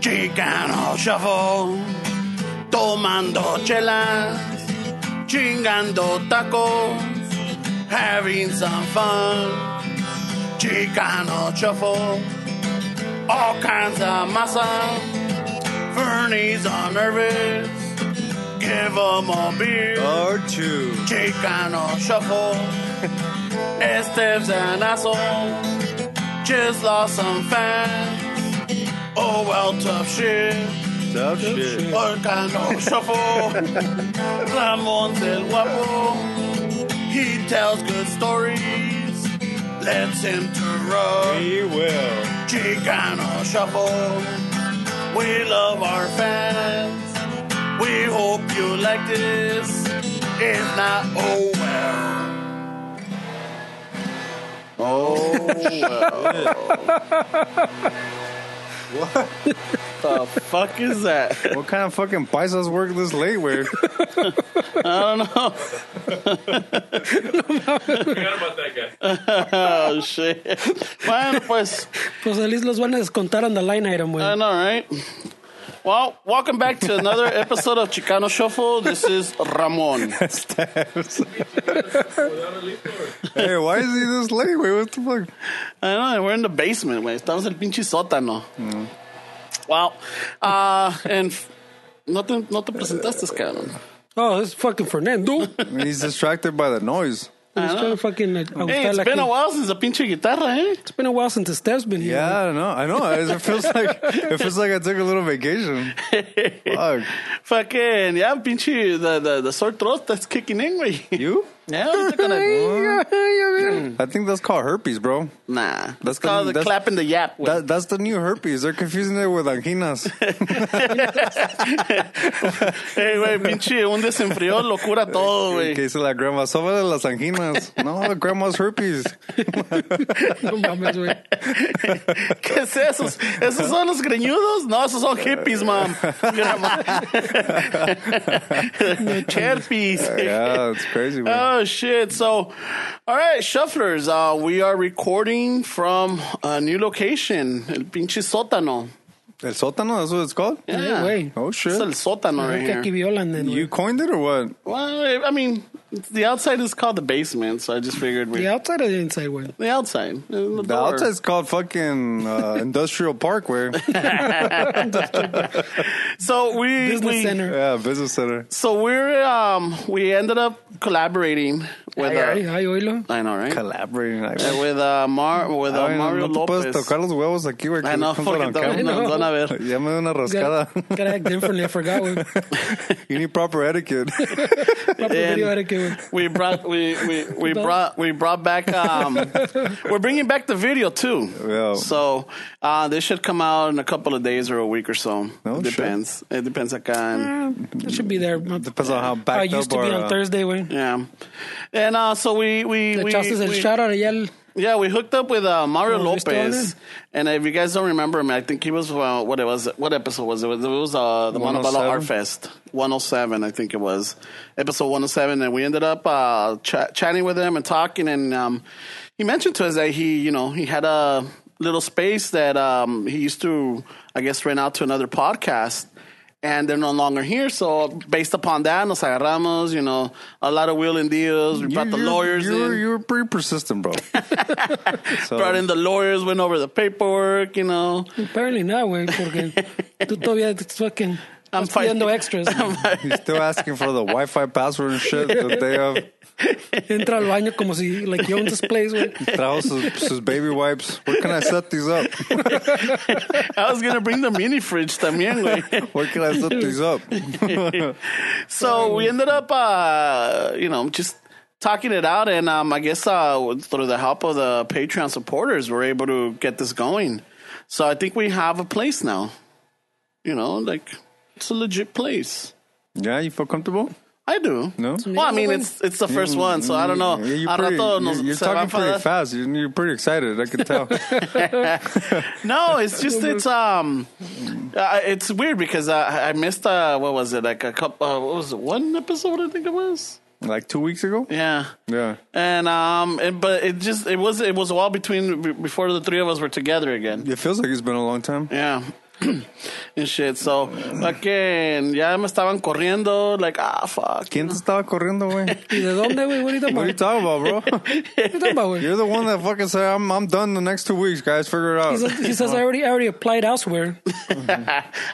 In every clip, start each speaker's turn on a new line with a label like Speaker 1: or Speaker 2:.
Speaker 1: mexicano shuffle, tomando chelas, chingando tacos, having some fun. Chicano shuffle, all kinds of massa. Fernie's on nervous, give 'em a beer.
Speaker 2: Or two.
Speaker 1: Chicano shuffle, Steve's an asshole, just lost some fans. Oh well, tough shit.
Speaker 2: Tough shit.
Speaker 1: Volcano Shuffle. Ramon's El Guapo. He tells good stories. Let's him to run.
Speaker 2: He will.
Speaker 1: Chicano Shuffle. We love our fans. We hope you like this. If not, oh well. Oh well.
Speaker 3: The fuck is that?
Speaker 2: What kind of fucking paisas work this late with?
Speaker 1: I don't know.
Speaker 4: Forgot about that guy.
Speaker 1: Oh shit. Bueno, pues.
Speaker 5: Pues at least los van a descontar on the line item, güey.
Speaker 1: I know, right? Well, welcome back to another episode of Chicano Shuffle. This is Ramon.
Speaker 2: Stabs.
Speaker 4: Without a leaf or-
Speaker 2: hey, why is he this late? Wait, what the fuck?
Speaker 1: I know, we're in the basement, güey. Estamos en el pinche sótano. Wow. Uh, and f- no te, no te presentaste, cabrón.
Speaker 5: Oh, this is fucking Fernando. He's
Speaker 2: I mean, he's distracted by the noise.
Speaker 5: trying to fucking like,
Speaker 1: Ah, Hey,
Speaker 5: ajustar
Speaker 1: it's
Speaker 5: la
Speaker 1: been
Speaker 5: aquí.
Speaker 1: a while since the pinche guitarra, eh?
Speaker 5: It's been a while since the steps been here.
Speaker 2: Yeah, I don't know. I know. It feels like it feels like I took a little vacation. Fuck.
Speaker 1: Fucking, yeah, pinche, the, the, the sore throat that's kicking in, güey.
Speaker 2: You?
Speaker 1: Yeah, ahorita con el-
Speaker 2: I think that's called herpes, bro.
Speaker 1: nah. That's
Speaker 2: That's
Speaker 1: called
Speaker 2: the-
Speaker 1: the
Speaker 2: that's-
Speaker 1: clap and the yap, güey.
Speaker 2: That, that's the new herpes. They're confusing it with anginas.
Speaker 1: Hey, güey, pinche, un desenfrió, locura todo, güey.
Speaker 2: Que dice la grandma, "Sóbale las anginas. No, grandma's herpes.
Speaker 5: No mames, güey.
Speaker 1: ¿Qué es eso? ¿Esos son los greñudos? No, esos son hippies, mam. Mira, mam. Herpes.
Speaker 2: Yeah, it's crazy, man.
Speaker 1: Oh shit! So, all right, shufflers. Uh, we are recording from a new location, el pinche sótano.
Speaker 2: El sótano, that's what it's called?
Speaker 5: Eh, güey.
Speaker 2: Oh,
Speaker 1: It's el
Speaker 2: shit.
Speaker 1: sótano right
Speaker 5: Creo que aquí
Speaker 1: here.
Speaker 5: violan, then,
Speaker 2: You
Speaker 5: güey.
Speaker 2: coined it or what?
Speaker 1: Well, I mean, the outside is called the basement, so I just figured we
Speaker 5: The outside or the inside, güey?
Speaker 1: the outside. uh, The,
Speaker 2: The
Speaker 1: door.
Speaker 2: outside's called fucking uh, Industrial Parkway.
Speaker 1: So we
Speaker 5: Business
Speaker 1: we,
Speaker 5: center.
Speaker 2: yeah, business center.
Speaker 1: So we're um we ended up collaborating with uh,
Speaker 5: Ay, ay, oílo.
Speaker 1: I know right.
Speaker 2: Collaborating. Like,
Speaker 1: Eh, with uh, Mar with uh,
Speaker 2: Ay, no,
Speaker 1: Mario
Speaker 2: Ah, no te puedes
Speaker 1: Lopez.
Speaker 2: tocar los huevos aquí, güey. que
Speaker 1: Ah, no,
Speaker 2: comes
Speaker 1: porque
Speaker 2: on
Speaker 1: te-
Speaker 2: camera.
Speaker 1: nos van a ver.
Speaker 2: Ya me dio una rascada.
Speaker 5: Gotta, gotta act differently. I forgot, güey.
Speaker 2: you need proper etiquette.
Speaker 5: Proper video etiquette, güey.
Speaker 1: We brought we we, we brought we brought back um we're bringing back the video too.
Speaker 2: Yeah.
Speaker 1: So uh this should come out in a couple of days or a week or so.
Speaker 2: No
Speaker 1: it
Speaker 2: shit.
Speaker 1: depends. It depends on kind.
Speaker 5: It should be there.
Speaker 2: Depends on how
Speaker 5: I
Speaker 2: backed
Speaker 5: Oh, used
Speaker 2: up
Speaker 5: to be
Speaker 2: our,
Speaker 5: on
Speaker 2: uh,
Speaker 5: Thursday, güey.
Speaker 1: Yeah. And uh so we we
Speaker 5: Le
Speaker 1: we,
Speaker 5: echaste el
Speaker 1: we-
Speaker 5: shout out allá al...
Speaker 1: yeah, we hooked up with uh, Mario
Speaker 5: Oh, we still on
Speaker 1: Lopez. And if you guys don't remember him, I think he was uh, what it was what episode was it? It was, it was uh the Montebello
Speaker 2: 107?
Speaker 1: Art Fest. 107, I think it was. Episode 107 and we ended up uh ch- chatting with him and talking and um he mentioned to us that he, you know, he had a little space that um he used to I guess rent out to another podcast. And they're no longer here, so based upon that, nos agarramos, you know, a lot of wheeling deals. We brought the lawyers
Speaker 2: you,
Speaker 1: in
Speaker 2: were, you were pretty persistent, bro. so,
Speaker 1: brought in the lawyers, went over the paperwork, you know.
Speaker 5: Apparently not, güey, porque tú todavía estás fucking...
Speaker 1: I'm
Speaker 5: estás pidiendo
Speaker 1: fighting.
Speaker 5: extras.
Speaker 2: He's still asking for the Wi-Fi password and shit the day of.
Speaker 5: Entra al baño como si, like, you own this place, güey.
Speaker 2: Trajo sus, sus baby wipes. Where can I set these up?
Speaker 1: I was gonna bring the mini fridge también, güey.
Speaker 2: Where can I set these up?
Speaker 1: So we ended up, uh, you know, just talking it out, and um, I guess uh, through the help of the Patreon supporters, we're able to get this going. So I think we have a place now. You know, like it's a legit place.
Speaker 2: Yeah, you feel comfortable?
Speaker 1: I do.
Speaker 2: No?
Speaker 1: Well, I mean, it's it's the first one, so I don't know.
Speaker 2: Yeah, you're
Speaker 1: Al
Speaker 2: pretty,
Speaker 1: rato
Speaker 2: you're,
Speaker 1: nos-
Speaker 2: you're
Speaker 1: se va
Speaker 2: talking
Speaker 1: para-
Speaker 2: pretty fast. You're, you're pretty excited. I can tell.
Speaker 1: No, it's just it's um, uh, it's weird because I I missed uh what was it like a couple uh, what was it one episode I think it was
Speaker 2: like two weeks ago.
Speaker 1: yeah
Speaker 2: Yeah.
Speaker 1: and um and, but it just it was it was a while between b- before the three of us were together again
Speaker 2: It feels like it's been a long time.
Speaker 1: yeah and shit. So fucking ya me estaban corriendo, like ah fuck.
Speaker 2: ¿Quién te estaba corriendo, güey?
Speaker 5: ¿Y de dónde, güey? What are you talking
Speaker 2: What are you
Speaker 5: about?
Speaker 2: talking about, bro?
Speaker 5: What are you talking about, güey?
Speaker 2: You're the one that fucking said I'm I'm done the next two weeks, guys. Figure it
Speaker 5: He
Speaker 2: out.
Speaker 5: says, he says I already, I already applied elsewhere.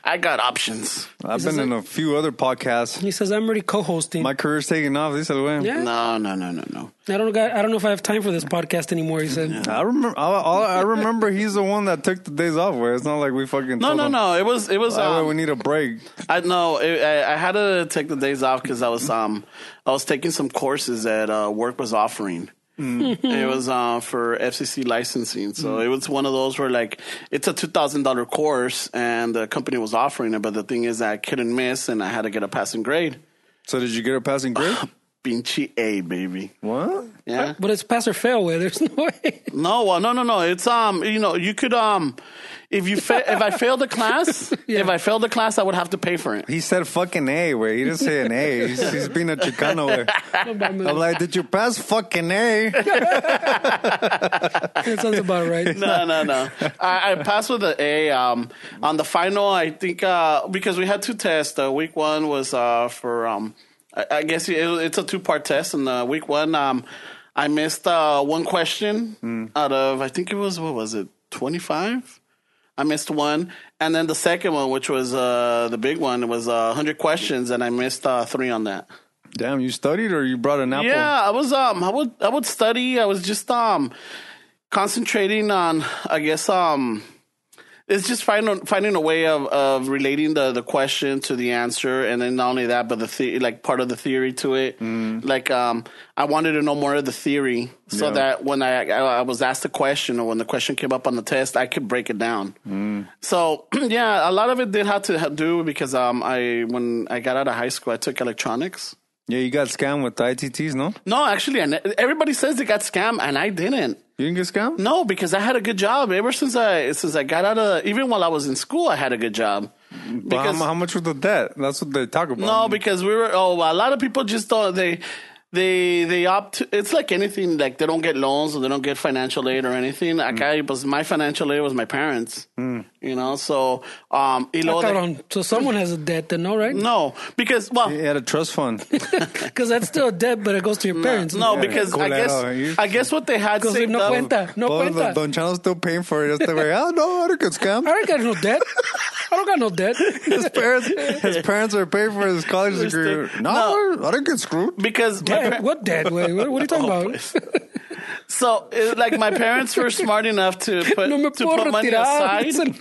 Speaker 1: I got options.
Speaker 2: I've been in a few other podcasts.
Speaker 5: He says I'm already co-hosting.
Speaker 2: My career's taking off. Dice el güey.
Speaker 5: yeah,
Speaker 1: No, no, no, no, no.
Speaker 5: I don't, got, I don't know if I have time for this podcast anymore. He said,
Speaker 2: I remember. I, I I remember he's the one that took the days off. Where it's not like we fucking.
Speaker 1: No,
Speaker 2: told
Speaker 1: no,
Speaker 2: him,
Speaker 1: no. It was it was
Speaker 2: "Hey,
Speaker 1: um,
Speaker 2: we need a break.
Speaker 1: I no, it, I, I had to take the days off because I was um I was taking some courses that uh, work was offering. it was uh, for FCC licensing, so it was one of those where like it's a two thousand dollar course, and the company was offering it. But the thing is, I couldn't miss, and I had to get a passing grade.
Speaker 2: So did you get a passing grade?
Speaker 1: Pinchy A, baby.
Speaker 2: what?
Speaker 1: Yeah.
Speaker 5: but it's pass or fail, way. There's no way.
Speaker 1: No, well, no, no, no. It's um, you know, you could um, if you fa- if I failed the class, if I failed the class, I would have to pay for it.
Speaker 2: He said fucking A, way. He didn't say an A. He's, he's being a Chicano, way. I'm like, did you pass fucking A?
Speaker 5: That sounds about right.
Speaker 1: no, no, no. I, I passed with an A. Um, on the final, I think uh, because we had two tests. Uh, week one was uh, for um, I, I guess it, it's a two part test, and uh, week one, um, I missed uh, one question out of I think it was what was it twenty five. I missed one, and then the second one, which was uh, the big one, was uh, hundred questions, and I missed uh, three on that.
Speaker 2: Damn, you studied or you brought an apple?
Speaker 1: Yeah, I was um I would I would study. I was just um concentrating on I guess um it's just finding finding a way of, of relating the, the question to the answer, and then not only that, but the, the like part of the theory to it. Like, um, I wanted to know more of the theory so
Speaker 2: Yeah.
Speaker 1: that when I, I I was asked a question or when the question came up on the test, I could break it down. So yeah, a lot of it did have to ha- do because um I when I got out of high school, I took electronics.
Speaker 2: Yeah, you got scammed with the ITTs, no?
Speaker 1: No, actually, and everybody says they got scammed, and I didn't.
Speaker 2: You didn't get scammed?
Speaker 1: No, because I had a good job ever since I since I got out of even while I was in school, I had a good job.
Speaker 2: But how,
Speaker 1: Because
Speaker 2: mu- how much was the debt? That's what they talk about.
Speaker 1: no, because we were oh, a lot of people just don't they they they opt. It's like anything, like they don't get loans or they don't get financial aid or anything.
Speaker 2: Mm.
Speaker 1: Like I was my financial aid was my parents, you know. So um, y luego
Speaker 5: Ah,
Speaker 1: they-
Speaker 5: cabrón. So someone has a debt, then no, right?
Speaker 1: no, because well,
Speaker 2: He had a trust fund.
Speaker 5: Because that's still a debt, but it goes to your parents.
Speaker 1: no,
Speaker 2: Yeah,
Speaker 1: because I
Speaker 2: culero, you-
Speaker 1: guess I guess what they had
Speaker 5: Because
Speaker 1: saved
Speaker 5: no
Speaker 1: up.
Speaker 5: cuenta, no
Speaker 2: But
Speaker 5: cuenta.
Speaker 2: Don Chano's still paying for it. It's like, oh no, I don't get
Speaker 5: I
Speaker 2: scammed.
Speaker 5: don't got no debt. I don't got no debt.
Speaker 2: His parents, his parents are paying for his college degree.
Speaker 1: Understood.
Speaker 2: No, I don't get screwed.
Speaker 1: Because my
Speaker 5: Debt?
Speaker 1: par-
Speaker 5: What debt? Wait, what, what are you talking
Speaker 1: Oh,
Speaker 5: about?
Speaker 1: pues. So, it- like, my parents were smart enough to put,
Speaker 5: No me
Speaker 1: to
Speaker 5: puedo
Speaker 1: put money
Speaker 5: retirar.
Speaker 1: aside.
Speaker 5: Dicen,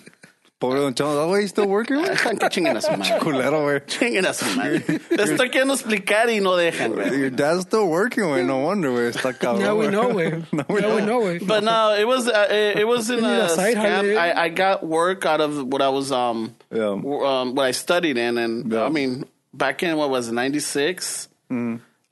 Speaker 2: Pobre Don Chano, that way he's still working. güey?
Speaker 1: Chinguen a su madre.
Speaker 2: Culero, güey.
Speaker 1: Chinguen a su madre. Les estoy queriendo explicar y no dejan, güey.
Speaker 2: Your dad's still working, way. No wonder, way. Está cabrón.
Speaker 5: Now we
Speaker 2: güey.
Speaker 5: know, way.
Speaker 2: Now we
Speaker 5: Now we
Speaker 2: know.
Speaker 5: know, way.
Speaker 1: But no, it was uh, it, it was in
Speaker 5: need
Speaker 1: a
Speaker 5: a side
Speaker 1: scam.
Speaker 5: hustle.
Speaker 1: I, I got work out of what I was um,
Speaker 2: Yeah.
Speaker 1: w- um what I studied in, and
Speaker 2: Yeah. Mm.
Speaker 1: I mean back in what was ninety six.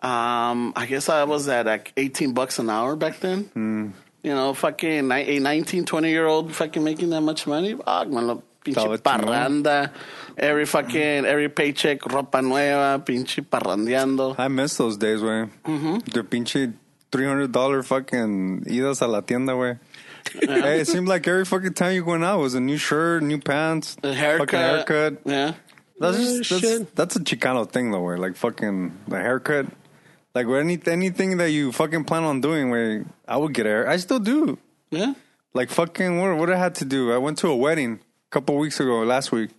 Speaker 1: Um, I guess I was at like eighteen bucks an hour back then.
Speaker 2: Mm.
Speaker 1: You know, fucking ni- a 19, 20 year old fucking making that much money. Ah, man, lo- pinche
Speaker 2: Estaba chingón.
Speaker 1: parranda. Every fucking every paycheck, ropa nueva, pinche parrandeando.
Speaker 2: I miss those days, way. The pinche three hundred dollar fucking idas a la tienda, way. Hey, it seemed like every fucking time you went out was a new shirt, new pants,
Speaker 1: A
Speaker 2: fucking
Speaker 1: haircut.
Speaker 2: haircut.
Speaker 1: Yeah.
Speaker 2: That's
Speaker 5: Yeah,
Speaker 2: just that's,
Speaker 5: shit.
Speaker 2: that's a Chicano thing though, where like fucking the haircut, like with any anything that you fucking plan on doing, where I would get a hair, I still do.
Speaker 1: Yeah.
Speaker 2: Like fucking what what I had to do, I went to a wedding a couple weeks ago, last week.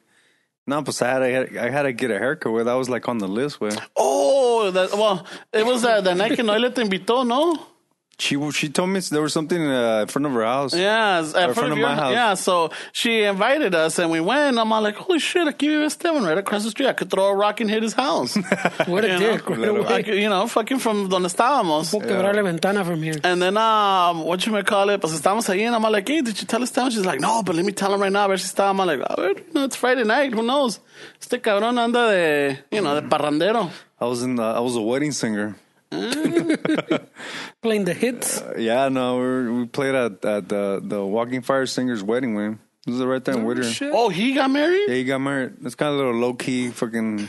Speaker 2: No, but I had a, I had to get a haircut. Where that was like on the list. Where
Speaker 1: Oh, that, well, it was uh, the night que Noelia te invitó, ¿no?
Speaker 2: she she told me there was something uh, in front of her house.
Speaker 1: Yeah, in front,
Speaker 2: front
Speaker 1: of
Speaker 2: of
Speaker 1: your,
Speaker 2: my house.
Speaker 1: Yeah, so she invited us and we went. I'm all like, holy shit, I give you a seven right across the street. I could throw a rock and hit his house.
Speaker 5: What a
Speaker 1: You
Speaker 5: dick.
Speaker 1: know?
Speaker 5: What a
Speaker 1: like,
Speaker 5: way.
Speaker 1: you know, fucking from donde estábamos.
Speaker 5: Puedo quebrar la ventana from here.
Speaker 1: And then, um, what you may call it, pues estamos ahí, and I'm like, hey, did you tell us down? She's like, no, but let me tell him right now. A ver si está. I'm like, a ver, you know, it's Friday night, who knows? Este cabrón anda de, you know, de parrandero.
Speaker 2: I was in the, I was a wedding singer. Uh,
Speaker 5: Playing the hits.
Speaker 2: Yeah, no, we, were, we played at, at the the Walking Fire Singers wedding. Man, this is the right time. Witter.
Speaker 5: Shit.
Speaker 1: Oh, he got married?
Speaker 2: Yeah, he got married. It's kind of a little low key, fucking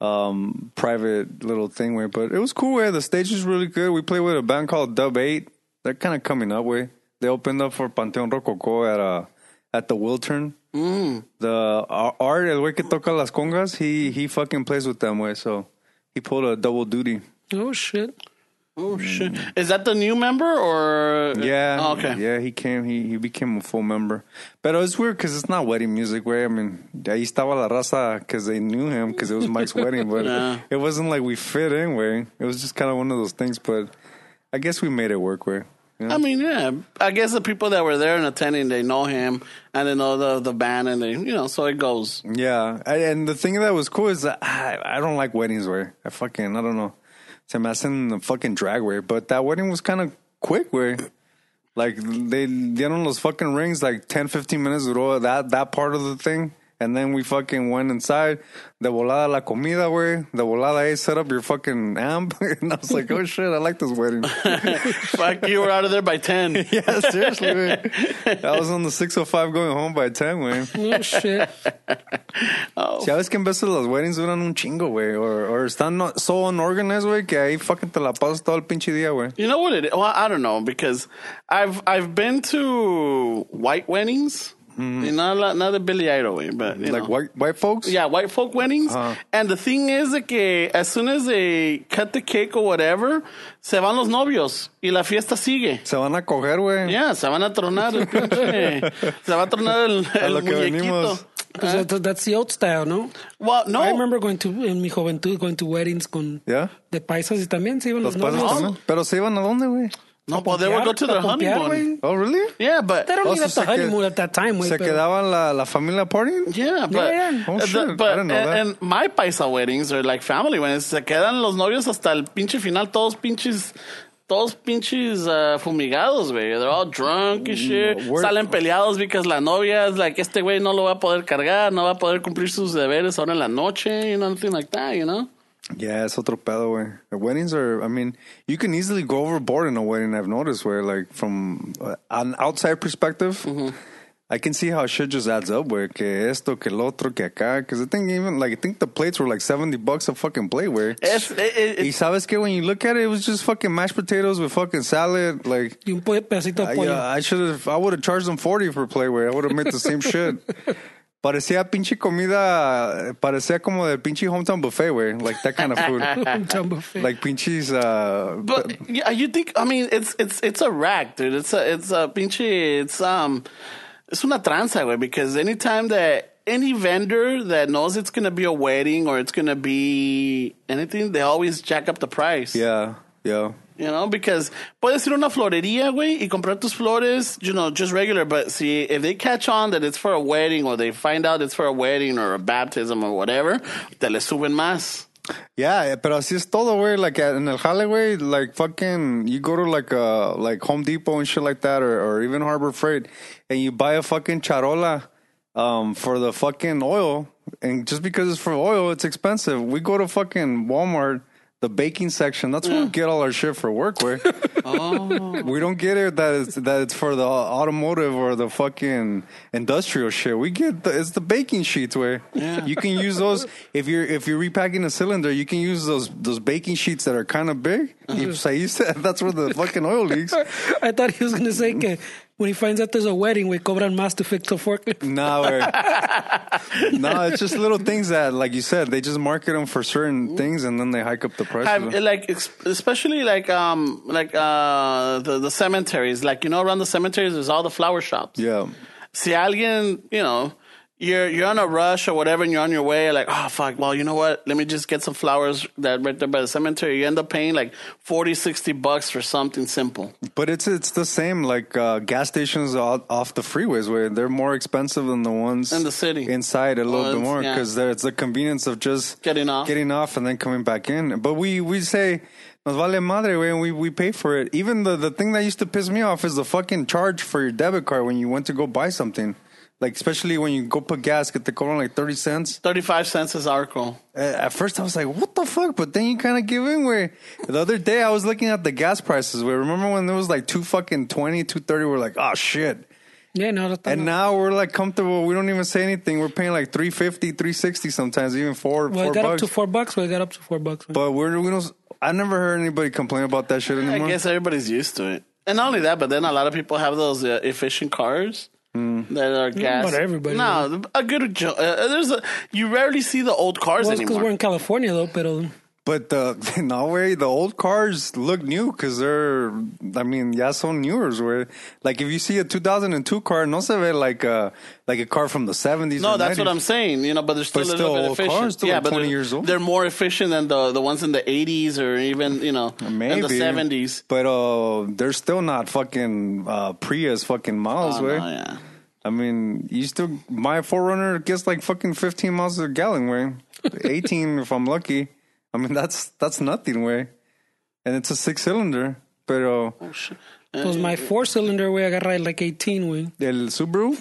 Speaker 2: um, private little thing way, but it was cool. Way the stage was really good. We played with a band called Dub Eight. They're kind of coming up. Way they opened up for Panteon Rococo at uh at the Wiltern. The Ar- Art, el güey que toca las congas, he he fucking plays with them, güey. So he pulled a double duty.
Speaker 5: Oh shit.
Speaker 1: Oh shit! Is that the new member or?
Speaker 2: Yeah.
Speaker 1: Oh, okay.
Speaker 2: Yeah, he came. He he became a full member. But it's weird because it's not wedding music, where I mean, ahí estaba la raza because they knew him because it was Mike's wedding, but
Speaker 1: Yeah.
Speaker 2: it wasn't like we fit in. Where it was just kind of one of those things. But I guess we made it work. Where you know?
Speaker 1: I mean, yeah. I guess the people that were there and attending, they know him and they know the the band and they, you know, so it goes.
Speaker 2: yeah. And- And the thing that was cool is that I, I don't like weddings. Where I fucking I don't know. Se me hacen the fucking drag way, but that wedding was kind of quick. Where like they dieron los fucking rings like 10 15 minutes duró that that part of the thing and then we fucking went inside de volada la comida güey de volada hey set up your fucking amp and I was like oh shit I like this wedding
Speaker 1: Fuck, you were out of there by ten.
Speaker 2: yeah seriously man I was on the 605 going home by 10 güey
Speaker 5: Oh shit.
Speaker 2: sabes que en veces las weddings duran un chingo güey or, or están no, so unorganized güey que ahí fucking te la pasas todo el pinche día güey
Speaker 1: You know what it? Well, I don't know because I've I've been to white weddings, You know, not not the Billy Idol way, but you
Speaker 2: Mm-hmm. like
Speaker 1: know.
Speaker 2: white Uh-huh. white folks
Speaker 1: Yeah, white folk weddings.
Speaker 2: Ajá.
Speaker 1: And the thing is that que as soon as they cut the cake or whatever, se van los novios y la fiesta sigue.
Speaker 2: se van a coger güey
Speaker 1: Yeah, se van a tronar el pinche. se va a tronar el, el
Speaker 2: lo que
Speaker 1: muñequito.
Speaker 2: venimos.
Speaker 5: Because that, that's the old style, no?
Speaker 1: Well, no.
Speaker 5: I remember going to in mi juventud going to weddings con
Speaker 2: Yeah.
Speaker 5: de paisas y también se iban
Speaker 2: los
Speaker 5: los,
Speaker 2: pasos
Speaker 5: novios.
Speaker 2: también pero se iban a dónde güey
Speaker 1: no, well, they would go to
Speaker 5: Para
Speaker 1: their
Speaker 5: pompear,
Speaker 1: honeymoon.
Speaker 5: güey.
Speaker 2: oh really
Speaker 1: Yeah, but
Speaker 5: They don't
Speaker 2: Oh,
Speaker 5: even
Speaker 2: so
Speaker 5: have to
Speaker 2: se qued-
Speaker 5: honeymoon at that time, güey.
Speaker 2: Se
Speaker 5: pero-
Speaker 2: quedaba la, la familia party?
Speaker 1: Yeah, but
Speaker 5: Yeah, yeah.
Speaker 2: Oh,
Speaker 1: the-
Speaker 2: shit. I
Speaker 1: but
Speaker 2: didn't know
Speaker 1: and,
Speaker 2: that.
Speaker 1: and my paisa weddings are like family weddings. Se quedan los novios hasta el pinche final, todos pinches, todos pinches uh, fumigados, güey. They're all drunk and shit.
Speaker 2: Where-
Speaker 1: Salen peleados because la novia es like este güey no lo va a poder cargar, no va a poder cumplir sus deberes ahora en la noche, you know, anything like that, you know.
Speaker 2: Yeah, it's otro pedo, güey. Weddings are, I mean, you can easily go overboard in a wedding, I've noticed, where, like, from uh, an outside perspective,
Speaker 1: Mm-hmm.
Speaker 2: I can see how shit just adds up, where, que esto, que el otro, que acá. Because I think even, like, I think the plates were like 70 bucks a fucking plate, where.
Speaker 5: e,
Speaker 1: Es, it, it,
Speaker 2: Y sabes que when you look at it, it was just fucking mashed potatoes with fucking salad, like.
Speaker 5: y un po- pedacito de
Speaker 2: I,
Speaker 5: pollo.
Speaker 2: uh, I should have. I would have charged them forty for playway. I would have made the same shit. Parecía pinche comida. Parecía como del pinche hometown buffet, güey. Like that kind of food.
Speaker 5: Un chambo feo.
Speaker 2: like pinches. Uh,
Speaker 1: But yeah, you think? I mean, it's it's it's a rack, dude. It's a it's a pinche. It's um, it's una tranza, güey. Because anytime that any vendor that knows it's gonna be a wedding or it's gonna be anything, they always jack up the price.
Speaker 2: yeah, yeah.
Speaker 1: You know, because puedes ir a una florería, güey, y comprar tus flores, you know, just regular. But see, if they catch on that it's for a wedding or they find out it's for a wedding or a baptism or whatever, te le suben más.
Speaker 2: Yeah, pero así es todo, güey. Like uh, in El Jale, güey, like fucking, you go to like uh like Home Depot and shit like that, or, or even Harbor Freight, and you buy a fucking charola, um, for the fucking oil, and just because it's for oil, it's expensive. We go to fucking Walmart, the baking section. That's where we get all our shit for work, güey. We don't get it that it's that it's for the automotive or the fucking industrial shit. We get the, it's the baking sheets where you can use those if you're if you're repacking a cylinder. You can use those those baking sheets that are kind of big. If so you said that's where the fucking oil leaks.
Speaker 5: I thought he was going to say que when he finds out there's a wedding, we cobran más to fix the forklift.
Speaker 2: Nah, where, no, it's just little things that, like you said, they just market them for certain things and then they hike up the price.
Speaker 1: have like ex- especially like um like uh the the cemeteries like you know around the cemeteries there's all the flower shops
Speaker 2: yeah,
Speaker 1: see alguien you know you're you're on a rush or whatever and you're on your way like oh fuck well you know what let me just get some flowers that right there by the cemetery you end up paying like 40 60 bucks for something simple
Speaker 2: but it's it's the same like uh, gas stations o- off the freeways where they're more expensive than the ones
Speaker 1: In the city.
Speaker 2: inside a little bit
Speaker 1: Ones,
Speaker 2: more
Speaker 1: yeah.
Speaker 2: because it's the convenience of just
Speaker 1: Getting off.
Speaker 2: getting off, and then coming back in. But we we say. Nos vale madre, way, and we, we pay for it. Even the, the thing that used to piss me off is the fucking charge for your debit card when you went to go buy something. Like, especially when you go put gas, get the cobran like 30 cents.
Speaker 1: 35 cents is our call
Speaker 2: Uh, at first I was like, what the fuck? But then you kind of give in where the other day I was looking at the gas prices where remember when there was like two fucking 20, 230, we're like, oh shit.
Speaker 5: Yeah, no, ahora está
Speaker 2: And
Speaker 5: más-
Speaker 2: now we're like comfortable. We don't even say anything. We're paying like 350, 360 sometimes, even four, four
Speaker 5: Well, it got up
Speaker 2: bucks.
Speaker 5: to four bucks. Well, it got up to four bucks. güey.
Speaker 2: But we're, we don't, I never heard anybody complain about that shit
Speaker 1: i
Speaker 2: anymore.
Speaker 1: guess everybody's used to it and not only that but then a lot of people have those uh, efficient cars
Speaker 2: Hmm.
Speaker 1: that are gas.
Speaker 5: Not everybody,
Speaker 1: No, a good joke. Uh, there's a, you rarely see the old cars
Speaker 5: Well, it's because
Speaker 1: anymore.
Speaker 5: we're in California, though, pero.
Speaker 2: But uh, no way, the old cars look new because they're, I mean, yeah, so newer. Where like if you see a 2002 car, no se ve like a like a car from the 70s.
Speaker 1: No,
Speaker 2: or
Speaker 1: that's what
Speaker 2: 90s.
Speaker 1: I'm saying. You know, but they're still a
Speaker 2: But
Speaker 1: little bit
Speaker 2: still, old
Speaker 1: efficient.
Speaker 2: cars, still
Speaker 1: yeah,
Speaker 2: like
Speaker 1: but
Speaker 2: 20
Speaker 1: they're-
Speaker 2: years old.
Speaker 1: They're more efficient than the the ones in the 80s or even you know in the
Speaker 2: Maybe
Speaker 1: 70s.
Speaker 2: but uh, they're still not fucking uh, Prius fucking miles.
Speaker 1: Oh,
Speaker 2: way.
Speaker 1: no, yeah.
Speaker 2: I mean, you still my Forerunner gets like fucking 15 miles a gallon. Way 18 if I'm lucky. I mean, that's that's nothing. Way, and it's a six cylinder. But uh,
Speaker 1: Oh, Uh,
Speaker 5: Because my four cylinder, we agarra like 18, we.
Speaker 2: El Subaru?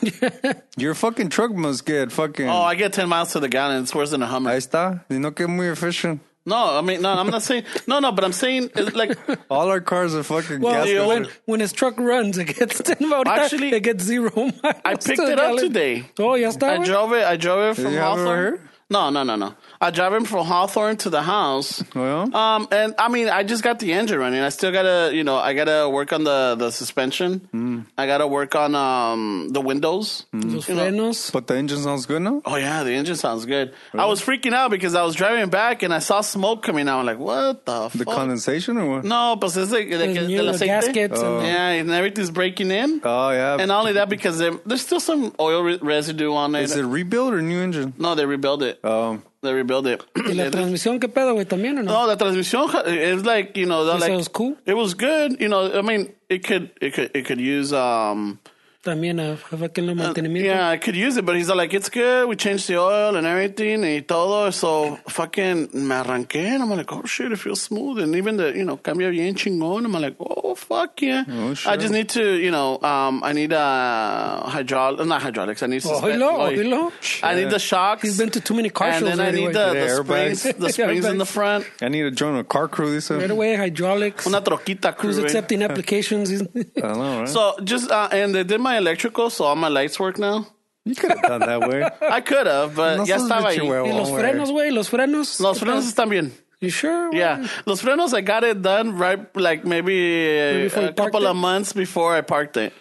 Speaker 2: Your fucking truck must get fucking.
Speaker 1: Oh, I get 10 miles to the gallon. It's worse than a Hummer.
Speaker 2: Ahí está. You know, que muy efficient.
Speaker 1: no, I mean, no, I'm not saying. No, no, but I'm saying it's like
Speaker 2: All our cars are fucking
Speaker 5: Well,
Speaker 2: gas.
Speaker 1: you-
Speaker 5: when,
Speaker 2: guzzlers.
Speaker 5: when his truck runs, it gets 10 miles.
Speaker 1: Actually,
Speaker 5: it gets zero miles.
Speaker 1: I picked it up today.
Speaker 5: Oh, ya está.
Speaker 1: I
Speaker 5: güey.
Speaker 1: drove it. I drove it from
Speaker 2: you have it right
Speaker 1: Hawthorne.
Speaker 2: here?
Speaker 1: No, no, no, no. I drove it from Hawthorne to the house.
Speaker 2: Well?
Speaker 1: um, and I mean, I just got the engine running. I still gotta, you know, I gotta work on the the suspension.
Speaker 2: Mm.
Speaker 1: I gotta work on um the windows.
Speaker 5: Los
Speaker 1: you know.
Speaker 5: frenos.
Speaker 2: but the engine sounds good now?
Speaker 1: Oh yeah, the engine sounds good. I was freaking out because I was driving back and I saw smoke coming out. I'm like, what the,
Speaker 2: The
Speaker 1: fuck?
Speaker 2: condensation or what?
Speaker 1: Oh. no, pues es like, like,
Speaker 5: There's
Speaker 1: el
Speaker 5: new
Speaker 1: aceite.
Speaker 5: gaskets and- Oh.
Speaker 1: Yeah, and everything's breaking in.
Speaker 2: Oh, yeah.
Speaker 1: and uh, not only that, because there- there's still some oil re- residue on it.
Speaker 2: Is it rebuild or new engine?
Speaker 1: No, they rebuild it.
Speaker 2: Oh.
Speaker 1: They rebuild it.
Speaker 5: ¿Y la transmisión qué pedo, güey? ¿También o no?
Speaker 1: no, the transmission is like you know, they're
Speaker 5: You
Speaker 1: like
Speaker 5: said it was cool?
Speaker 1: It was good. You know, I mean, it could it could it could use um
Speaker 5: También ah, a, a fucking mantenimiento.
Speaker 1: yeah, I could use it, but he's like, it's good. We changed the oil and everything y todo. So fucking me arranqué and I'm like, oh shit, it feels smooth. And even the, you know, cambia bien chingón. I'm like, oh fuck yeah.
Speaker 2: Oh, shit.
Speaker 1: I just need to, you know, um, I need uh, hydraulic, not hydraulics. I need
Speaker 5: Oh,
Speaker 1: to.
Speaker 5: Oilo, oilo.
Speaker 1: I need the shocks.
Speaker 5: Ah, He's been to too many car
Speaker 1: and
Speaker 5: shows
Speaker 1: then I
Speaker 5: already,
Speaker 1: need
Speaker 5: güey.
Speaker 1: the,
Speaker 2: Yeah,
Speaker 1: the
Speaker 2: airbags.
Speaker 1: springs, the springs in the
Speaker 5: Airbags.
Speaker 1: front.
Speaker 2: I need to join a car crew. They said.
Speaker 5: Right away, hydraulics.
Speaker 1: Una troquita crew.
Speaker 5: Who's
Speaker 1: eh?
Speaker 5: accepting applications?
Speaker 2: I don't know, right?
Speaker 1: So just uh, and they did my electrical, so all my lights work now.
Speaker 2: you could have done that way.
Speaker 5: Oh.
Speaker 1: I could have, but
Speaker 2: No
Speaker 1: ya
Speaker 2: seas
Speaker 1: estaba ahí.
Speaker 2: bicho,
Speaker 5: ¿Y
Speaker 2: huevón,
Speaker 5: los
Speaker 2: güey.
Speaker 5: frenos, güey? ¿Los frenos?
Speaker 1: Los
Speaker 5: ¿Qué
Speaker 1: frenos
Speaker 5: pedo?
Speaker 1: están bien.
Speaker 5: You sure? güey?
Speaker 1: Yeah, los frenos. I got it done right, like maybe uh,
Speaker 5: before you
Speaker 1: a couple of
Speaker 5: parked it? Mm,
Speaker 1: months before I parked it.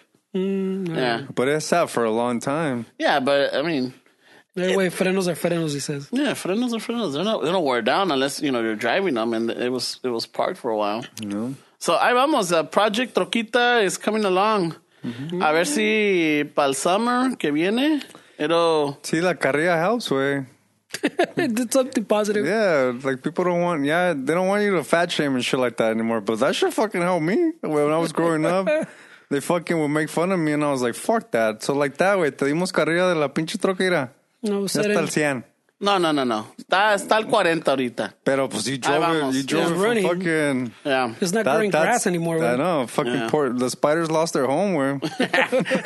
Speaker 1: yeah,
Speaker 2: But it sat for a long time.
Speaker 1: yeah, but I mean,
Speaker 5: Eh, güey, frenos are frenos, he says.
Speaker 1: yeah, frenos are frenos. They're not they don't wear down unless you know you're driving them, and it was it was parked for a while.
Speaker 2: You know?
Speaker 1: So I vamos. Uh, Project Troquita is coming along.
Speaker 5: Mm-hmm.
Speaker 1: A ver si para el summer que viene, it'll.
Speaker 2: See, la carrilla helps, way.
Speaker 5: It did something positive.
Speaker 2: Mm. Yeah, like people don't want, yeah, they don't want you to fat shame and shit like that anymore. But that shit fucking helped me when I was growing up. They fucking would make fun of me, and I was like, fuck that. So like that way, te dimos carrera de la pinche troquera.
Speaker 5: No,
Speaker 2: Ya
Speaker 5: said
Speaker 2: está el
Speaker 5: it.
Speaker 2: 100.
Speaker 1: No, no, no, no. Está, está el 40 ahorita.
Speaker 2: Pero pues you
Speaker 1: Ahí
Speaker 2: drove
Speaker 1: vamos.
Speaker 2: it, you drove
Speaker 1: Yeah.
Speaker 2: it from
Speaker 5: Running.
Speaker 2: fucking.
Speaker 1: Yeah.
Speaker 5: It's not
Speaker 2: that-
Speaker 5: growing
Speaker 2: that's-
Speaker 5: grass anymore,
Speaker 2: I
Speaker 5: güey.
Speaker 2: know, fucking
Speaker 1: Yeah.
Speaker 2: poor. The spiders lost their home, güey.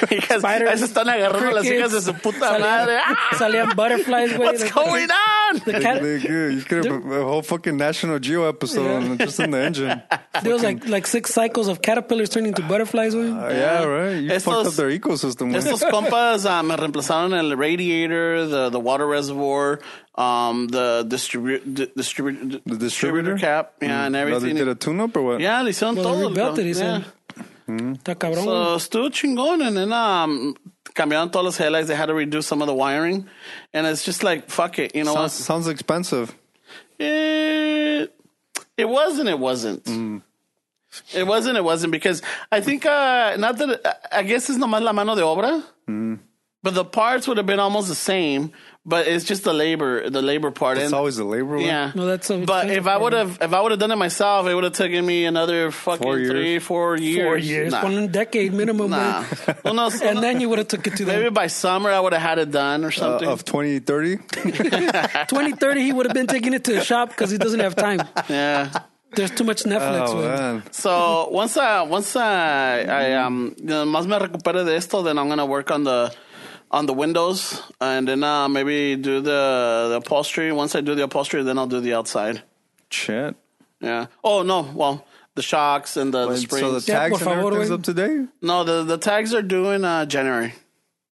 Speaker 1: Hijas,
Speaker 5: Spiders,
Speaker 1: esas están agarrando las hijas de su puta madre. Ah,
Speaker 5: Salían butterflies, güey.
Speaker 1: What's
Speaker 5: Like,
Speaker 1: going on?
Speaker 5: The
Speaker 2: Like,
Speaker 5: cat,
Speaker 2: they- you could have a whole fucking National Geo episode on, just in the engine.
Speaker 5: there was like like six cycles of caterpillars turning to butterflies, güey.
Speaker 2: Uh, yeah, right. You fucked up
Speaker 1: Estos-
Speaker 2: their ecosystem. güey.
Speaker 1: Estos compas ah, me reemplazaron el radiator, the, the water reservoir, um, the, distribu di- distribu di-
Speaker 2: The distributor? Mm,
Speaker 1: cap, yeah, and
Speaker 2: Now they
Speaker 1: everything.
Speaker 2: did a tune up or what?
Speaker 1: yeah, le hicieron
Speaker 5: Well, they
Speaker 1: todo.
Speaker 5: rebuilt
Speaker 1: cabrón.
Speaker 5: it, he
Speaker 1: yeah.
Speaker 5: said. Está cabrón, güey.
Speaker 1: So, estuvo chingón. And then um, cambiaron todos los headlights. They had to redo some of the wiring. And it's just like, fuck it. You know
Speaker 2: Sounds,
Speaker 1: what?
Speaker 2: sounds expensive.
Speaker 1: It, it wasn't. It wasn't. It wasn't. It wasn't because I think uh, not that I- I guess it's nomás la mano de obra, but the parts would have been almost the same. But it's just the labor, the labor part.
Speaker 2: It's
Speaker 1: and-
Speaker 2: always the labor. one.
Speaker 1: yeah.
Speaker 5: No, that's so
Speaker 1: but if I
Speaker 5: expensive,
Speaker 1: would have, if I would have done it myself, it would have taken me another fucking
Speaker 2: Four years.
Speaker 1: three, four years.
Speaker 5: Four years,
Speaker 1: Nah.
Speaker 5: one decade minimum,
Speaker 1: Nah.
Speaker 5: güey.
Speaker 1: Unos-
Speaker 5: And then you would have took it to
Speaker 1: maybe
Speaker 5: the
Speaker 1: by summer I would have had it done or
Speaker 2: Uh,
Speaker 1: something.
Speaker 2: of 2030.
Speaker 5: 2030. He would have been taking it to the shop because he doesn't have time.
Speaker 1: yeah.
Speaker 5: There's too much Netflix.
Speaker 2: oh,
Speaker 5: güey.
Speaker 2: man.
Speaker 1: So once I once I, I um you know, más me recupere de esto, then I'm gonna work on the on the windows and then uh, maybe do the, the upholstery. Once I do the upholstery, then I'll do the outside.
Speaker 2: Shit.
Speaker 1: Yeah. Oh no. Well, the shocks and the, the
Speaker 2: And so the
Speaker 1: springs.
Speaker 5: Yeah, por
Speaker 2: tags and
Speaker 5: favor,
Speaker 2: everything's
Speaker 5: güey.
Speaker 2: up to date.
Speaker 1: no, the the tags are due in uh, January.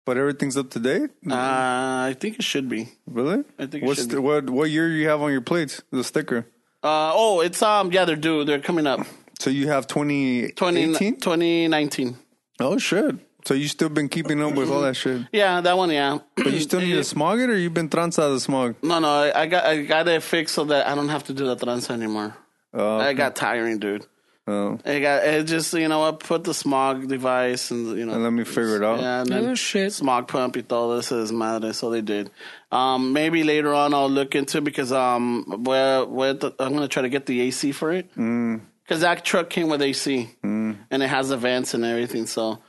Speaker 2: But everything's up to date.
Speaker 1: Uh, I think it should be.
Speaker 2: Really?
Speaker 1: I think it
Speaker 2: What's
Speaker 1: should
Speaker 2: the,
Speaker 1: be.
Speaker 2: what what year you have on your plates? The sticker.
Speaker 1: Uh, oh, it's um yeah they're due. They're coming up.
Speaker 2: So you have
Speaker 1: 20,
Speaker 2: 2018.
Speaker 1: 2019.
Speaker 2: Oh shit. So you still been keeping up with all that shit?
Speaker 1: Yeah, that one. Yeah.
Speaker 2: But you still need
Speaker 1: eh.
Speaker 2: to smog it, or you've been tranza the smog?
Speaker 1: No, no, I, I got I got it fixed so that I don't have to do the tranza anymore.
Speaker 2: Oh,
Speaker 1: I got tiring, dude.
Speaker 2: Oh.
Speaker 1: It got it just you know what put the smog device and you know
Speaker 2: And let me figure it out.
Speaker 1: Yeah, and then
Speaker 5: Oh, shit.
Speaker 1: smog pump y todo eso es madre. So they did. Um, maybe later on I'll look into because um, where where the, I'm gonna try to get the AC for it
Speaker 2: Mm.
Speaker 1: because that truck came with AC and it has the vents and everything. So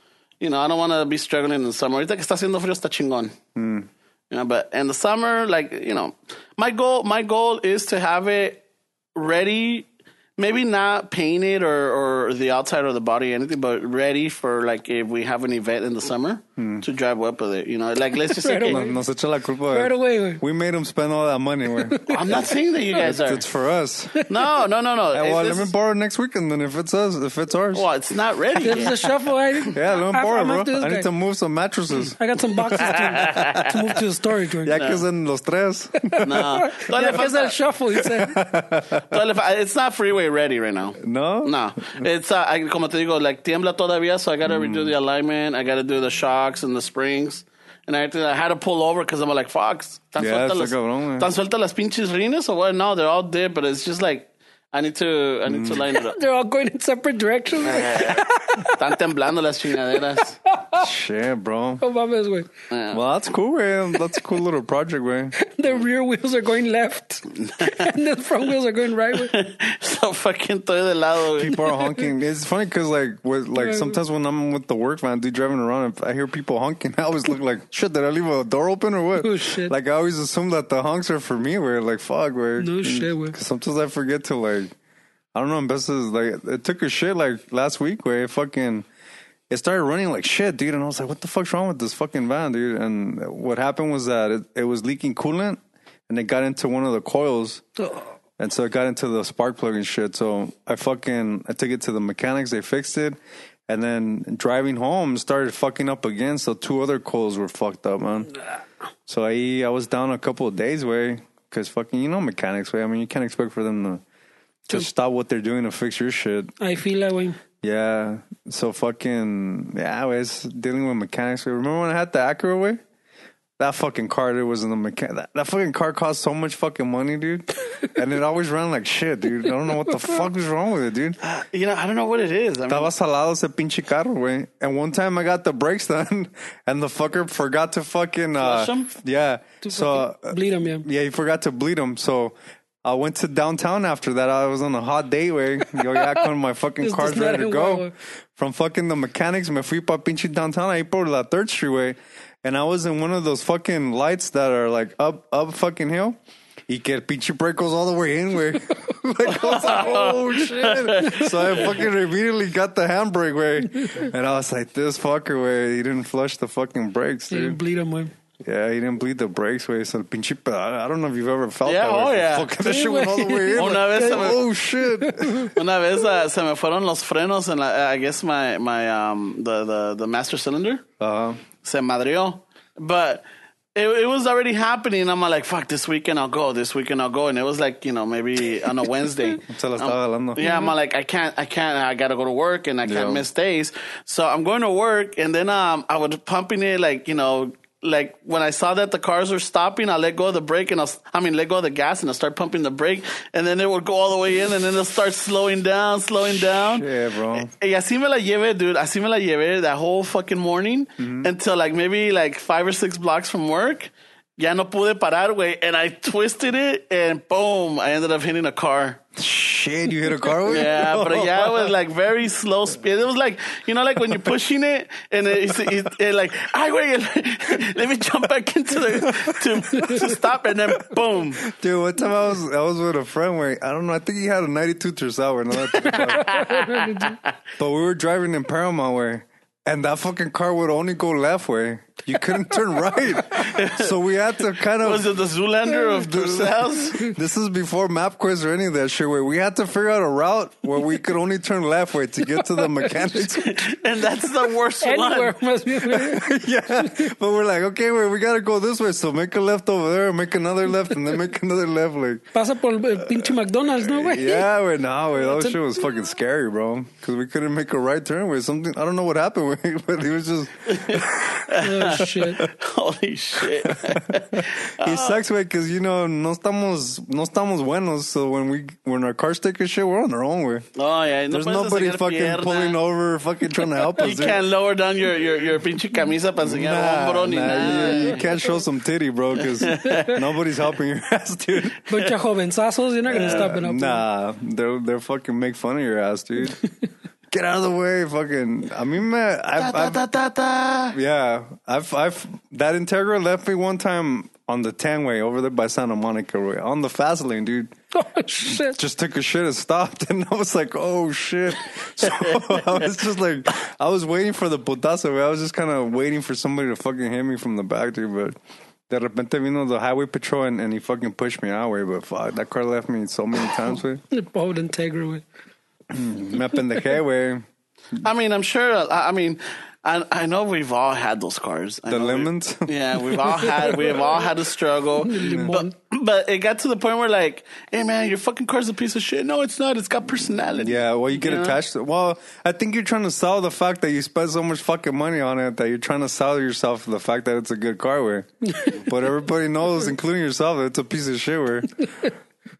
Speaker 1: you know I don't want to be struggling in the summer. Ahorita que está haciendo frío está chingón. You know, but in the summer, like you know, my goal my goal is to have it ready. Maybe not painted or, or the outside or the body or anything, but ready for like if we have an event in the summer
Speaker 2: Hmm.
Speaker 1: to drive up with it. You know, like let's just say,
Speaker 5: Right
Speaker 1: okay,
Speaker 5: away.
Speaker 2: Nos- Nos echa la culpa.
Speaker 5: Right away, güey.
Speaker 2: We made him spend all that money. güey.
Speaker 1: I'm not saying that you guys are.
Speaker 2: it's for us.
Speaker 1: No, no, no, no.
Speaker 2: Hey, well,
Speaker 1: It's-
Speaker 2: let me borrow it next weekend then if it's us, if it's ours.
Speaker 1: well, it's not ready.
Speaker 5: This is
Speaker 1: yet.
Speaker 5: a shuffle. I,
Speaker 2: Yeah, let me
Speaker 5: I'm-
Speaker 2: borrow,
Speaker 5: I'm
Speaker 2: it,
Speaker 5: up to
Speaker 2: bro.
Speaker 5: this
Speaker 2: I
Speaker 5: guy.
Speaker 2: need to move some mattresses.
Speaker 5: I got some boxes to, to move to the storage. Right?
Speaker 2: Ya que es en los tres.
Speaker 1: No,
Speaker 5: Yeah,
Speaker 1: Todavía
Speaker 5: because that
Speaker 1: falta-
Speaker 5: shuffle, you said.
Speaker 1: todavía fa- it's not freeway ready right now.
Speaker 2: No?
Speaker 1: No, it's uh, I, como te digo, like tiembla todavía, so I gotta
Speaker 2: Mm.
Speaker 1: redo the alignment. I gotta do the shocks and the springs and everything. I had to pull over because I'm like, fuck, tan
Speaker 2: Yeah,
Speaker 1: sueltas
Speaker 2: está
Speaker 1: las,
Speaker 2: cabrón, man.
Speaker 1: tan sueltas las pinches rines or what? No, they're all dead, but it's just like I need to, I need
Speaker 2: Mm.
Speaker 1: to line it up.
Speaker 5: They're all going in separate directions.
Speaker 1: Están temblando las chingaderas.
Speaker 2: Shit, bro.
Speaker 5: Oh, mames, güey.
Speaker 2: Well, that's cool, güey. That's a cool little project, güey.
Speaker 5: The rear wheels are going left, and the front wheels are going right. güey.
Speaker 1: so fucking estoy de lado. güey.
Speaker 2: People are honking. It's funny because, like, with, like sometimes when I'm with the work van, dude, driving around, if I hear people honking, I always look like, shit, did I leave a door open or what?
Speaker 5: Oh, shit.
Speaker 2: Like, I always assume that the honks are for me, where, like, fuck, where.
Speaker 5: No shit, güey.
Speaker 2: Sometimes I forget to like, I don't know. Best is like, it took a shit like last week where it fucking, it started running like shit, dude. And I was like, what the fuck's wrong with this fucking van, dude? And what happened was that it, it was leaking coolant, and it got into one of the coils, and so it got into the spark plug and shit. So I fucking, I took it to the mechanics. They fixed it. And then driving home started fucking up again, so two other coils were fucked up, man. So I I was down a couple of days way because fucking you know mechanics way. I mean you can't expect for them to to stop what they're doing to fix your shit.
Speaker 5: I feel that way.
Speaker 2: Yeah. So fucking yeah, wey, it's dealing with mechanics. Way. Remember when I had the Acura way? That fucking car dude was in the mechanic. That, that fucking car cost so much fucking money, dude. and it always ran like shit, dude. I don't know what the fuck was wrong with it, dude.
Speaker 1: You know, I don't know what it is. I mean,
Speaker 2: Estaba salado ese pinche carro, güey. And one time I got the brakes done, and the fucker forgot to fucking uh,
Speaker 1: Flush 'em?
Speaker 2: yeah. So uh,
Speaker 5: fucking bleed 'em, yeah.
Speaker 2: yeah, he forgot to bleed him. So I went to downtown after that. I was on a hot day, güey. Yo ya con my fucking
Speaker 5: This
Speaker 2: car's
Speaker 5: does not
Speaker 2: ready to
Speaker 5: end
Speaker 2: go.
Speaker 5: well, güey.
Speaker 2: From fucking the mechanics, me fui pa pinche downtown ahí por la third street, güey. And I was in one of those fucking lights that are like up, up fucking hill. Y que el pinche brake goes all the way in, güey. like, I was like, oh shit. So I fucking immediately got the handbrake, güey. And I was like, this fucker, güey. He didn't flush the fucking brakes,
Speaker 5: You
Speaker 2: dude.
Speaker 5: bleed them, güey.
Speaker 2: Yeah, he didn't bleed the brakes, way. So pinche pedal. I don't know if you've ever felt
Speaker 1: Yeah,
Speaker 2: that.
Speaker 1: oh,
Speaker 2: way.
Speaker 1: yeah.
Speaker 2: Fucking that
Speaker 5: Sí,
Speaker 2: shit went all the way in.
Speaker 1: güey. Una
Speaker 2: like,
Speaker 1: vez se me-
Speaker 2: oh shit.
Speaker 1: Una vez uh, se me fueron los frenos en la, I guess my, my, um, the, the, the master cylinder.
Speaker 2: Uh,
Speaker 1: se madrió. But it, it was already happening. I'm like, fuck, this weekend I'll go. This weekend I'll go. And it was like, you know, maybe on a Wednesday.
Speaker 2: Se la estaba
Speaker 1: Um,
Speaker 2: jalando.
Speaker 1: yeah, I'm like, I can't, I can't, I gotta go to work and I can't
Speaker 2: Yeah.
Speaker 1: miss days. So I'm going to work and then um, I was pumping it like, you know, like when I saw that the cars were stopping, I let go of the brake and I'll, I mean, let go of the gas and I start pumping the brake and then it would go all the way in and then it'll start slowing down, slowing down.
Speaker 2: yeah, bro.
Speaker 1: Eh, Y así me la llevé, dude. Así me la llevé that whole fucking morning
Speaker 2: Mm-hmm.
Speaker 1: until like maybe like five or six blocks from work. Ya no pude parar, güey. And I twisted it and boom, I ended up hitting a car.
Speaker 2: Shit, you hit a car with?
Speaker 1: Yeah, but yeah, it was like very slow speed. It was like, you know, like when you're pushing it and it's it, it like, ay, güey, let me jump back into the, to, to stop and then boom.
Speaker 2: Dude, one time I was I was with a friend where I don't know, I think he had a 92 Tercel. now that I think about it. but we were driving in Paramount where and that fucking car would only go left way. You couldn't turn right. so we had to kind of
Speaker 1: Was it the Zoolander of Tursals?
Speaker 2: This is before MapQuest or any of that shit. Where we had to figure out a route where we could only turn left way to get to the mechanics.
Speaker 1: and that's the worst
Speaker 5: Anywhere
Speaker 1: one.
Speaker 5: must be.
Speaker 2: yeah, but we're like, okay, wait, we gotta go this way. So make a left over there, make another left, and then make another left. Like,
Speaker 5: Pasa por el el pinche McDonald's, ¿no, güey?
Speaker 2: yeah, wait, nah, wait, that shit was fucking scary, bro. Because we couldn't make a right turn. Where something, I don't know what happened, wey, but he was just
Speaker 5: Oh, shit.
Speaker 1: Holy shit. Ah.
Speaker 2: He sucks, way because you know no estamos no estamos buenos. So when we when our cars take a shit, we're on our own. Way.
Speaker 1: Oh, yeah. no
Speaker 2: There's
Speaker 1: puedes
Speaker 2: nobody
Speaker 1: enseñar
Speaker 2: fucking
Speaker 1: pierna.
Speaker 2: pulling over, fucking trying to help us.
Speaker 1: You
Speaker 2: dude.
Speaker 1: can't lower down your, your, your pinche camisa para enseñar
Speaker 2: Nah,
Speaker 1: hombro ni
Speaker 2: nah,
Speaker 1: nada.
Speaker 2: you, you can't show some titty, bro, because nobody's helping your ass, dude.
Speaker 5: Bunch of jovenzazos. You're not going to stop it up.
Speaker 2: Nah, they're they're fucking make fun of your ass, dude. Get out of the way, fucking. I mean, man,
Speaker 1: Da,
Speaker 2: I've,
Speaker 1: da,
Speaker 2: I've
Speaker 1: da, da, da.
Speaker 2: Yeah, I've, I've that Integra left me one time on the Tanway over there by Santa Monica, way, on the fast lane, dude.
Speaker 5: Oh, shit.
Speaker 2: Just took a shit and stopped, and I was like, "Oh shit!" So I was just like, I was waiting for the putazo. way. I was just kind of waiting for somebody to fucking hit me from the back, dude. But de repente vino the highway patrol, and, and he fucking pushed me out, way. But fuck, that car left me so many times, way.
Speaker 5: Pobre Integra, güey.
Speaker 2: Me pendejé, way.
Speaker 1: I mean, I'm sure. I, I mean, I, I know we've all had those cars. I
Speaker 2: The
Speaker 1: know we-
Speaker 2: lemons.
Speaker 1: Yeah, we've all had we've all had a struggle, but, but it got to the point where like, hey man, your fucking car's a piece of shit. No, it's not. It's got personality.
Speaker 2: Yeah, well, you get
Speaker 1: Yeah.
Speaker 2: attached. To, well, I think you're trying to sell the fact that you spent so much fucking money on it that you're trying to sell yourself the fact that it's a good car. Where, but everybody knows, including yourself, that it's a piece of shit. Where,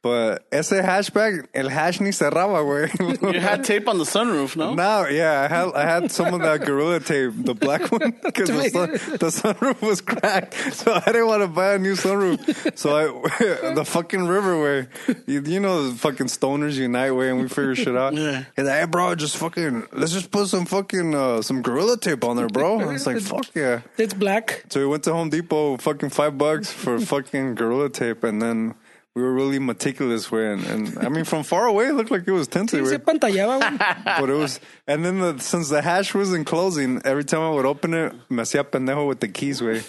Speaker 2: but ese hatchback, el hash ni cerraba. Where,
Speaker 1: you had tape on the sunroof, no?
Speaker 2: now, yeah, I had I had some of that gorilla tape, the black one, because the, sun, the sunroof was cracked, so I didn't want to buy a new sunroof. So I, the fucking river way, you, you know, the fucking stoners unite way, and we figure shit out.
Speaker 1: Yeah.
Speaker 2: He's like, hey, bro, just fucking, let's just put some fucking uh, some gorilla tape on there, bro. I was like, fuck yeah.
Speaker 5: It's black.
Speaker 2: So we went to Home Depot, fucking five bucks for fucking gorilla tape, and then. We were really meticulous way, and, and I mean, from far away, it looked like it was tinted.
Speaker 5: Se
Speaker 2: way
Speaker 5: pantallaba, güey.
Speaker 2: but it was, and then the, since the hash wasn't closing, every time I would open it, me hacía pendejo with the keys, way.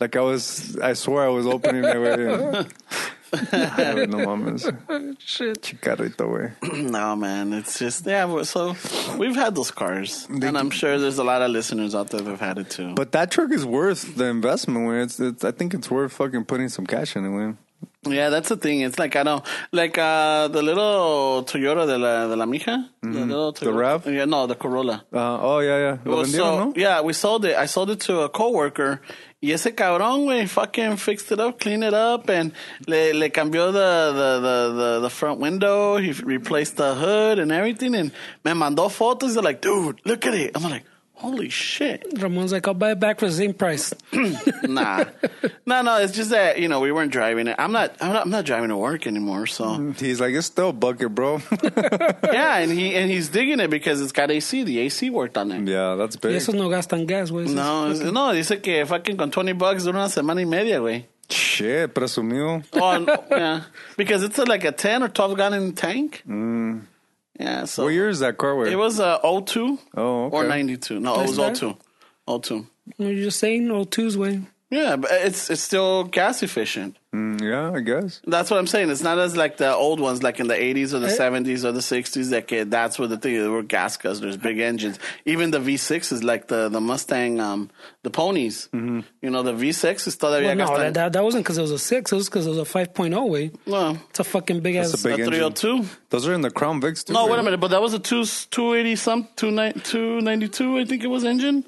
Speaker 2: Like I was, I swear I was opening it, way. Ay, no mames.
Speaker 5: Shit.
Speaker 2: Chicarrito, way.
Speaker 1: No, man. It's just yeah. we're- So we've had those cars, and I'm sure there's a lot of listeners out there that've had it too.
Speaker 2: But that truck is worth the investment, way. It's, it's, I think it's worth fucking putting some cash in it, way.
Speaker 1: Yeah, that's the thing. It's like I don't like uh, the little Toyota de la de la mija, the little Toyota.
Speaker 2: Mm-hmm. RAV?
Speaker 1: Yeah, no, the Corolla.
Speaker 2: Uh, oh, yeah, yeah. Lo
Speaker 1: Well,
Speaker 2: vendieron,
Speaker 1: so
Speaker 2: no?
Speaker 1: yeah, we sold it. I sold it to a coworker. Y ese cabrón, güey, fucking fixed it up, cleaned it up, and le, le cambió the, the, the, the, the front window. He replaced the hood and everything. And me mandó fotos. They're like, dude, look at it. I'm like, holy shit.
Speaker 5: Ramon's like, I'll buy it back for the same price.
Speaker 1: Nah. no, no, it's just that, you know, we weren't driving it. I'm not, I'm not, I'm not driving to work anymore. So,
Speaker 2: He's like, it's still a bucket, bro.
Speaker 1: yeah, and he, and he's digging it because it's got AC. The AC worked on it.
Speaker 2: yeah, that's
Speaker 5: Y
Speaker 2: big.
Speaker 5: esos no gastan gas, güey. Esos-
Speaker 1: No, es- no, dice que fucking con 20 bucks dura una semana y media, güey.
Speaker 2: Shit, presumido.
Speaker 1: on yeah because it's a, like a 10 or 12 gallon tank yeah so
Speaker 2: What year is that car, way?
Speaker 1: it was uh 02
Speaker 2: Oh, okay.
Speaker 1: or 92 no it was
Speaker 5: That's better.
Speaker 1: 02 02
Speaker 5: You're just saying old twos, güey.
Speaker 1: yeah but it's it's still gas efficient
Speaker 2: Mm, yeah, I guess.
Speaker 1: that's what i'm saying it's not as like the old ones like in the 80s or the
Speaker 5: Eh?
Speaker 1: 70s or the 60s that ca- that's what the thing is were gas guzzlers, big engines even the v6 is like the the mustang um the ponies you know the v6 is todavía
Speaker 5: Mm-hmm. Well, no,
Speaker 1: gastan-
Speaker 5: that, that, that wasn't because it was a six. It was because it was a oh, 5.0, way.
Speaker 1: no
Speaker 5: It's a fucking big
Speaker 2: That's
Speaker 5: ass.
Speaker 2: a big
Speaker 1: the
Speaker 2: engine.
Speaker 1: 302
Speaker 2: Those are in the Crown Vics, too.
Speaker 1: No, wait a
Speaker 2: right?
Speaker 1: minute, but that was a two two eighty some two nine two ninety two. I think it was engine.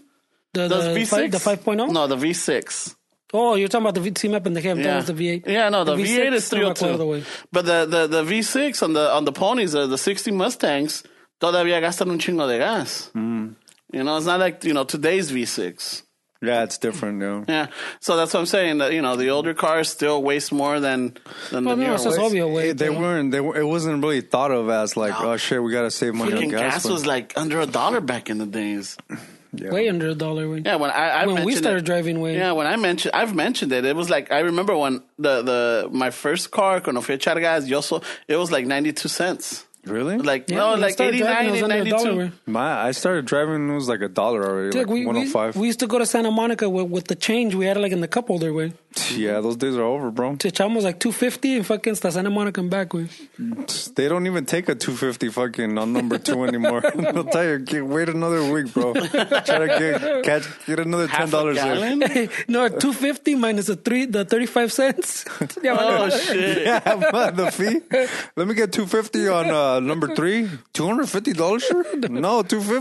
Speaker 5: the,
Speaker 1: The
Speaker 5: the,
Speaker 1: V
Speaker 5: fi-
Speaker 1: six,
Speaker 5: the oh? 5.0
Speaker 1: No, the V six.
Speaker 5: Oh, you're talking about the V team up in the game.
Speaker 1: Yeah,
Speaker 5: That was the V8.
Speaker 1: Yeah, no, the, V eight is three
Speaker 5: no me
Speaker 1: hundred
Speaker 5: acuerdo,
Speaker 1: two.
Speaker 5: güey.
Speaker 1: But the the the V six on the on the ponies, uh, the sixty Mustangs, todavía gastan un chingo de gas. You know, it's not like you know today's V six.
Speaker 2: Yeah, it's different, yeah.
Speaker 1: Yeah, so that's what I'm saying. That you know, the older cars still waste more than than
Speaker 5: Well,
Speaker 1: the newer.
Speaker 5: no, eso es
Speaker 1: ones.
Speaker 5: obvio,
Speaker 2: Hey,
Speaker 5: güey.
Speaker 2: they
Speaker 5: pero-
Speaker 2: weren't. They were, it wasn't really thought of as like, oh shit, we gotta save money on
Speaker 1: Fucking
Speaker 2: gas.
Speaker 1: gas
Speaker 2: but-
Speaker 1: was like under a dollar back in the days.
Speaker 2: yeah.
Speaker 5: Way under a dollar, güey.
Speaker 1: Yeah, when I, I
Speaker 5: When we
Speaker 1: mentioned
Speaker 5: started
Speaker 1: it-
Speaker 5: driving, we-
Speaker 1: yeah, when I mentioned, I've mentioned it. It was like I remember when the the my first car, cuando fui a echar gas, yo so it was like ninety two cents.
Speaker 2: really?
Speaker 1: Mm-hmm. Like
Speaker 5: Yeah,
Speaker 1: no,
Speaker 5: when I
Speaker 1: like
Speaker 5: started
Speaker 1: eighty
Speaker 5: driving,
Speaker 1: nine
Speaker 5: it was
Speaker 1: and
Speaker 5: under a
Speaker 1: ninety
Speaker 5: dollar,
Speaker 1: two.
Speaker 5: güey.
Speaker 2: my, I started driving. It was like a dollar already,
Speaker 5: Dude,
Speaker 2: like
Speaker 5: we,
Speaker 2: one
Speaker 5: we,
Speaker 2: hundred five.
Speaker 5: we used to go to Santa Monica with, with the change we had like in the cup holder, way.
Speaker 2: Yeah, those days are over, bro.
Speaker 5: Te echamos like 250 and fucking hasta Santa Monica and back, güey.
Speaker 2: They don't even take a 250 fucking on number two anymore. I'll tell you, get- wait another week, bro. Try to get catch, get another ten
Speaker 1: Half a
Speaker 2: dollars.
Speaker 1: gallon?
Speaker 5: no, 250 minus the three, the 35 cents. Ya
Speaker 1: Oh
Speaker 5: valió.
Speaker 1: shit!
Speaker 2: Yeah, but the fee. Let me get 250 on uh, number three. 250 dollars, sure? No, 250. what do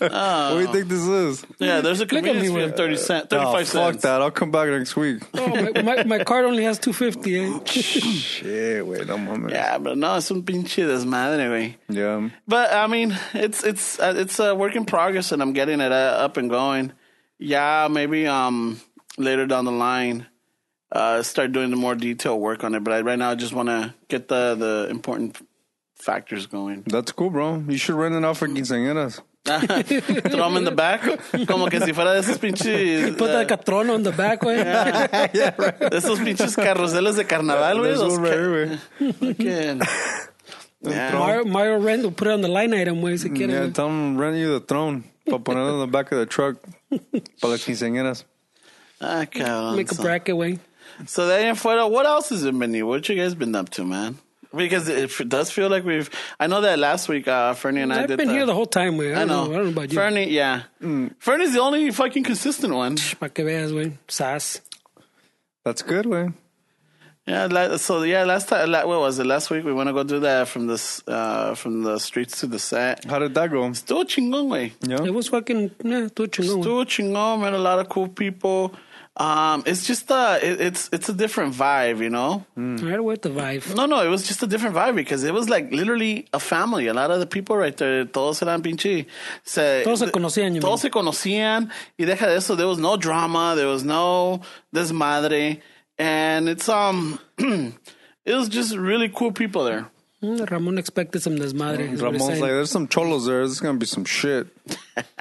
Speaker 1: Oh.
Speaker 2: you think this is?
Speaker 1: Yeah, there's a
Speaker 5: at me,
Speaker 1: convenience fee of
Speaker 5: güey.
Speaker 1: thirty cent,
Speaker 2: Oh,
Speaker 1: thirty five
Speaker 2: fuck
Speaker 1: cents.
Speaker 2: that. I'll come back next week.
Speaker 5: Oh, my, my, my card only has 250, eh?
Speaker 2: Shit, wait, no moment. Yeah.
Speaker 1: Yeah, but no, es un pinche desmadre, güey.
Speaker 2: yeah.
Speaker 1: But I mean, it's it's uh, it's a work in progress, and I'm getting it uh, up and going. Yeah, maybe um later down the line, uh, start doing the more detailed work on it. But I, right now, I just want to get the the important factors going.
Speaker 2: That's cool, bro. You should rent it out for quinceañeras.
Speaker 1: Throw them in the back, como que si fuera de esos pinches,
Speaker 5: Put that
Speaker 1: uh,
Speaker 5: Catrón on the back, güey.
Speaker 1: de esos pinches carruseles de carnaval, güey.
Speaker 2: There's
Speaker 1: los
Speaker 2: one right here, güey.
Speaker 1: que- Yeah.
Speaker 5: Mario, Mario Rand will put it on the line item, güey,
Speaker 1: Mm,
Speaker 5: si quiere.
Speaker 2: Yeah,
Speaker 5: güey.
Speaker 2: tell them rent you the throne. Para ponerlo on the back of the truck. Para las quinceañeras.
Speaker 1: Ah, cabrón.
Speaker 5: Make a
Speaker 1: son.
Speaker 5: bracket, güey.
Speaker 1: So there and fuera, what else has it been new? What you guys been up to, man? Because it f- does feel like we've. I know that last week, uh, Fernie and I
Speaker 5: I've
Speaker 1: did.
Speaker 5: been here the whole time, güey. I,
Speaker 1: I
Speaker 5: don't know.
Speaker 1: know.
Speaker 5: I don't know about you. Mm.
Speaker 1: Fernie, yeah. Fernie's the only fucking consistent one.
Speaker 5: Pa' que veas, güey. Sas.
Speaker 2: That's good, way.
Speaker 1: Yeah. la- So yeah, last time, la- what was it? Last week we want to go do that from this, uh, from the streets to the set.
Speaker 2: How did that go?
Speaker 1: Estuvo chingón, güey.
Speaker 5: It
Speaker 2: Yeah.
Speaker 5: was fucking, yeah, todo chingón, güey.
Speaker 1: Estuvo chingón. Met a lot of cool people. Um, it's just uh, it, it's it's a different vibe, you know.
Speaker 5: Right away, the vibe.
Speaker 1: Mm. No, no, it was just a different vibe because it was like literally a family. A lot of the people right there, todos eran pinche. Se,
Speaker 5: Todos se conocían, you
Speaker 1: Todos se conocían. Y deja de eso, there was no drama, there was no desmadre. And it's, um, it was just really cool people there.
Speaker 5: Mm, Ramon expected some desmadre. is what he's
Speaker 2: Ramon's like,
Speaker 5: saying.
Speaker 2: there's some cholos there. There's going to be some shit.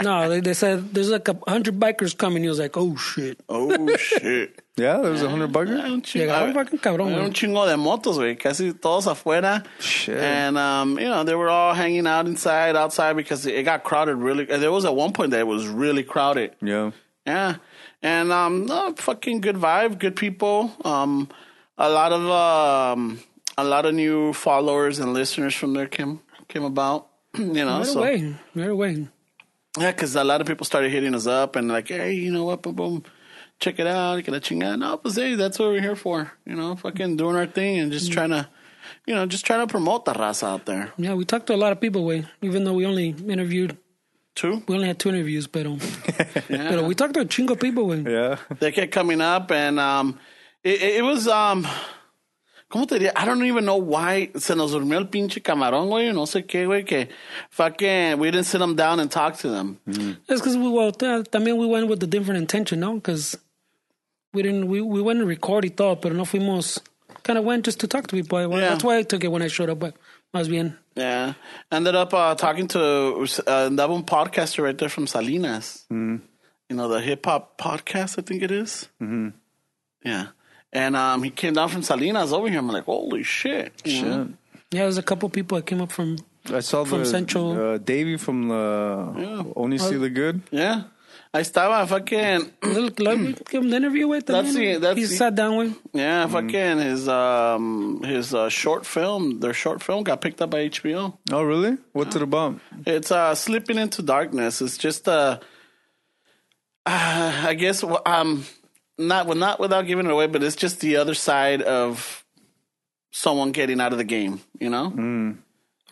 Speaker 5: No, they, they said there's like a hundred bikers coming. He was like, oh shit.
Speaker 1: Oh, shit.
Speaker 2: Yeah, there was a hundred bugger.
Speaker 1: Un chingo,
Speaker 5: Llegaron fucking cabrón,
Speaker 1: era un
Speaker 5: güey.
Speaker 1: chingo de motos, güey. Casi todos afuera.
Speaker 2: Shit.
Speaker 1: And, um, you know, they were all hanging out inside, outside because it got crowded really. There was at one point that it was really crowded.
Speaker 2: Yeah.
Speaker 1: Yeah. And um no, fucking good vibe, good people. Um a lot of um a lot of new followers and listeners from there came came about. You know,
Speaker 5: Right
Speaker 1: so
Speaker 5: away, right away.
Speaker 1: yeah, because a lot of people started hitting us up and like, hey, you know what, boom, boom, check it out, que la chingada. No, pues hey, that's what we're here for. You know, fucking doing our thing and
Speaker 5: Mm.
Speaker 1: just trying to, you know, just trying to promote the raza out there.
Speaker 5: Yeah, we talked to a lot of people, way. Even though we only interviewed,
Speaker 1: True.
Speaker 5: we only had two interviews, but um, pero we talked to a chingo people, way.
Speaker 2: Yeah.
Speaker 1: they kept coming up and um it, it it was um ¿Cómo te diría? I don't even know why se nos durmió el pinche camarón, güey. No sé qué, güey, que fucking we didn't sit them down and talk to them.
Speaker 5: That's because we well, t- también we went with a different intention, no? Because we didn't, we, we went and record it all, pero no fuimos. Kind of went just to talk to people. Well,
Speaker 1: Yeah.
Speaker 5: That's why I took it when I showed up, but más bien.
Speaker 1: Yeah. Ended up uh, talking to uh, that one podcaster right there from Salinas. You know, the hip hop podcast, I think it is. Yeah. And um, he came down from Salinas over here. I'm like, holy shit.
Speaker 2: Shit.
Speaker 5: Yeah, there's a couple people that came up from.
Speaker 2: I saw
Speaker 5: From
Speaker 2: the
Speaker 5: Central.
Speaker 2: uh, Davey from the Only See the Good.
Speaker 1: Yeah. I estaba fucking.
Speaker 5: Little, like, give him the interview with.
Speaker 1: That's it, that's
Speaker 5: he
Speaker 1: it.
Speaker 5: sat down with.
Speaker 1: Yeah, fucking his um his uh, short film, their short film got picked up by HBO.
Speaker 2: Oh, really? What's it about?
Speaker 1: It's uh Slipping into Darkness. It's just uh, uh I guess wh- um not well, not without giving it away, but it's just the other side of someone getting out of the game, you know?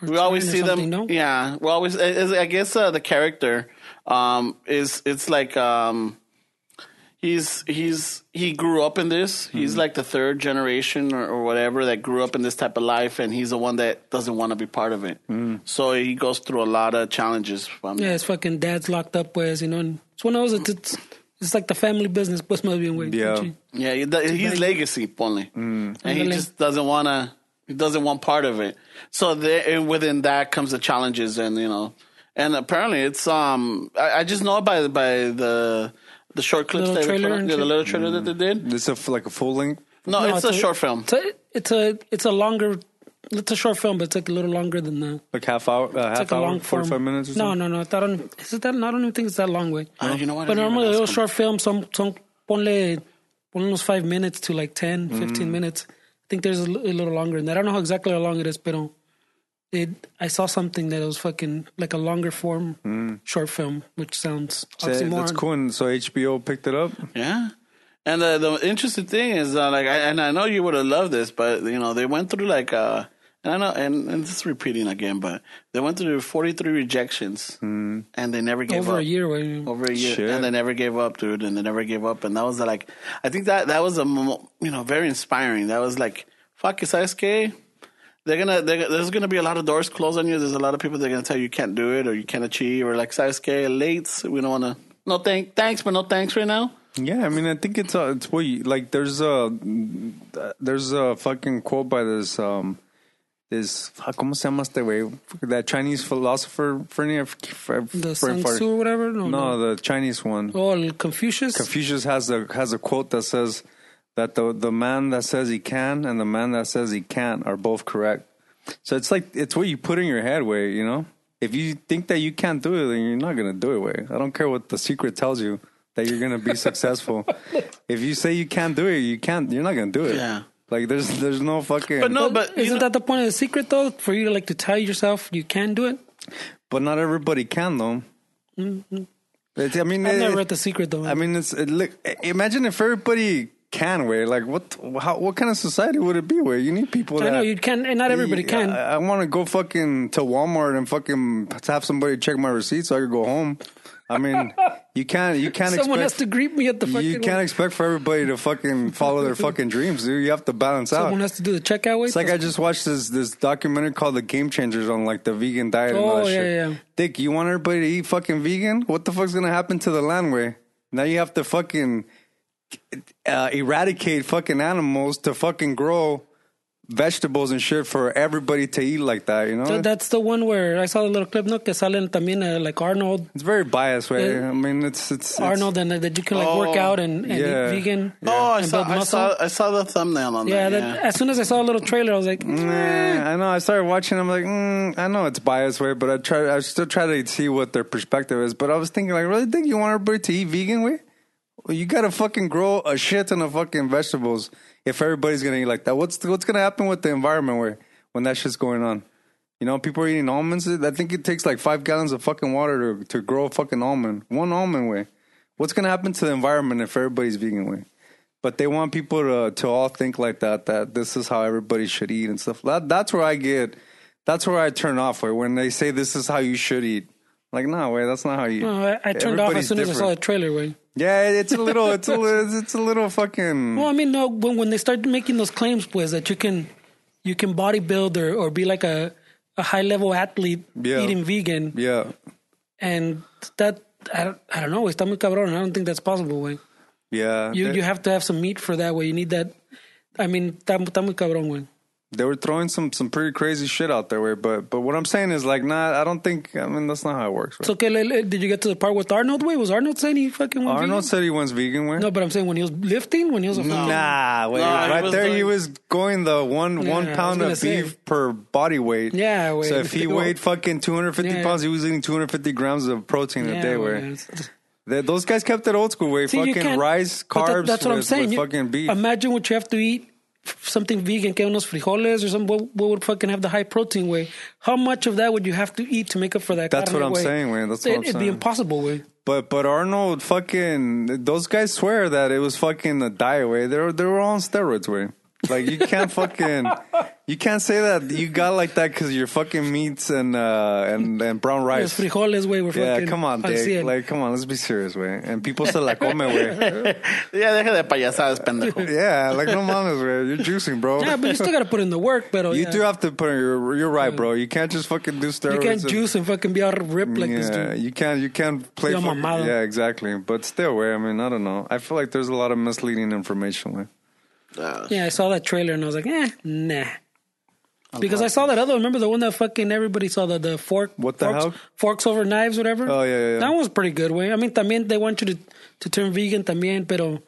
Speaker 1: we always see
Speaker 5: trying or
Speaker 1: them.
Speaker 5: something, no?
Speaker 1: Yeah, we always. I I- I guess uh, the character um, is it's like um, he's he's he grew up in this. He's like the third generation or, or whatever that grew up in this type of life, and he's the one that doesn't want to be part of it. So he goes through a lot of challenges. From
Speaker 5: Yeah, his fucking dad's locked up, pues, you know. And it's one of those, it's, it's, it's like the family business, pues, más bien, güey.
Speaker 2: Yeah.
Speaker 5: pinche.
Speaker 1: Yeah, he- th- he's legacy only, and he
Speaker 5: Ándale.
Speaker 1: just doesn't want to. He doesn't want part of it. So there, and within that comes the challenges, and you know, and apparently it's um. I, I just know by by the the short clips that
Speaker 5: Little
Speaker 1: we put
Speaker 5: trailer
Speaker 1: on-
Speaker 5: and
Speaker 1: yeah, the
Speaker 5: shit.
Speaker 1: little trailer that they did.
Speaker 2: It's a, f- like a full length.
Speaker 1: No,
Speaker 5: No,
Speaker 1: it's, a, short film.
Speaker 5: It's a, it's a, it's a longer, it's a short film, but it's like a little longer than that.
Speaker 2: Like half hour, uh, half
Speaker 5: It's like a
Speaker 2: hour,
Speaker 5: long form.
Speaker 2: 45 minutes or
Speaker 5: No,
Speaker 2: something?
Speaker 5: no, no. I don't, is it that, I don't even think it's that long, way.
Speaker 1: Ah, you know what? I
Speaker 5: But
Speaker 1: didn't even
Speaker 5: normally, a little
Speaker 1: ask him.
Speaker 5: short film, son, son, ponle unos five minutes to like 10,
Speaker 2: Mm.
Speaker 5: 15 minutes. I think there's a, li- a little longer than that. I don't know how exactly how long it is, but it, I saw something that was fucking like a longer form short film, which sounds
Speaker 2: So
Speaker 5: oxymoron.
Speaker 2: Mm. that's cool. And so HBO picked it up.
Speaker 1: Yeah. And the, the interesting thing is, uh, like, I, and I know you would have loved this, but you know they went through like, uh, and I know, and, and this is repeating again, but they went through forty three rejections, and they never gave
Speaker 5: Over
Speaker 1: up.
Speaker 5: a year, where
Speaker 1: over a year,
Speaker 2: Shit.
Speaker 1: and they never gave up, dude, and they never gave up, and that was like, I think that that was a mo- you know very inspiring. That was like, fuck is SK. They're gonna they're, there's gonna be a lot of doors closed on you. There's a lot of people that are gonna tell you you can't do it or you can't achieve or like Sasuke late. We don't wanna no thank thanks but no thanks right now.
Speaker 2: Yeah, I mean, I think it's uh, it's what you, like there's a there's a fucking quote by this um this fuck, ¿cómo se llama este güey? That Chinese philosopher, Fernie,
Speaker 5: the Sun Tzu or whatever. No, no.
Speaker 2: no, the Chinese one.
Speaker 5: Oh, el Confucius.
Speaker 2: Confucius has a has a quote that says that the the man that says he can and the man that says he can't are both correct. So it's like it's what you put in your head, way you know. If you think that you can't do it, then you're not gonna do it. Way I don't care what the secret tells you that you're gonna be successful. If you say you can't do it, you can't. You're not gonna do it.
Speaker 1: Yeah.
Speaker 2: Like there's there's no fucking.
Speaker 1: But no, but you
Speaker 5: Isn't
Speaker 1: know-
Speaker 5: that the point of the secret though? For you to like to tell yourself you can do it.
Speaker 2: But not everybody can though.
Speaker 1: Mm-hmm.
Speaker 2: It's- I mean,
Speaker 5: I've
Speaker 2: it-
Speaker 5: never read the secret though.
Speaker 2: I mean, it's it, look. Imagine if everybody can way like what? How? What kind of society would it be where you need people?
Speaker 5: I
Speaker 2: that,
Speaker 5: know you can, and not everybody can.
Speaker 2: I, want to go fucking to Walmart and fucking have somebody check my receipt so I could go home. I mean, you can't. You can't.
Speaker 5: Someone has
Speaker 2: expect,
Speaker 5: to greet me at the fucking.
Speaker 2: You can't expect for everybody to fucking follow their fucking dreams, dude. You have to balance
Speaker 5: Someone
Speaker 2: out.
Speaker 5: has to do the checkout. Wait,
Speaker 2: It's like I just watched this this documentary called The Game Changers on like the vegan diet and
Speaker 5: Oh,
Speaker 2: all that
Speaker 5: yeah,
Speaker 2: shit.
Speaker 5: yeah.
Speaker 2: Dick, you want everybody to eat fucking vegan? What the fuck's gonna happen to the land where now you have to fucking uh, eradicate fucking animals to fucking grow vegetables and shit for everybody to eat like that, you know?
Speaker 5: Th- that's the one where I saw the little clip. No, que salen también uh, like Arnold,
Speaker 2: it's very biased, way.
Speaker 5: Yeah.
Speaker 2: I mean, it's it's, it's
Speaker 5: Arnold, and uh, that you can like work
Speaker 1: Oh,
Speaker 5: out and, and
Speaker 2: yeah.
Speaker 5: eat vegan.
Speaker 1: Oh, I
Speaker 5: and
Speaker 1: saw,
Speaker 5: build
Speaker 1: I
Speaker 5: muscle.
Speaker 1: saw I saw the thumbnail on
Speaker 5: yeah,
Speaker 1: that.
Speaker 5: that,
Speaker 1: yeah.
Speaker 5: as soon as I saw a little trailer, I was like, "Mm,
Speaker 2: Eh, I know. I started watching. I'm like, mm, I know it's biased way, but I try. I still try to see what their perspective is. But I was thinking, like, really think you want everybody to eat vegan way? Well, you gotta fucking grow a shit ton of fucking vegetables if everybody's gonna eat like that. What's what's gonna happen with the environment where when that shit's going on? You know, people are eating almonds. I think it takes like five gallons of fucking water to to grow a fucking almond. One almond way. What's gonna happen to the environment if everybody's vegan way? But they want people to to all think like that. That this is how everybody should eat and stuff. That that's where I get. That's where I turn off. Where when they say this is how you should eat, like no way, that's not how you. eat.
Speaker 5: no, I, I turned off as
Speaker 2: Everybody's
Speaker 5: soon as I saw
Speaker 2: different.
Speaker 5: the trailer. Way.
Speaker 2: Yeah, it's a little, it's a little, it's a little fucking.
Speaker 5: Well, I mean, no, when when they start making those claims, was that you can you can bodybuild or, or be like a a high level athlete
Speaker 2: Yeah.
Speaker 5: eating vegan,
Speaker 2: Yeah,
Speaker 5: and that I don't, I don't know, está muy cabrón. I don't think that's possible. Way.
Speaker 2: yeah.
Speaker 5: You
Speaker 2: they,
Speaker 5: you have to have some meat for that way. You need that. I mean, está, está muy cabrón, güey.
Speaker 2: they were throwing some some pretty crazy shit out there, way. But but what I'm saying is like, nah, I don't think. I mean, that's not how it works. Right?
Speaker 5: So, okay, le- le- did you get to the part with Arnold? Wait, was Arnold saying he fucking went
Speaker 2: Arnold
Speaker 5: vegan?
Speaker 2: said he wants vegan. Way.
Speaker 5: No, but I'm saying when he was lifting, when he was a fucking.
Speaker 2: Nah, wait,
Speaker 1: No, he
Speaker 2: right
Speaker 1: was
Speaker 2: there
Speaker 1: doing-
Speaker 2: he was going the one
Speaker 5: Yeah, I
Speaker 2: one
Speaker 5: was
Speaker 2: pound
Speaker 5: gonna
Speaker 2: of beef
Speaker 5: say.
Speaker 2: per body weight.
Speaker 5: Yeah, wait.
Speaker 2: So if he weighed fucking 250
Speaker 5: Yeah.
Speaker 2: pounds, he was eating 250 grams of protein a
Speaker 5: Yeah,
Speaker 2: day.
Speaker 5: güey,
Speaker 2: Where
Speaker 5: it's-
Speaker 2: they, those guys kept it old school way,
Speaker 5: See, you
Speaker 2: fucking
Speaker 5: can't-
Speaker 2: rice,
Speaker 5: but
Speaker 2: carbs.
Speaker 5: that- that's what I'm
Speaker 2: with-
Speaker 5: saying.
Speaker 2: with
Speaker 5: You-
Speaker 2: fucking beef.
Speaker 5: Imagine what you have to eat. f- Something vegan, que unos frijoles or some. What, what would fucking have the high protein way? How much of that would you have to eat to make up for that?
Speaker 2: That's what
Speaker 5: carne,
Speaker 2: I'm saying, güey. That's what
Speaker 5: it,
Speaker 2: I'm
Speaker 5: It'd be
Speaker 2: saying.
Speaker 5: impossible, way.
Speaker 2: But but Arnold fucking those guys swear that it was fucking a diet way. They were they were all on steroids way. Like you can't fucking you can't say that you got like that because your fucking meats and uh and and brown
Speaker 5: Los
Speaker 2: rice.
Speaker 5: frijoles, way. Were
Speaker 2: Yeah,
Speaker 5: fucking
Speaker 2: come on,
Speaker 5: al
Speaker 2: Dick.
Speaker 5: 100.
Speaker 2: Like come on, let's be serious way. And people se la come way.
Speaker 1: Yeah, deja de payasadas, pendejo.
Speaker 2: Yeah, like no mames way. You're juicing, bro.
Speaker 5: yeah, Ah, but you still gotta put in the work. But
Speaker 2: You do have to put. You're, you're right, bro. You can't just fucking do steroids.
Speaker 5: You can't
Speaker 2: and-
Speaker 5: juice and fucking be all ripped like this
Speaker 2: Mm, yeah,
Speaker 5: dude.
Speaker 2: you can't you can't play.
Speaker 5: Yo,
Speaker 2: fucking-
Speaker 5: mamado.
Speaker 2: yeah, exactly. But still, where I mean, I don't know. I feel like there's a lot of misleading information. Where
Speaker 5: Yeah, I saw that trailer and I was like, eh, nah. Because I saw that other. Remember the one that fucking everybody saw the the fork.
Speaker 2: What the
Speaker 5: forks,
Speaker 2: hell?
Speaker 5: Forks over knives, whatever.
Speaker 2: Oh, yeah, yeah, yeah.
Speaker 5: That one was pretty good. Way. I mean, también they want you to to turn vegan, también, pero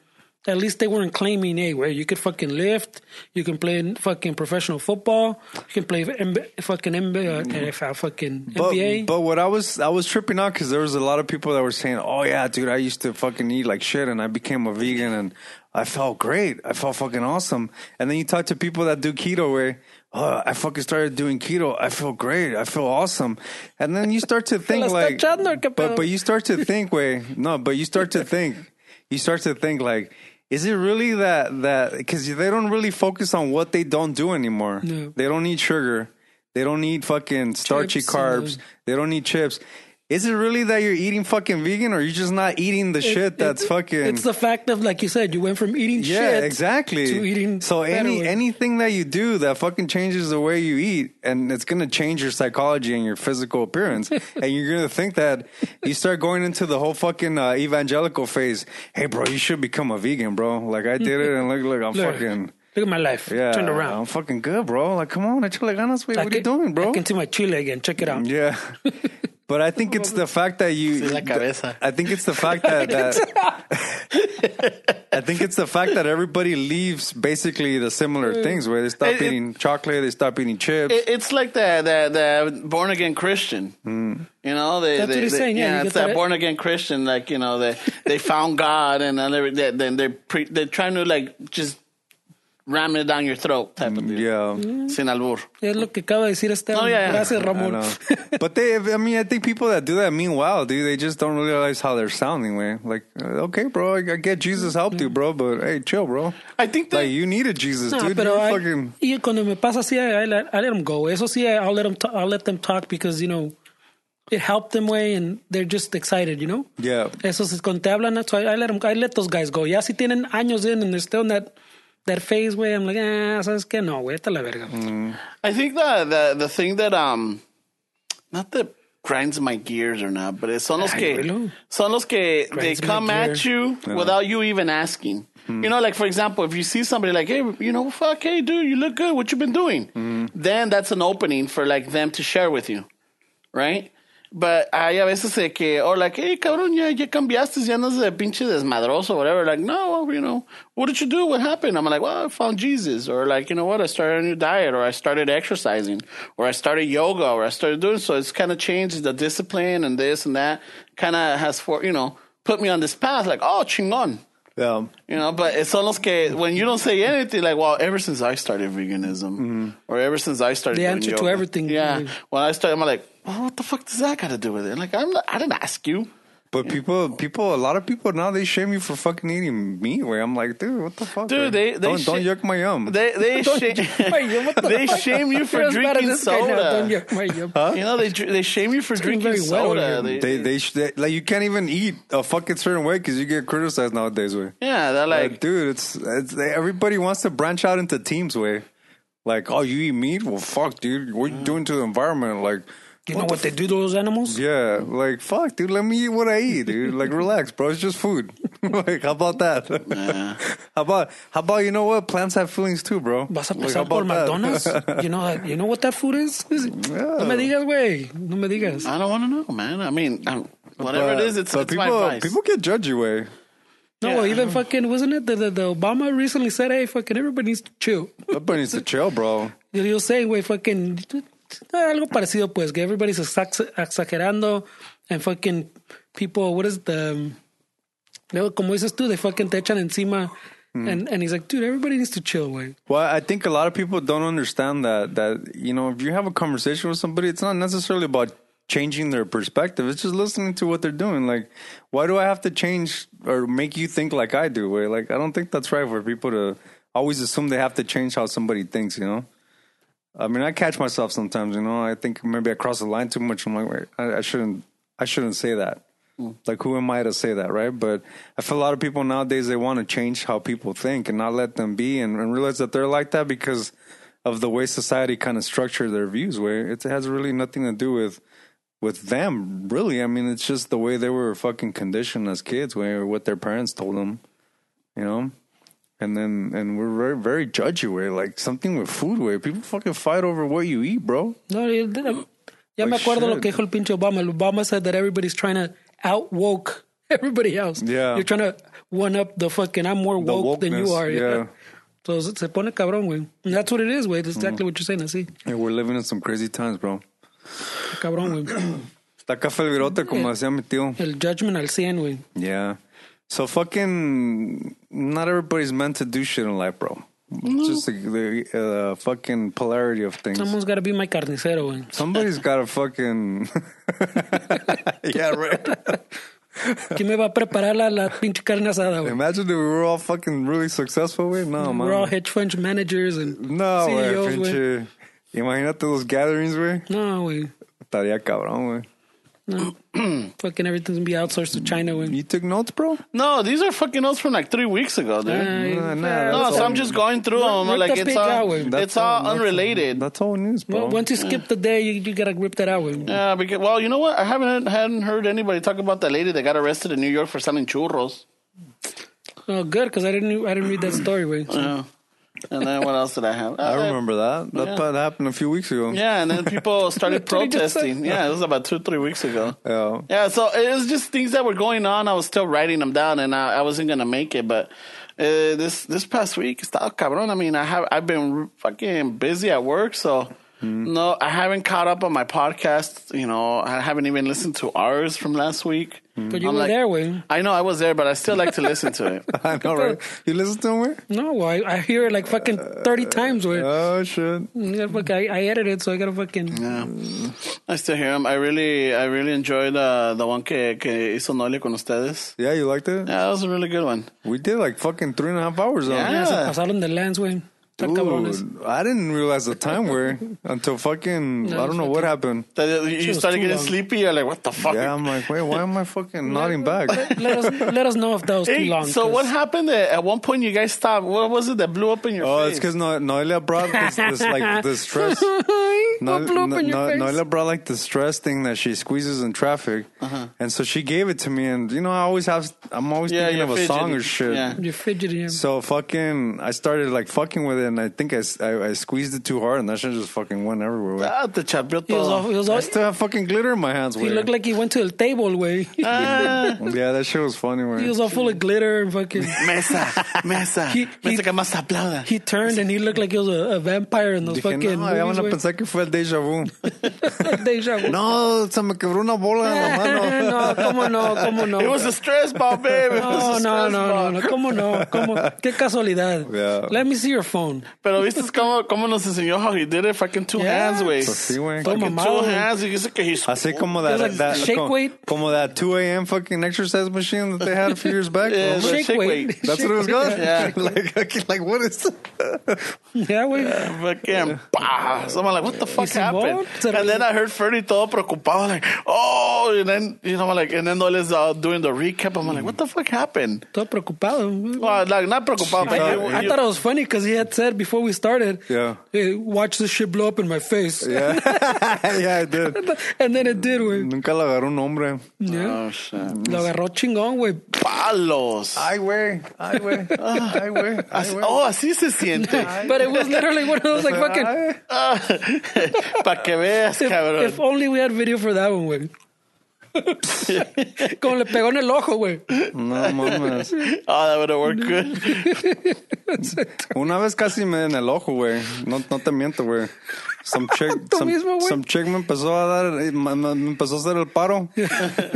Speaker 5: at least they weren't claiming, hey, where you could fucking lift, you can play in fucking professional football, you can play MB, fucking MB, uh, NFL, fucking
Speaker 2: Mm-hmm. but
Speaker 5: NBA.
Speaker 2: but what I was I was tripping out because there was a lot of people that were saying, "Oh yeah, dude, I used to fucking eat like shit, and I became a vegan, and I felt great. I felt fucking awesome. And then you talk to people that do keto where, oh, I fucking started doing keto. I feel great. I feel awesome. And then you start to think
Speaker 5: la
Speaker 2: like,
Speaker 5: está echando, qué
Speaker 2: but,
Speaker 5: pedo.
Speaker 2: but you start to think, wait, no, but you start to think, you start to think like, is it really that, that, because they don't really focus on what they don't do anymore.
Speaker 5: No.
Speaker 2: They don't need sugar. They don't need fucking starchy
Speaker 5: Chips and-
Speaker 2: carbs. They don't need chips. Is it really that you're eating fucking vegan or you're just not eating the shit
Speaker 5: It-
Speaker 2: that's
Speaker 5: it-
Speaker 2: fucking
Speaker 5: It's the fact of like you said, you went from eating
Speaker 2: yeah,
Speaker 5: shit
Speaker 2: exactly.
Speaker 5: to eating.
Speaker 2: so any
Speaker 5: better.
Speaker 2: anything that you do that fucking changes the way you eat, and it's gonna change your psychology and your physical appearance, and you're gonna think that you start going into the whole fucking uh, evangelical phase. Hey, bro, you should become a vegan, bro. Like I did it, and look, look, I'm
Speaker 5: Look,
Speaker 2: fucking
Speaker 5: look at my life.
Speaker 2: yeah,
Speaker 5: turned
Speaker 2: I'm
Speaker 5: around.
Speaker 2: fucking good, bro. Like come on, echale ganas, güey.
Speaker 5: I
Speaker 2: What are
Speaker 5: can-
Speaker 2: you doing, bro?
Speaker 5: I can see my chile again. Check it out.
Speaker 2: Yeah. But I think it's the fact that you.
Speaker 1: la cabeza.
Speaker 2: I think it's the fact that. that I think it's the fact that everybody leaves basically the similar
Speaker 5: Mm.
Speaker 2: things where they stop
Speaker 5: Eh,
Speaker 1: It- it-
Speaker 2: eating chocolate, they stop eating chips.
Speaker 1: It, it's like that that that born again Christian. You know, they,
Speaker 5: Mm. That's
Speaker 1: they,
Speaker 5: what he's
Speaker 1: they-
Speaker 5: saying, yeah, you
Speaker 1: it's
Speaker 5: get
Speaker 1: that,
Speaker 5: that-
Speaker 1: born again Christian. Like you know, they they found God and then they- they- then they're pre, they're trying to like just ram it down your throat type
Speaker 5: Mm-hmm.
Speaker 1: of deal.
Speaker 2: yeah.
Speaker 1: Sin albur.
Speaker 5: Es lo que acaba de decir este.
Speaker 1: No, Oh, yeah, yeah.
Speaker 5: Gracias,
Speaker 2: I
Speaker 5: Ramón.
Speaker 2: know. but they, I mean, I think people that do that mean wow, dude. They just don't realize how they're sounding. Way like, uh, okay, bro, I, I get Jesus helped you, bro, but hey, chill, bro.
Speaker 1: I think that
Speaker 2: Like you needed Jesus,
Speaker 5: Mm-hmm. Nah,
Speaker 2: dude.
Speaker 5: pero
Speaker 2: You're
Speaker 5: I-
Speaker 2: fucking
Speaker 5: y cuando me pasa así, I, I let, I let them go. Eso sí, I'll let them, ta- I'll let them talk because, you know, it helped them way and they're just excited, you know?
Speaker 2: yeah.
Speaker 5: Eso es cuando te hablan, so I, I let them, I let those guys go. Ya si tienen años este, in and they're still in that, that phase, way, I'm like, ah, ¿sabes qué? No, güey, está la verga.
Speaker 1: Mm. I think the the the thing that um not that grinds my gears or not, but it's son los
Speaker 5: Ay,
Speaker 1: que
Speaker 5: güey.
Speaker 1: son los que
Speaker 5: Grinds
Speaker 1: they
Speaker 5: my
Speaker 1: come at
Speaker 5: gear.
Speaker 1: you without you even asking. You know, like for example, if you see somebody like, hey, you know, fuck, hey, dude, you look good. What you been doing? Then that's an opening for like them to share with you, right? But ah, hay a veces de que, or like, hey, cabrón, ya, ya cambiaste, ya andas de pinche desmadroso, whatever. Like, no, you know, what did you do? What happened? I'm like, well, I found Jesus. Or like, you know what, I started a new diet, or I started exercising, or I started yoga, or I started doing so. It's kind of changed the discipline and this and that. Kind of has, for you know, put me on this path. Like, oh, chingon.
Speaker 2: Yeah.
Speaker 1: You know, but it's almost que when you don't say anything, like, well, ever since I started veganism, or ever since I started,
Speaker 5: Mm-hmm.
Speaker 1: doing
Speaker 5: The answer to
Speaker 1: yoga.
Speaker 5: everything,
Speaker 1: Yeah,
Speaker 5: yeah.
Speaker 1: when I started, I'm like, well, what the fuck does that got to do with it? Like, I'm not, I didn't ask you.
Speaker 2: But people, people, a lot of people now they shame you for fucking eating meat. Where I'm like, dude, what the fuck?
Speaker 1: Dude,
Speaker 2: man?
Speaker 1: they- they
Speaker 2: don't, don't
Speaker 1: sh-
Speaker 2: yuck my yum.
Speaker 1: They they
Speaker 5: Wait,
Speaker 1: shame
Speaker 5: what the
Speaker 1: they
Speaker 5: fuck?
Speaker 1: shame you for
Speaker 5: You're as bad as
Speaker 1: drinking
Speaker 5: this guy now, don't
Speaker 1: soda. Ah.
Speaker 5: you? Wait, you-
Speaker 1: You know, they dr- they shame you for
Speaker 5: doing
Speaker 1: drinking
Speaker 5: very well
Speaker 1: soda.
Speaker 5: over
Speaker 1: They,
Speaker 5: here.
Speaker 2: they, they, sh- they, like you can't even eat a fucking certain way because you get criticized nowadays. Way,
Speaker 1: yeah, they're
Speaker 2: like,
Speaker 1: like,
Speaker 2: dude, it's, it's everybody wants to branch out into teams. Way, like, oh, you eat meat? Well, fuck, dude, what
Speaker 1: Mm.
Speaker 2: you doing to the environment? Like,
Speaker 5: You know what they do to those animals?
Speaker 2: yeah, like, fuck, dude, let me eat what I eat, dude. like, relax, bro, it's just food. like, how about that? how about how about you know what? Plants have feelings too, bro.
Speaker 5: ¿Vas a
Speaker 2: Like,
Speaker 5: pasar
Speaker 2: how
Speaker 5: por
Speaker 2: about that?
Speaker 5: McDonald's? you, know, that- you know what that food is? No me digas, güey. No me digas.
Speaker 1: I don't want to know, man. I mean, i whatever
Speaker 2: But-
Speaker 1: it is, it's,
Speaker 2: but
Speaker 1: it's
Speaker 2: people,
Speaker 1: my advice.
Speaker 2: People get judgy way.
Speaker 5: No,
Speaker 1: Yeah.
Speaker 5: well, even fucking wasn't it the, the the Obama recently said, "Hey, fucking everybody needs to chill."
Speaker 2: Everybody needs to chill, bro.
Speaker 5: Yo, yo sé, güey, fucking ah, algo parecido, pues, que everybody's exa- exagerando and fucking people, what is the luego como dices tú, they fucking te echan encima,
Speaker 2: Mm.
Speaker 5: and and he's like, dude, everybody needs to chill, güey.
Speaker 2: Well, I think a lot of people don't understand that that you know if you have a conversation with somebody, it's not necessarily about changing their perspective. It's just listening to what they're doing. Like, why do I have to change or make you think like I do? Way like I don't think that's right for people to always assume they have to change how somebody thinks. You know. I mean, I catch myself sometimes. You know, I think maybe I cross the line too much. I'm like, wait, I, I shouldn't, I shouldn't say that. Like, who am I to say that, right? But I feel a lot of people nowadays they want to change how people think and not let them be, and, and realize that they're like that because of the way society kind of structured their views. Where it has really nothing to do with with them, really. I mean, it's just the way they were fucking conditioned as kids, where what their parents told them, you know and then and we're very very judgy way like something with food way people fucking fight over what you eat bro
Speaker 5: No, yo- yo- ya
Speaker 2: Like
Speaker 5: me acuerdo lo
Speaker 2: shit.
Speaker 5: que dijo el pinche Obama. El Obama said that everybody's trying to out woke everybody else.
Speaker 2: Yeah.
Speaker 5: you're trying to one up the fucking. I'm more
Speaker 2: The
Speaker 5: woke than you
Speaker 2: wokeness,
Speaker 5: are.
Speaker 2: yeah.
Speaker 5: So se se pone cabrón, güey. And That's what it is, güey. That's exactly
Speaker 2: Mm.
Speaker 5: what you're saying. Así,
Speaker 2: and we're living in some crazy times bro
Speaker 5: cabrón, güey.
Speaker 2: está café el virote como decía mi tío
Speaker 5: El judgment al 100, güey.
Speaker 2: yeah So fucking, not everybody's meant to do shit in life, bro. It's just the, the uh, fucking polarity of things.
Speaker 5: Someone's got to be my carnicero, güey.
Speaker 2: Somebody's got to fucking. yeah, right.
Speaker 5: ¿Quién me va a preparar la, la pinche carne asada, güey?
Speaker 2: Imagine if we were all fucking really successful, güey. No, man.
Speaker 5: We're all E hedge fund managers and
Speaker 2: no, güey,
Speaker 5: CEOs, güey.
Speaker 2: pinche. Imagínate los gatherings, güey.
Speaker 5: No, güey.
Speaker 2: Estaría cabrón, güey.
Speaker 5: Fucking everything's gonna be outsourced to China, güey.
Speaker 2: You took notes, bro?
Speaker 1: No, these are fucking notes from like three weeks ago, dude.
Speaker 5: Ay,
Speaker 2: No, no,
Speaker 5: fair.
Speaker 1: no,
Speaker 2: that's
Speaker 1: so
Speaker 2: all-
Speaker 1: I'm just going through
Speaker 5: Rip-
Speaker 1: them.
Speaker 5: rip
Speaker 1: Like
Speaker 5: the
Speaker 1: it's
Speaker 5: page
Speaker 1: all,
Speaker 5: out, güey.
Speaker 2: That's
Speaker 1: it's all
Speaker 2: that's
Speaker 1: unrelated.
Speaker 2: That's all news, bro.
Speaker 5: Well, once you skip the day, you, you gotta rip that out, güey.
Speaker 1: Yeah, because well, you know what? I haven't hadn't heard anybody talk about that lady that got arrested in New York for selling churros.
Speaker 5: Oh, good, because I didn't I didn't read that story, güey. So,
Speaker 1: Yeah. And then what else did I have?
Speaker 2: I
Speaker 1: Uh,
Speaker 2: remember that. That,
Speaker 1: Yeah.
Speaker 2: that happened a few weeks ago.
Speaker 1: Yeah, and then people started
Speaker 5: Literally just said-
Speaker 1: protesting. Yeah, it was about two, three weeks ago.
Speaker 2: Yeah.
Speaker 1: Yeah, so it was just things that were going on. I was still writing them down, and I, I wasn't gonna make it. But uh, this this past week, está cabrón. I mean, I have I've been fucking busy at work, so no, I haven't caught up on my podcast. You know, I haven't even listened to ours from last week.
Speaker 5: But you
Speaker 1: I'm
Speaker 5: were
Speaker 1: like-
Speaker 5: there, güey.
Speaker 1: I know I was there, but I still like to listen to it.
Speaker 2: I know, right? You listen to him?
Speaker 5: No, güey. I hear it like fucking 30 times, güey.
Speaker 2: Oh, shit.
Speaker 5: Yeah, fuck, I, I edited, so I gotta fucking.
Speaker 1: Yeah.
Speaker 5: Mm.
Speaker 1: I still hear them. I really, I really enjoyed uh, the one que, que hizo Noli con ustedes.
Speaker 2: Yeah, you liked it?
Speaker 1: Yeah, that was a really good one.
Speaker 2: We did like fucking three and a half hours on it.
Speaker 1: Yeah.
Speaker 5: Se pasaron de lands, güey. Están cabrones.
Speaker 2: Dude, I didn't realize the time were until fucking
Speaker 5: No,
Speaker 2: I don't know what happened.
Speaker 1: That- You
Speaker 5: was
Speaker 1: started
Speaker 5: too
Speaker 1: getting
Speaker 5: long.
Speaker 1: sleepy. You're like, what the fuck?
Speaker 2: Yeah, I'm like, wait, why am I fucking nodding back?
Speaker 5: Let us let us know if that was too
Speaker 1: Hey,
Speaker 5: long.
Speaker 1: so
Speaker 5: 'cause
Speaker 1: what happened? That at one point you guys stopped. What was it that blew up in your
Speaker 2: Oh,
Speaker 1: face?
Speaker 2: it's because no- Noelia brought this, this like the stress. No,
Speaker 5: What blew up
Speaker 2: no-
Speaker 5: in your
Speaker 2: no-
Speaker 5: face?
Speaker 2: Noelia brought like the stress thing that she squeezes in traffic,
Speaker 5: Uh-huh.
Speaker 2: and so she gave it to me. And you know, I always have, I'm always
Speaker 1: Yeah,
Speaker 2: thinking
Speaker 1: you're
Speaker 2: of a song
Speaker 1: fidgety.
Speaker 2: or shit.
Speaker 1: Yeah.
Speaker 5: You're fidgeting. yeah.
Speaker 2: So fucking, I started like fucking with it, and I think I, s- I- I squeezed it too hard, and that shit just fucking went everywhere. güey.
Speaker 1: Ah, te chapeó
Speaker 5: He was all,
Speaker 1: todo.
Speaker 5: he was
Speaker 2: I
Speaker 5: all,
Speaker 2: still have fucking glitter in my hands.
Speaker 5: he
Speaker 2: güey.
Speaker 5: looked like he went to the table, güey.
Speaker 1: Ah,
Speaker 2: yeah, that shit was funny. güey.
Speaker 5: He was all full of glitter and fucking.
Speaker 1: mesa, mesa,
Speaker 5: He-
Speaker 1: mesa
Speaker 5: he-
Speaker 1: que más aplauda.
Speaker 5: He turned and he looked like he was a, a vampire in those
Speaker 2: Dije,
Speaker 5: fucking.
Speaker 2: no, ya van a
Speaker 5: movies,
Speaker 2: pensar que fue el déjà vu.
Speaker 5: güey. Deja vu.
Speaker 2: No, se me quebró una bola en la mano.
Speaker 5: no, cómo no, cómo no.
Speaker 1: It was a stress ball, babe. It
Speaker 5: Oh, No,
Speaker 1: was a
Speaker 5: no,
Speaker 1: stress
Speaker 5: no,
Speaker 1: ball.
Speaker 5: no, no, cómo no, cómo, qué casualidad.
Speaker 2: Yeah.
Speaker 5: Let me see your phone.
Speaker 1: Pero viste cómo, cómo nos enseñó how he did it? Fucking two
Speaker 5: Yeah.
Speaker 1: hands, güey.
Speaker 2: Pues sí, güey.
Speaker 5: Toma,
Speaker 1: Fucking
Speaker 5: mamado,
Speaker 1: two
Speaker 5: güey.
Speaker 1: hands. Y dice que he
Speaker 2: Así como that,
Speaker 5: It was like
Speaker 2: that
Speaker 5: shake
Speaker 2: como,
Speaker 5: weight.
Speaker 2: como that 2 a.m. fucking exercise machine that they had a few years back.
Speaker 1: Yeah,
Speaker 2: Remember?
Speaker 1: shake weight.
Speaker 2: That's what it was called.
Speaker 1: Yeah.
Speaker 2: like, okay, like what is that?
Speaker 5: Yeah, güey.
Speaker 1: Fucking bah. So I'm like, what the fuck
Speaker 5: see
Speaker 1: happened?
Speaker 5: what?
Speaker 1: And then I heard Fernie todo preocupado, like, oh, and then, you know, I'm like, and then Noel's uh, doing the recap. I'm like, what the fuck happened?
Speaker 5: Todo preocupado.
Speaker 1: Well, like, not preocupado, but
Speaker 5: I,
Speaker 1: you-
Speaker 5: I
Speaker 1: you-
Speaker 5: thought it was funny because he had said before we started,
Speaker 2: Yeah.
Speaker 5: hey, watch this shit blow up in my face.
Speaker 2: yeah. yeah, I did.
Speaker 5: And then it did, güey.
Speaker 2: Nunca la agarró un hombre.
Speaker 5: Yeah.
Speaker 1: Oh, shit.
Speaker 5: Lo agarró chingón, güey.
Speaker 1: Palos.
Speaker 2: Ay, güey. Ay, güey. Ah, Ay, güey. Ay, güey.
Speaker 1: Oh, así se siente.
Speaker 5: But it was literally one of those, like, fucking.
Speaker 2: Ay.
Speaker 1: Para que veas,
Speaker 5: If,
Speaker 1: cabrón.
Speaker 5: if only we had video for that one, güey. Como le pegó en el ojo, güey.
Speaker 2: No mames.
Speaker 1: Oh, that would have worked good.
Speaker 2: Una vez casi me en el ojo, güey. No, no te miento, güey. Some chick,
Speaker 5: Tú
Speaker 2: some,
Speaker 5: mismo, güey.
Speaker 2: some chick me empezó a dar, eh, me, me- me empezó a hacer el paro.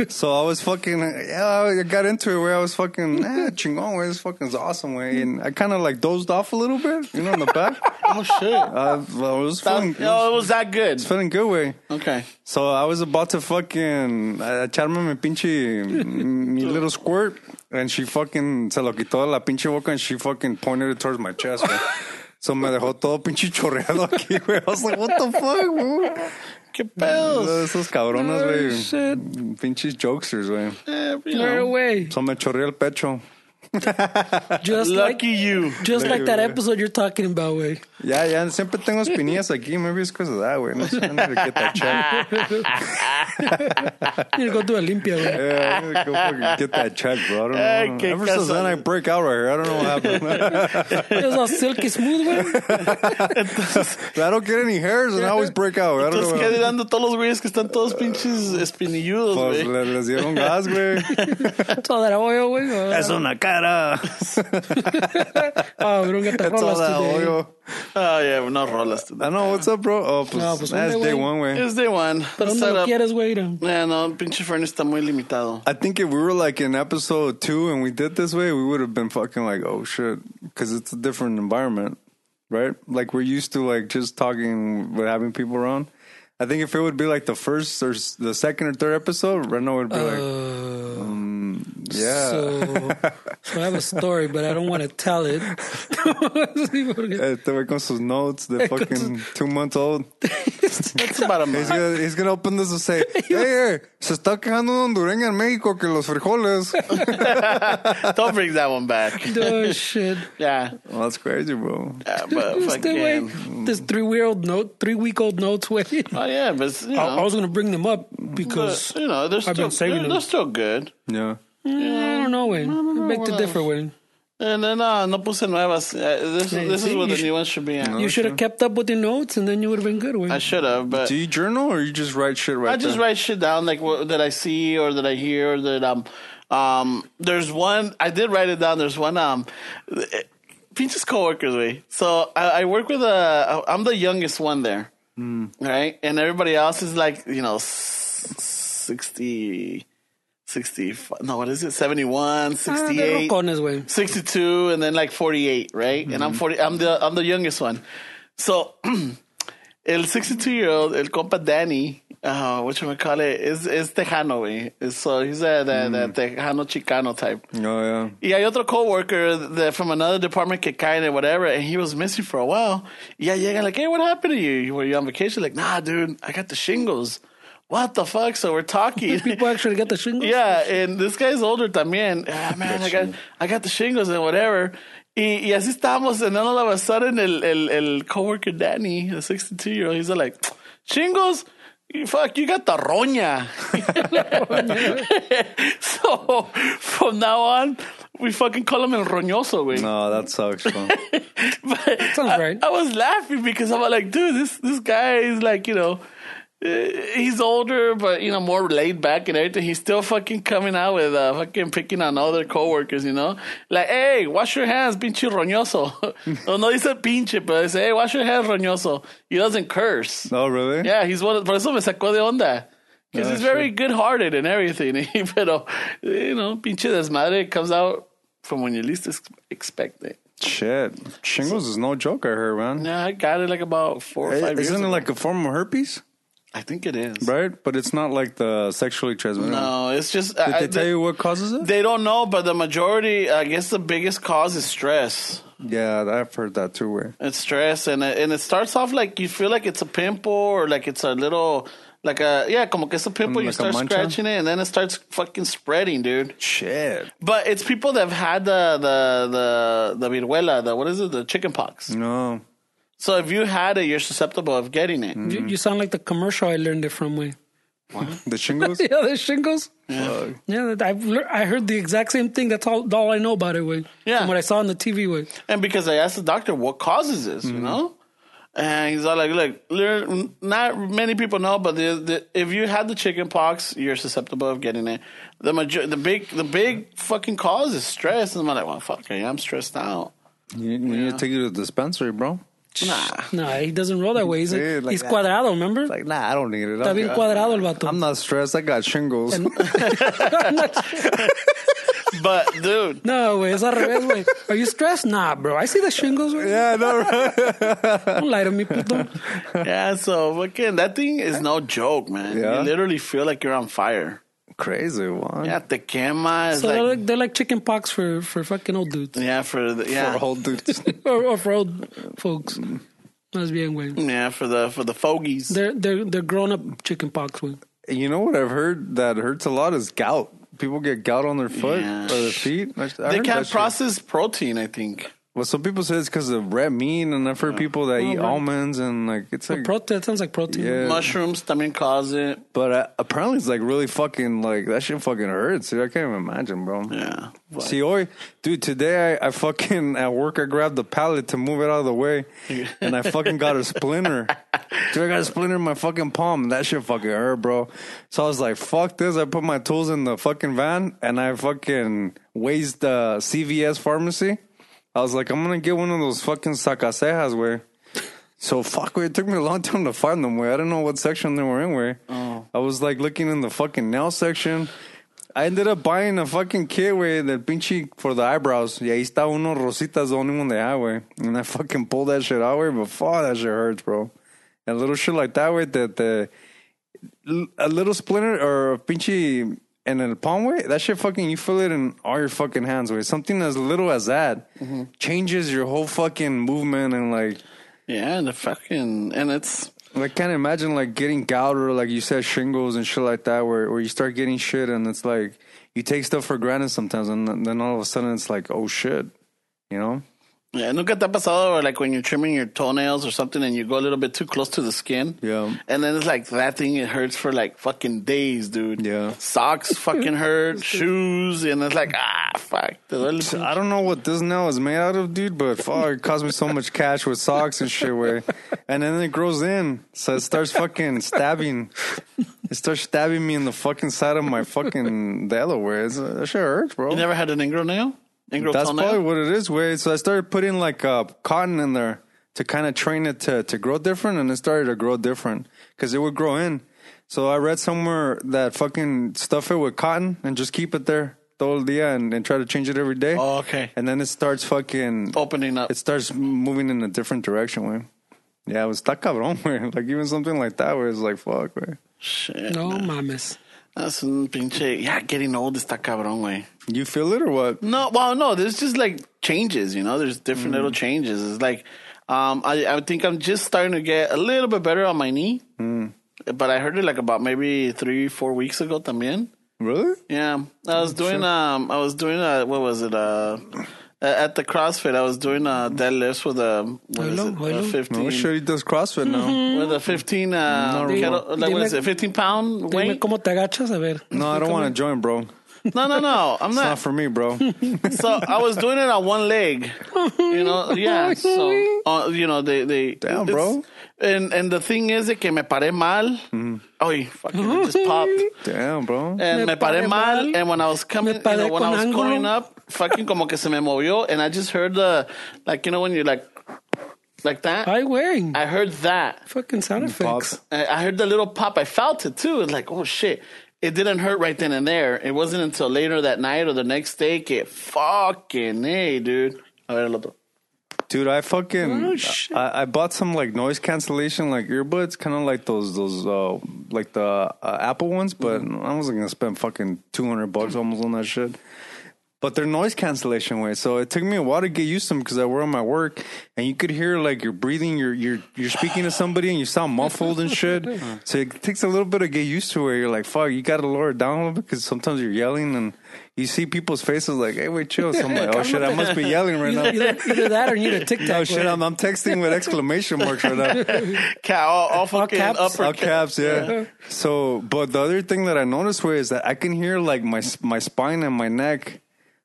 Speaker 2: so I was fucking, yeah, I got into it, güey. I was fucking, eh, chingón, güey. This fucking is awesome, güey. And I kind of like dozed off a little bit, you know, in the back.
Speaker 1: Oh, shit.
Speaker 2: I, I was feeling,
Speaker 1: No, oh, it was that good.
Speaker 2: feeling good, güey.
Speaker 1: Okay.
Speaker 2: So I was about to fucking uh, echarme mi pinche mi little squirt, and she fucking se lo quitó de la pinche boca, and she fucking pointed it towards my chest. güey. so me dejó todo pinche chorreado aquí, güey. I was like, what the fuck, güey?
Speaker 1: ¿Qué pedos?
Speaker 2: Esos cabronas,
Speaker 5: Oh,
Speaker 2: güey.
Speaker 5: shit.
Speaker 2: Pinches jokesters, güey.
Speaker 1: Eh, you
Speaker 5: Right
Speaker 1: know.
Speaker 5: away.
Speaker 2: So me chorreé el pecho.
Speaker 5: Just
Speaker 1: Lucky
Speaker 5: like,
Speaker 1: you.
Speaker 5: just like that
Speaker 2: güey.
Speaker 5: episode you're talking about, güey.
Speaker 2: Ya, ya, siempre tengo espinillas aquí. Maybe it's because of that, güey. No sé, I need to get that checked.
Speaker 5: You go to Olympia, güey.
Speaker 2: Yeah, I need to go fucking get that checked, bro. I don't
Speaker 1: Ay,
Speaker 2: know.
Speaker 1: qué
Speaker 2: Ever since then, I
Speaker 1: casual-
Speaker 2: break out right here. I don't know what happened.
Speaker 5: It was all silky smooth, güey.
Speaker 2: I don't get any hairs and I always break out. I don't
Speaker 1: Entonces, ¿qué
Speaker 2: know.
Speaker 1: dirán de todos los güeyes que están todos pinches espinilludos,
Speaker 2: Pues
Speaker 1: güey?
Speaker 2: le- les dieron gas, güey.
Speaker 5: Toda la olla, güey.
Speaker 2: una cara.
Speaker 5: Ah, bronca, te
Speaker 2: Toda
Speaker 5: rolas today.
Speaker 2: hoyo.
Speaker 1: Oh, yeah, but no rolas.
Speaker 2: I know what's up, bro. Oh, pues,
Speaker 5: No, pues, un
Speaker 2: that's
Speaker 5: day
Speaker 2: day
Speaker 5: one.
Speaker 2: one way.
Speaker 1: Es de one.
Speaker 5: Pero
Speaker 1: Set
Speaker 5: dónde lo
Speaker 1: up.
Speaker 5: quieres, güey. Era?
Speaker 1: Yeah, no, pinche furnace está muy limitado.
Speaker 2: I think if we were like in episode two and we did this way, we would have been fucking like, oh shit, because it's a different environment, right? Like we're used to like just talking, but having people around. I think if it would be like the first or s- the second or third episode, Reno would be like, um,
Speaker 5: Uh,
Speaker 2: yeah,
Speaker 5: So, so I have a story, but I don't want to tell it.
Speaker 2: Este güey Eh, con sus notes, the
Speaker 5: con
Speaker 2: fucking two months old.
Speaker 1: That's about a month.
Speaker 2: He's gonna, he's gonna open this and say, hey, hey, eh, se está quejando un hondureño en México que los frijoles.
Speaker 1: Don't bring that one back.
Speaker 5: oh shit!
Speaker 1: Yeah,
Speaker 2: Well, Oh, that's crazy, bro.
Speaker 1: yeah but
Speaker 5: This,
Speaker 1: fucking. mm.
Speaker 5: this three-year-old note, three-week-old notes way.
Speaker 1: Oh yeah, but you know,
Speaker 5: I, I was gonna bring them up because
Speaker 1: but, eh, you know, they're
Speaker 5: I've
Speaker 1: still
Speaker 5: been saving
Speaker 1: they're,
Speaker 5: them.
Speaker 1: they're still good.
Speaker 2: Yeah.
Speaker 5: Mm, I don't know, way. I beg to
Speaker 1: what
Speaker 5: differ, way.
Speaker 1: And then uh, no puse nuevas. Uh, this
Speaker 5: Hey,
Speaker 1: this
Speaker 5: see,
Speaker 1: is what
Speaker 5: you
Speaker 1: the
Speaker 5: should-
Speaker 1: new one should be. At.
Speaker 5: You should have kept up with your notes, and then you would have been good, way. Ah,
Speaker 1: I should have, but
Speaker 2: Do you journal or you just write shit right
Speaker 1: I just
Speaker 2: there?
Speaker 1: write shit down, like what, that I see or that I hear. Or that um, um, there's one I did write it down. There's one um, eh, pinches coworkers way. So I, I work with a. I'm the youngest one there,
Speaker 5: Hmm.
Speaker 1: right? And everybody else is like you know, s- sixty. 60 no what is it 71
Speaker 5: Ah, they're
Speaker 1: 68
Speaker 5: rocones, güey.
Speaker 1: 62 and then like 48 right and i'm 40 i'm the i'm the youngest one so el 62 year old el compa danny uh which i call it is is tejano güey. Is- so he's a, the, the tejano chicano type
Speaker 2: Oh, yeah.
Speaker 1: y hay otro coworker that from another department que kind of whatever, and he was missing for a while. Yeah, yeah, like, hey, what happened to you? Were you on vacation? Like, nah, dude, I got the shingles. What the fuck? So we're talking.
Speaker 5: People actually got the shingles.
Speaker 1: Yeah, and this guy's older también. Ah, man, I got, I got the shingles and whatever. Y, y así estábamos, and then all of a sudden, el, el, el coworker Danny, the 62 year old, he's like, shingles? You- Fuck, you got the roña. so from now on, we fucking call him el roñoso, güey.
Speaker 2: No, that sucks, bro.
Speaker 1: But
Speaker 5: sounds
Speaker 1: I,
Speaker 5: right.
Speaker 1: I was laughing because I'm like, dude, this this guy is like, you know, uh, he's older, but you know, more laid back and everything. He's still fucking coming out with uh, fucking picking on other coworkers, you know, like, hey, wash your hands, pinche roñoso. no, no, he said pinche, but I say, hey, wash your hands, roñoso. He doesn't curse.
Speaker 2: oh, really?
Speaker 1: Yeah, he's one. Of, por eso me sacó de onda. Because
Speaker 2: Ah,
Speaker 1: he's very good-hearted and everything. Pero, you know, pinche desmadre comes out from when you least ex- expect it.
Speaker 2: Shit. Shingles is no joke, I heard, man.
Speaker 1: Yeah, I got it like about four or
Speaker 2: Hey,
Speaker 1: five years
Speaker 2: Isn't it
Speaker 1: ago.
Speaker 2: like a form of herpes?
Speaker 1: I think it is.
Speaker 2: Right? But it's not like the sexually transmitted.
Speaker 1: No, it's just
Speaker 2: Did
Speaker 1: I,
Speaker 2: they
Speaker 1: they,
Speaker 2: tell
Speaker 1: they,
Speaker 2: you what causes it?
Speaker 1: don't know, but the majority, I guess, the biggest cause is stress.
Speaker 2: yeah, I've heard that too. Where
Speaker 1: It's stress, and it, and it starts off like you feel like it's a pimple or like it's a little. Like a yeah, como que it's a pimple.
Speaker 2: Like
Speaker 1: you
Speaker 2: a
Speaker 1: start
Speaker 2: mancha?
Speaker 1: scratching it, and then it starts fucking spreading, dude.
Speaker 2: shit.
Speaker 1: But it's people that have had the the the the viruela, the what is it, the chicken pox.
Speaker 2: No.
Speaker 1: So if you had it, you're susceptible of getting
Speaker 2: Mm.
Speaker 1: it.
Speaker 5: You, you sound like the commercial I learned it from, way.
Speaker 2: The shingles?
Speaker 5: Yeah, the shingles. Yeah, that- I've lear- I heard the exact same thing. That's all, all I know about it, way.
Speaker 1: Yeah.
Speaker 5: From what I saw on the TV, way.
Speaker 1: And because I asked the doctor what causes this,
Speaker 2: Mm-hmm.
Speaker 1: you know? And he's all like, look, there- not many people know, but the, the, if you had the chicken pox, you're susceptible of getting it. The major, the big, the big fucking cause is stress. And I'm like, well, fuck, I am stressed out.
Speaker 2: You, we need to take you to the dispensary, bro.
Speaker 1: Nah.
Speaker 5: No, he doesn't roll that way. He's,
Speaker 2: Yeah, like
Speaker 5: he's
Speaker 2: that.
Speaker 5: cuadrado, remember?
Speaker 2: Like, nah, I don't need it.
Speaker 5: Está bien
Speaker 2: I'm,
Speaker 5: cuadrado el vato.
Speaker 2: I'm not stressed. I got shingles.
Speaker 1: But dude,
Speaker 5: no, way. It's al revés, way. Are you stressed? Nah, bro. I see the shingles, way.
Speaker 2: yeah, no,
Speaker 5: Don't lie to me, puto.
Speaker 1: yeah, so fucking, that thing is no joke, man.
Speaker 2: Yeah.
Speaker 1: You literally feel like you're on fire.
Speaker 2: Crazy one.
Speaker 1: Yeah, te quema. It's
Speaker 5: So they're,
Speaker 1: like,
Speaker 5: like, they're like chicken pox for, for fucking old dudes.
Speaker 2: Mm.
Speaker 1: yeah, for the, yeah.
Speaker 2: For whole dudes.
Speaker 5: or, or for old folks. That's bien,
Speaker 2: Mm.
Speaker 5: way.
Speaker 1: yeah, for the for the fogies.
Speaker 5: They're, they're, they're grown up chicken pox, way.
Speaker 2: you know what I've heard that hurts a lot is gout. People get gout on their foot
Speaker 1: Yeah.
Speaker 2: or their feet. I,
Speaker 1: they
Speaker 2: I heard that
Speaker 1: can't
Speaker 2: shit.
Speaker 1: process protein, I think.
Speaker 2: Well, some people say it's because of red meat, and I've heard people
Speaker 1: Oh,
Speaker 2: that eat
Speaker 5: red-
Speaker 2: almonds and like it's like.
Speaker 5: Protein, that sounds like protein.
Speaker 2: Mm. Yeah.
Speaker 1: Mushrooms también cause it.
Speaker 2: but uh, apparently, it's like really fucking like that shit fucking hurts, dude. I can't even imagine, bro.
Speaker 1: Yeah. But-
Speaker 2: See, hoy, dude, today I, I fucking at work I grabbed the pallet to move it out of the way, and I fucking got a splinter. Dude, I got a splinter in my fucking palm. That shit fucking hurt, bro. So I was like, fuck this. I put my tools in the fucking van, and I fucking waste the CVS pharmacy. I was like, I'm gonna get one of those fucking sacasejas, where. So fuck, wait, it took me a long time to find them. Where I do not know what section they were in. Where I was like looking in the fucking nail section. I ended up buying a fucking kit, way that pinche for the eyebrows. Yeah, ahí está uno rositas, the only one they had, way. And I fucking pulled that shit out, way, but fuck, that shit hurts, bro. And little shit like that, way, that the a little splinter or a pinche and a palm way, that shit fucking you feel it in all your fucking hands, way. Something as little as that changes your whole fucking movement and like.
Speaker 1: Yeah, and the fucking and it's
Speaker 2: I can't imagine like getting gout or like you said shingles and shit like that, where where you start getting shit and it's like you take stuff for granted sometimes, and then- then all of a sudden it's like oh shit, you know?
Speaker 1: Yeah, nunca te ha pasado or like when you're trimming your toenails or something and you go a little bit too close to the skin.
Speaker 2: Yeah.
Speaker 1: And then it's like that thing it hurts for like fucking days, dude.
Speaker 2: Yeah.
Speaker 1: Socks fucking hurt, shoes, and it's like ah fuck. Te duele.
Speaker 2: I don't know what this now is made out of, dude, but fuck, it cost me so much cash with socks and shit, where, and then it grows in, so it starts fucking stabbing, it starts stabbing me in the fucking side of my fucking Delaware. It's, that shit hurts, bro.
Speaker 1: You never had an ingrown nail? Ingrown
Speaker 2: That's
Speaker 1: toenail?
Speaker 2: probably what it is, way. So I started putting like uh, cotton in there to kind of train it to, to grow different, and it started to grow different because it would grow in. So I read somewhere that fucking stuff it with cotton and just keep it there todo el día and, and try to change it every day.
Speaker 1: Oh, okay.
Speaker 2: And then it starts fucking,
Speaker 1: Opening up.
Speaker 2: it starts moving in a different direction, way. Yeah, it was está cabrón, way. Like even something like that, where it's like, fuck, way.
Speaker 1: Shit.
Speaker 5: No mames.
Speaker 1: That's un pinche. Yeah, getting old está cabrón, güey.
Speaker 2: You feel it or what?
Speaker 1: No, well, no. There's just like changes, you know. There's different little changes. It's like, um, I I think I'm just starting to get a little bit better on my knee. But I heard it like about maybe three, four weeks ago. También.
Speaker 2: Really?
Speaker 1: Yeah, I was doing um, I was doing uh, what was it uh, a- at the CrossFit. I was doing uh deadlifts with a what is
Speaker 5: Hello,
Speaker 1: it
Speaker 5: hello.
Speaker 1: a fifteen
Speaker 2: No, sure he does CrossFit now.
Speaker 1: with a fifteen uh
Speaker 2: Dime-
Speaker 1: kettle- like, what is it fifteen pound
Speaker 5: Dime
Speaker 1: weight?
Speaker 5: cómo te agachas, a ver.
Speaker 2: No, I don't want to join, bro.
Speaker 1: No, no, no. I'm
Speaker 2: Not for me, bro.
Speaker 1: so I was doing it on one leg. You know, yeah. So uh, you know they they
Speaker 2: Damn,
Speaker 1: it's-
Speaker 2: bro. Mm-hmm.
Speaker 1: And and the thing is that que me paré mal. Oh, fucking it just popped.
Speaker 2: Damn, bro.
Speaker 1: And me,
Speaker 5: Me
Speaker 1: paré
Speaker 5: paré
Speaker 1: mal.
Speaker 5: mal.
Speaker 1: And when I was coming,
Speaker 5: Me
Speaker 1: you know,
Speaker 5: paré
Speaker 1: when I
Speaker 5: con
Speaker 1: was
Speaker 5: ángulo.
Speaker 1: going up, fucking como que se me movió, and I just heard the like you know when you like like that.
Speaker 5: Ay, güey.
Speaker 1: I heard that.
Speaker 5: Fucking
Speaker 2: Mm,
Speaker 5: sound effects.
Speaker 1: I I heard the little pop. I felt it too. It's like, oh shit. It didn't hurt right then and there. It wasn't until later that night or the next day. Que fucking hey, dude. A ver el otro.
Speaker 2: Dude, I fucking
Speaker 5: Oh, shit.
Speaker 2: I, I bought some like noise cancellation like earbuds, kind of like those those uh like the uh, Apple ones, but
Speaker 5: Mm-hmm.
Speaker 2: I wasn't gonna spend fucking two hundred bucks almost on that shit. But they're noise cancellation way, so it took me a while to get used to them because I were on my work, and you could hear like you're breathing, you're you're you're speaking to somebody, and you sound muffled and shit. so it takes a little bit to get used to where you're like, fuck, you gotta lower it down a little bit because sometimes you're yelling and you see people's faces like, hey, wait, chill. So I'm like, oh shit, I must be yelling right now.
Speaker 5: Either, either that or you need a TikTok.
Speaker 2: Oh shit!
Speaker 5: güey.
Speaker 2: I'm, I'm texting with exclamation marks right now.
Speaker 1: Ca- all, all fucking
Speaker 5: caps.
Speaker 1: upper
Speaker 2: All
Speaker 1: ca-
Speaker 2: caps, yeah. So, but the other thing that I noticed was that I can hear like my my spine and my neck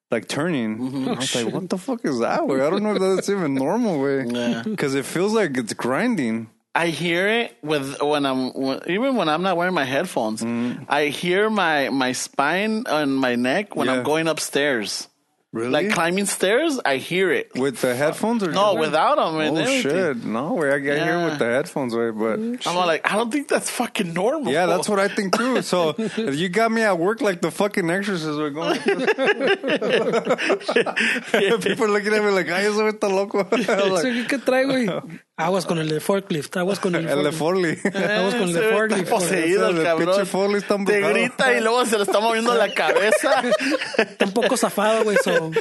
Speaker 2: like turning.
Speaker 1: Mm-hmm.
Speaker 2: I was like,
Speaker 1: Oh,
Speaker 2: "What the fuck is that way? I don't know if that's even normal way." Because it feels like it's grinding.
Speaker 1: I hear it with when I'm when, even when I'm not wearing my headphones.
Speaker 2: Mm.
Speaker 1: I hear my my spine and my neck when
Speaker 2: Yeah.
Speaker 1: I'm going upstairs,
Speaker 2: Really?
Speaker 1: like climbing stairs. I hear it.
Speaker 2: with the headphones or
Speaker 1: No, without them
Speaker 2: Oh
Speaker 1: and everything.
Speaker 2: shit! No way! I got here
Speaker 1: Yeah. Mm-hmm.
Speaker 2: with the headphones way, but
Speaker 1: I'm all like, I don't think that's fucking normal.
Speaker 2: Yeah, that's what I think too. So if you got me at work like the fucking exorcist were going. Like this. People looking at me like, "Ay, eso está loco." I'm
Speaker 5: So,
Speaker 2: like,
Speaker 5: ¿qué- ¿Qué trae, güey? Aguas con el de forklift. Aguas con el
Speaker 2: El de
Speaker 5: forklift.
Speaker 2: Forley.
Speaker 5: Aguas con el de
Speaker 1: Ese güey
Speaker 5: forklift.
Speaker 1: está poseído,
Speaker 2: Ese
Speaker 1: el cabrón.
Speaker 2: pinche Foley está
Speaker 1: Te
Speaker 2: embrujado.
Speaker 1: grita y luego se le está moviendo la cabeza.
Speaker 5: Está un poco zafado, güey. so-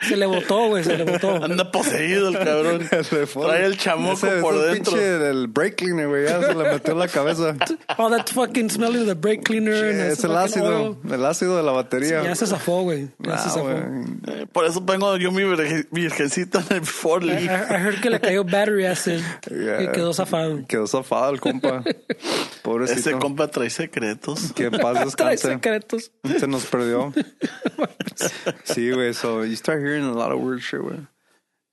Speaker 5: se le botó, güey. Se le botó.
Speaker 1: Anda er poseído el cabrón.
Speaker 2: El de Foley.
Speaker 1: Trae el chamuco
Speaker 2: Ese-
Speaker 1: por
Speaker 2: ese
Speaker 1: dentro.
Speaker 2: pinche del brake cleaner, güey. Ya se le metió en la cabeza. Eh,
Speaker 5: All Oh, that fucking smell of the brake cleaner. and
Speaker 2: es
Speaker 5: ese
Speaker 2: el
Speaker 5: fucking
Speaker 2: ácido.
Speaker 5: oil.
Speaker 2: El ácido de la batería.
Speaker 5: Ya se zafó, güey. Ya se
Speaker 2: Ah,
Speaker 5: zafó.
Speaker 2: güey.
Speaker 1: Eh, Por eso tengo yo mi virge- virgencita en el
Speaker 5: I,
Speaker 1: Forley.
Speaker 5: I heard que le cayó battery acid.
Speaker 2: Yeah.
Speaker 5: Y quedó zafado.
Speaker 2: Quedó zafado el compa. Pobrecito.
Speaker 1: Ese compa trae secretos.
Speaker 2: Que en paz
Speaker 5: Trae
Speaker 2: descanse.
Speaker 5: secretos.
Speaker 2: Se nos perdió. sí, güey. So you start hearing a lot of weird shit, güey.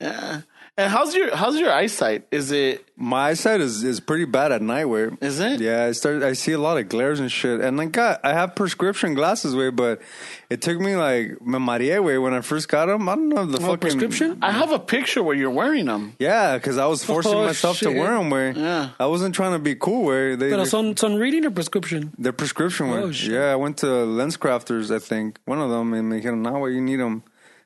Speaker 1: Yeah. And how's your how's your eyesight? Is it
Speaker 2: My eyesight is, is pretty bad at night, way.
Speaker 1: Is it?
Speaker 2: Yeah, I start I see a lot of glares and shit. And like God, I have prescription glasses, way, but it took me like me mareé, way, when I first got them. I don't know if the
Speaker 5: Oh,
Speaker 2: fucking
Speaker 5: prescription?
Speaker 1: I have a picture where you're wearing them.
Speaker 2: Yeah, because I was forcing
Speaker 5: Oh,
Speaker 2: myself to
Speaker 5: shit.
Speaker 2: wear them, way.
Speaker 1: Yeah.
Speaker 2: I wasn't trying to be cool, way. They
Speaker 5: Pero son, son reading or prescription?
Speaker 2: Their prescription
Speaker 5: Oh,
Speaker 2: one.
Speaker 5: shit.
Speaker 2: yeah, I went to Lens Crafters, I think, one of them, and they hit them, now you need them.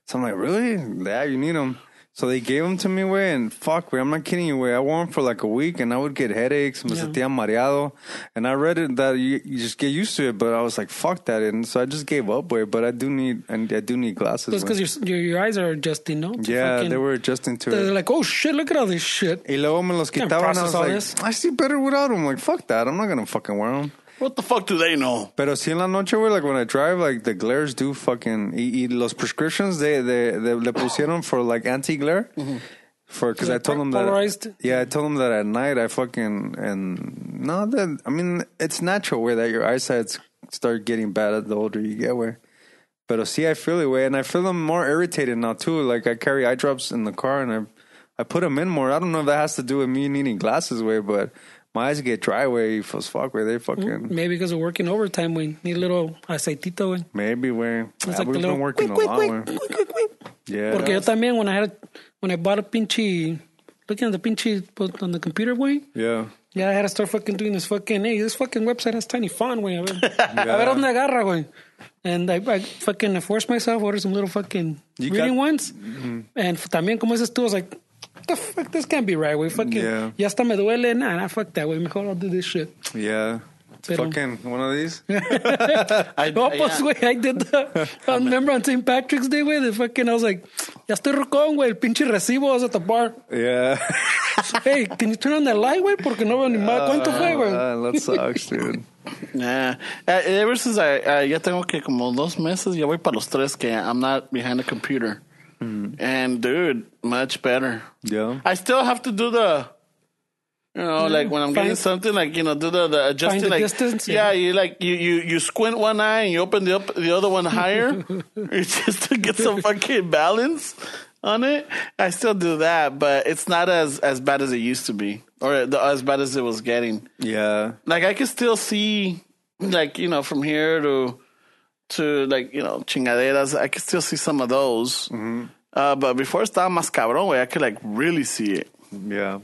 Speaker 2: So I'm like, really? Yeah, you need them. So they gave them to me, way, and fuck, way, I'm not kidding you, way. I wore them for like a week, and I would get headaches, me
Speaker 5: Yeah.
Speaker 2: sentía mareado, and I read it that you, you just get used to it, but I was like, fuck that, and so I just gave up, way. But I do need, and I do need glasses.
Speaker 5: That's
Speaker 2: wey.
Speaker 5: because your, your your eyes are adjusting, no? To
Speaker 2: yeah,
Speaker 5: fucking-
Speaker 2: they were adjusting to
Speaker 5: They're
Speaker 2: it.
Speaker 5: like, oh shit, look at all this shit.
Speaker 2: Y luego me los
Speaker 5: Can't
Speaker 2: quitaban, I
Speaker 5: process
Speaker 2: was
Speaker 5: all
Speaker 2: like,
Speaker 5: this.
Speaker 2: I see better without them. Like, fuck that, I'm not gonna fucking wear them.
Speaker 1: What the fuck do they know?
Speaker 2: Pero si en la noche, güey, like when I drive, like the glares do fucking. Y, y los prescriptions they, they, they le pusieron for like anti glare. For because I told them that
Speaker 5: Polarized?
Speaker 2: yeah, I told them that at night I fucking and no, that I mean it's natural way that your eyesight start getting bad as the older you get, way. But see, I feel it way, and I feel them more irritated now too. Like I carry eye drops in the car, and I I put them in more. I don't know if that has to do with me needing glasses, way, but my eyes get dry, way as fuck, way they fucking.
Speaker 5: Maybe because of working overtime, we need a little aceitito, güey.
Speaker 2: Maybe we.
Speaker 5: It's
Speaker 2: Ah,
Speaker 5: like the
Speaker 2: we've
Speaker 5: little
Speaker 2: been working a
Speaker 5: quick, quick,
Speaker 2: lot.
Speaker 5: quick,
Speaker 2: we're-
Speaker 5: quick, quick, quick.
Speaker 2: Yeah.
Speaker 5: Porque yo también, when I had, when I bought a pinche, looking at the pinche put on the computer, güey,
Speaker 2: yeah.
Speaker 5: yeah, I had to start fucking doing this fucking, hey, this fucking website has tiny font, güey. A ver, a ver dónde agarra, güey. And I, I fucking forced myself, ordered some little fucking
Speaker 2: You
Speaker 5: reading
Speaker 2: got- Mm-hmm.
Speaker 5: ones. And también, como dices tú, I was like, "What the fuck, this can't be right, güey. Fucking,
Speaker 2: Yeah.
Speaker 5: ya hasta me duele. Nah, nah, fuck that, güey. Mejor I'll do this shit.
Speaker 2: Yeah.
Speaker 5: Pero-
Speaker 2: Fucking one of these.
Speaker 1: I,
Speaker 5: No,
Speaker 1: I-
Speaker 5: pues, güey, I did the. I remember on St. Patrick's Day, güey, the fucking, I was like, ya estoy rocón, güey, el pinche recibo, I was at the bar.
Speaker 2: Yeah.
Speaker 5: hey, can you turn on that light, güey? Porque no veo ni mal. ¿Cuánto fue,
Speaker 1: Uh,
Speaker 5: güey?
Speaker 2: Ah, that sucks, dude.
Speaker 1: Nah. Eh, ever since I, I- ya tengo que como dos meses, ya voy para los tres que I'm not behind a computer. And dude, much better.
Speaker 2: Yeah.
Speaker 1: I still have to do the, you know, like when I'm
Speaker 5: Find-
Speaker 1: getting something, like you know, do the, the adjusting,
Speaker 5: the
Speaker 1: like
Speaker 5: distance,
Speaker 1: Yeah,
Speaker 5: yeah.
Speaker 1: you like you you you squint one eye and you open the up, the other one higher, just to get some fucking balance on it. I still do that, but it's not as as bad as it used to be, or the, as bad as it was getting.
Speaker 2: Yeah.
Speaker 1: Like I can still see, like you know, from here to to like you know chingaderas, I can still see some of those.
Speaker 5: Mm-hmm.
Speaker 1: Uh, but before estaba más cabrón, way I could like really see it.
Speaker 2: Yeah.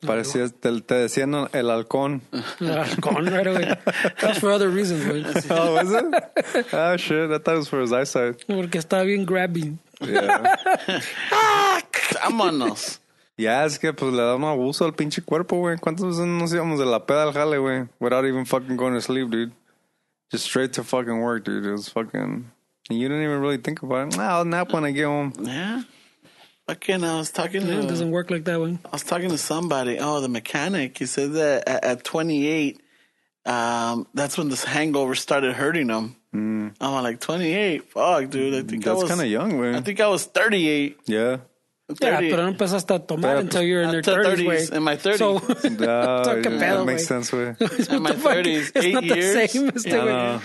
Speaker 2: Parecía, te, te decían el halcón.
Speaker 5: Ah, Gone right away. That's for other reasons, güey.
Speaker 2: Oh, is it? Ah, shit. I thought it was for his eyesight.
Speaker 5: Porque estaba bien grabby.
Speaker 2: Yeah.
Speaker 1: Vámonos.
Speaker 2: Ya, es que pues le da un abuso al pinche cuerpo, güey. ¿Cuántas veces nos íbamos de la peda al jale, güey? Without even fucking going to sleep, dude. Just straight to fucking work, dude. It was fucking. And you didn't even really think about it. Nah, I'll nap when I get home.
Speaker 1: Yeah. Fucking, I was talking
Speaker 5: Yeah, it
Speaker 1: to
Speaker 5: doesn't work like that, güey.
Speaker 1: I was talking to somebody. Oh, the mechanic. He said that at, at 28, um, that's when this hangover started hurting him. Mm. I'm like 28. Fuck, dude. I think I
Speaker 2: Hmm. That's
Speaker 1: was
Speaker 2: kind of young,
Speaker 1: I
Speaker 2: güey.
Speaker 1: think I was 38.
Speaker 2: Yeah.
Speaker 1: 30,
Speaker 5: Yeah, pero no empezaste a tomar
Speaker 2: Pero,
Speaker 5: until you're in your
Speaker 1: until
Speaker 5: 30s,
Speaker 1: 30s,
Speaker 5: güey.
Speaker 1: uh, in my 30s.
Speaker 5: So,
Speaker 2: Ah,
Speaker 5: so, qué
Speaker 2: yeah,
Speaker 5: pedo,
Speaker 2: that makes
Speaker 5: güey.
Speaker 2: sense, güey.
Speaker 1: in my
Speaker 5: the fuck?
Speaker 1: 30s.
Speaker 5: It's
Speaker 1: eight
Speaker 5: not
Speaker 1: years.
Speaker 5: the same as the
Speaker 1: Yeah.
Speaker 5: way.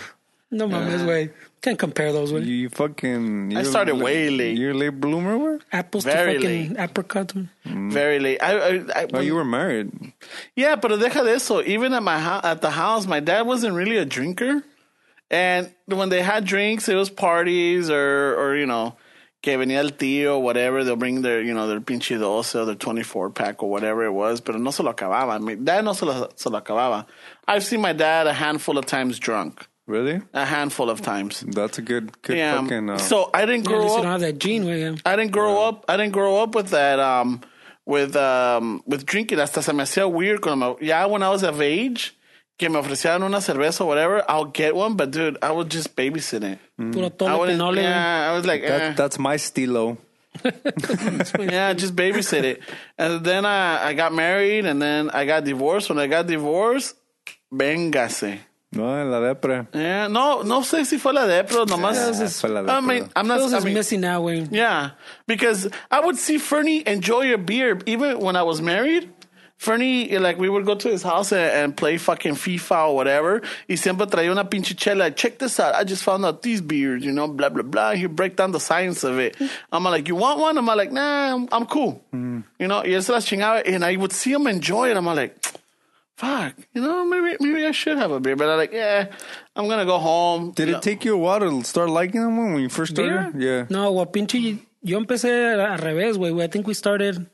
Speaker 5: No mames, güey. Can't compare those,
Speaker 2: You,
Speaker 5: güey.
Speaker 2: you fucking.
Speaker 1: I
Speaker 2: you're
Speaker 1: started
Speaker 2: li-
Speaker 1: way late.
Speaker 2: You're a late bloomer, güey?
Speaker 5: Apples to
Speaker 1: Very
Speaker 5: fucking apricot. güey.
Speaker 1: Very late. I, I, I,
Speaker 2: Oh, Hmm. you were married.
Speaker 1: Yeah, but deja de eso. Even at my ho- at the house, my dad wasn't really a drinker, and when they had drinks, it was parties or or you know, que venía el tío, whatever. They'll bring their you know their pinche doce, or their twenty four pack or whatever it was. But no se lo acababa. I mean, dad no se lo, se lo acababa. I've seen my dad a handful of times drunk,
Speaker 2: Really?
Speaker 1: a handful of times.
Speaker 2: That's a good, good
Speaker 1: Yeah.
Speaker 2: fucking. Uh,
Speaker 1: so I didn't
Speaker 5: At
Speaker 1: grow
Speaker 5: least you
Speaker 1: up.
Speaker 5: don't have that gene, güey. yeah.
Speaker 1: I didn't grow up. I didn't grow up with that. Um, with um, with drinking. Hasta se me hacía weird. Cuando me, yeah, when I was of age, que me ofrecían una cerveza or whatever, I'll get one. But dude, I would just babysit it.
Speaker 2: Mm.
Speaker 5: Puro
Speaker 1: I
Speaker 5: tomo
Speaker 1: wouldn't.
Speaker 5: pinole,
Speaker 1: Mm.
Speaker 5: güey.
Speaker 1: Ah, yeah, I was like, eh,
Speaker 2: that, that's my stilo.
Speaker 1: yeah, just babysit it. And then I I got married, and then I got divorced. When I got divorced, vengase.
Speaker 2: No, la depre.
Speaker 1: Yeah, no, no sé si fue la de, pero nomás.
Speaker 2: Yeah, fue la de,
Speaker 1: I mean,
Speaker 2: pero-
Speaker 1: I'm not.
Speaker 5: Those
Speaker 1: I
Speaker 5: is
Speaker 1: mean,
Speaker 5: missing now, güey.
Speaker 1: Yeah, because I would see Fernie enjoy a beer even when I was married. Fernie, eh, like, we would go to his house and, and play fucking FIFA or whatever. Y siempre traía una pinche chela. Check this out. I just found out these beers, you know, blah, blah, blah. He break down the science of it. I'm like, you want one? I'm like, nah, I'm, I'm cool.
Speaker 2: Mm.
Speaker 1: You know, y él se las chingaba. And I would see him enjoy it. I'm like, fuck, you know, maybe maybe I should have a beer. But I'm like, yeah, I'm going to go home.
Speaker 2: Did
Speaker 1: You know.
Speaker 2: it take you a while to start liking them when you first started? Yeah.
Speaker 5: No, well, pinche. Yo empecé al revés, güey. güey. I think we started.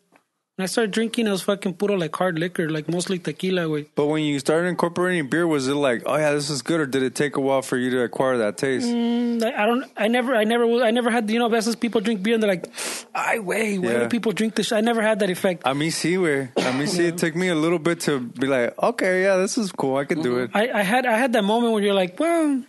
Speaker 5: When I started drinking, it was fucking puro like hard liquor, like mostly tequila, güey.
Speaker 2: But when you started incorporating beer, was it like, oh yeah, this is good, or did it take a while for you to acquire that taste?
Speaker 1: Mm.
Speaker 5: Like, I don't. I never. I never. was- I never had. You know, veces people drink beer and they're like, "I way. Why do
Speaker 2: Yeah.
Speaker 5: people drink this?" shit?" I never had that effect.
Speaker 2: I mean, see where I mean, see, it took me a little bit to be like, okay, yeah, this is cool, I could do
Speaker 1: Mm-hmm.
Speaker 2: it.
Speaker 5: I, I had. I had that moment where you're like, "Well,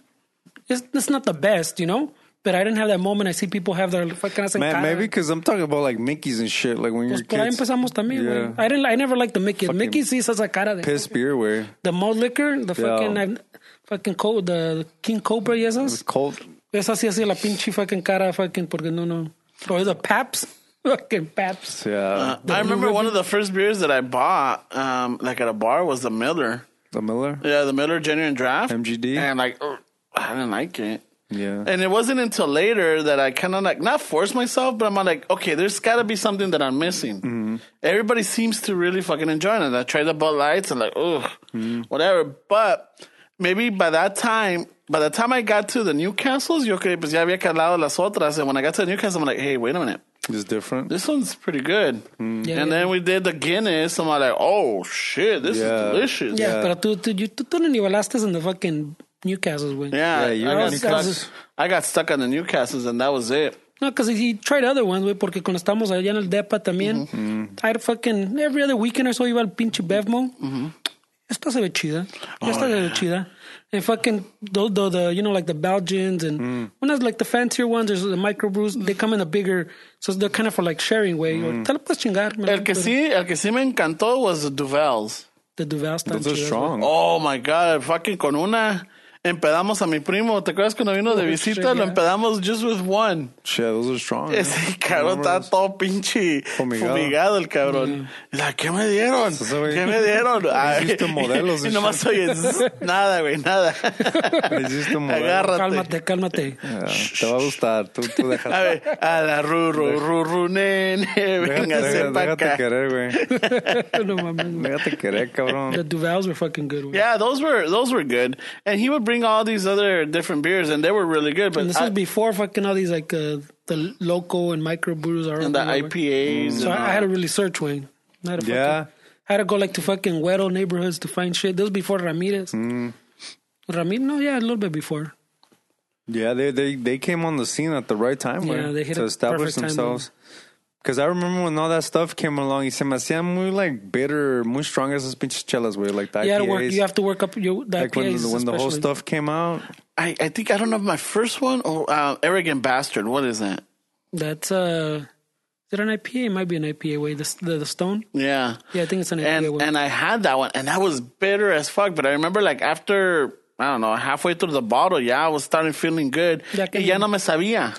Speaker 5: it's it's not the best," you know. But I didn't have that moment. I see people have their fucking. hacen
Speaker 2: Man,
Speaker 5: cara.
Speaker 2: maybe because I'm talking about like Mickey's and shit, like when
Speaker 5: Pues
Speaker 2: you're
Speaker 5: por ahí
Speaker 2: kids.
Speaker 5: empezamos también, güey.
Speaker 2: Yeah.
Speaker 5: I didn't. I never liked the Mickey.
Speaker 2: Fucking
Speaker 5: Mickey sí es esa cara de.
Speaker 2: Piss beer, where
Speaker 5: The malt liquor, the
Speaker 2: Yeah.
Speaker 5: fucking, I've- fucking co the King Cobra y
Speaker 2: it's
Speaker 5: esas.
Speaker 2: cold.
Speaker 5: Esas sí hacía la pinche fucking cara, fucking, porque no, no. Or the Paps. Fucking Paps.
Speaker 2: Yeah,
Speaker 1: Uh, I remember one of the first beers that I bought, um, like at a bar, was the Miller.
Speaker 2: the Miller.
Speaker 1: Yeah, the Miller Genuine Draft.
Speaker 2: MGD?
Speaker 1: And like, ugh, I didn't like it.
Speaker 2: Yeah.
Speaker 1: And it wasn't until later that I kind of like, not forced myself, but I'm like, okay, there's got to be something that I'm missing. Everybody seems to really fucking enjoy it. And I tried the Bud Lights and like, ugh, whatever. But maybe by that time, by the time I got to the Newcastles, yo que pues ya había calado las otras. And when I got to the Newcastle, I'm like, hey, wait a minute.
Speaker 2: It's different.
Speaker 1: This one's pretty good.
Speaker 5: Yeah,
Speaker 1: and
Speaker 5: yeah.
Speaker 1: then we did the Guinness. I'm like, oh shit, this
Speaker 2: Yeah.
Speaker 1: is delicious.
Speaker 5: Yeah, pero tú, tú, you- tú, tú no nivelaste en the fucking Newcastle, güey.
Speaker 1: Yeah,
Speaker 2: Yeah, you
Speaker 1: I,
Speaker 2: were
Speaker 1: got
Speaker 2: on
Speaker 1: stuck,
Speaker 5: Newcastles.
Speaker 1: I got stuck on the Newcastles, and that was it.
Speaker 5: No, because he tried other ones, güey, porque cuando estábamos allá en el DEPA también,
Speaker 1: Mm.
Speaker 5: I'd fucking, every other weekend or so iba al pinche Bevmo. Esta se ve chida.
Speaker 1: Oh,
Speaker 5: Esta se ve chida. And fucking, the, the, the, you know, like the Belgians and
Speaker 1: Mm.
Speaker 5: unas like the fancier ones, there's the microbrews, they come in a bigger, so they're kind of for like sharing, güey. Or, te la puedes chingar. me la-
Speaker 1: Mm. El que sí, el que sí me encantó was the Duvals.
Speaker 5: The Duvel están
Speaker 2: Those are
Speaker 5: chidas,
Speaker 2: strong.
Speaker 1: Oh my god, fucking con una empedamos a mi primo. ¿Te acuerdas cuando vino de
Speaker 5: Oh,
Speaker 1: visita?
Speaker 5: shit,
Speaker 1: Lo
Speaker 5: yeah.
Speaker 1: empedamos just with one.
Speaker 2: Shit, those are strong. eh.
Speaker 1: Ese cabrón está todo pinche
Speaker 2: Fumigado.
Speaker 1: fumigado el cabrón. La que me dieron,
Speaker 2: Eso, güey.
Speaker 1: ¿qué me dieron? Ay,
Speaker 2: Hiciste modelos
Speaker 1: y
Speaker 2: y
Speaker 1: nomás
Speaker 2: shit.
Speaker 1: oyes zzz, nada, güey, nada.
Speaker 2: Hiciste modelos.
Speaker 5: güey.
Speaker 1: Agárrate.
Speaker 5: Cálmate, cálmate.
Speaker 2: Yeah, te va a gustar. Tú, tú
Speaker 1: A
Speaker 2: dejas.
Speaker 1: ver, a la ruru, ruru, nene, véngase
Speaker 2: Déjate,
Speaker 1: pa'
Speaker 2: déjate
Speaker 1: acá.
Speaker 2: querer, güey.
Speaker 5: no mames, güey.
Speaker 2: Déjate querer, cabrón.
Speaker 5: The Duvals were fucking good, güey.
Speaker 1: Yeah, those were those were good, and he would bring all these other different beers, and they were really good. But
Speaker 5: And this
Speaker 1: I-
Speaker 5: was before fucking all these like uh, the local and microbrews are
Speaker 1: and the
Speaker 5: all over.
Speaker 1: IPAs.
Speaker 5: So
Speaker 1: and
Speaker 5: I, I had to really search, Wayne. I had to fucking,
Speaker 2: Yeah.
Speaker 5: I had to go like to fucking Güero neighborhoods to find shit. This was before Ramirez.
Speaker 2: Mm.
Speaker 5: Ramirez? No, yeah, a little bit before.
Speaker 2: Yeah, they, they they came on the scene at the right time
Speaker 5: Yeah,
Speaker 2: yeah,
Speaker 5: they hit
Speaker 2: to
Speaker 5: a
Speaker 2: establish
Speaker 5: perfect time,
Speaker 2: themselves. Because I remember when all that stuff came along, y se me hacían muy like bitter, muy strong esas pinches chelas, güey. Like the
Speaker 5: You had to
Speaker 2: IPAs.
Speaker 5: work. You have to work up your the
Speaker 2: like when,
Speaker 5: IPAs
Speaker 2: when the whole
Speaker 5: especially.
Speaker 2: stuff came out.
Speaker 1: I, I think I don't know if my first one or uh, arrogant bastard. What is that?
Speaker 5: That's uh, is it an IPA? It might be an IPA. Way the, the the stone.
Speaker 1: Yeah,
Speaker 5: Yeah, I think it's an IPA.
Speaker 1: and
Speaker 5: way.
Speaker 1: and I had that one, and that was bitter as fuck. But I remember like after. I don't know. Halfway through the bottle, yeah, I was starting feeling good.
Speaker 5: Ya que
Speaker 1: y ya
Speaker 5: no.
Speaker 1: no me sabía.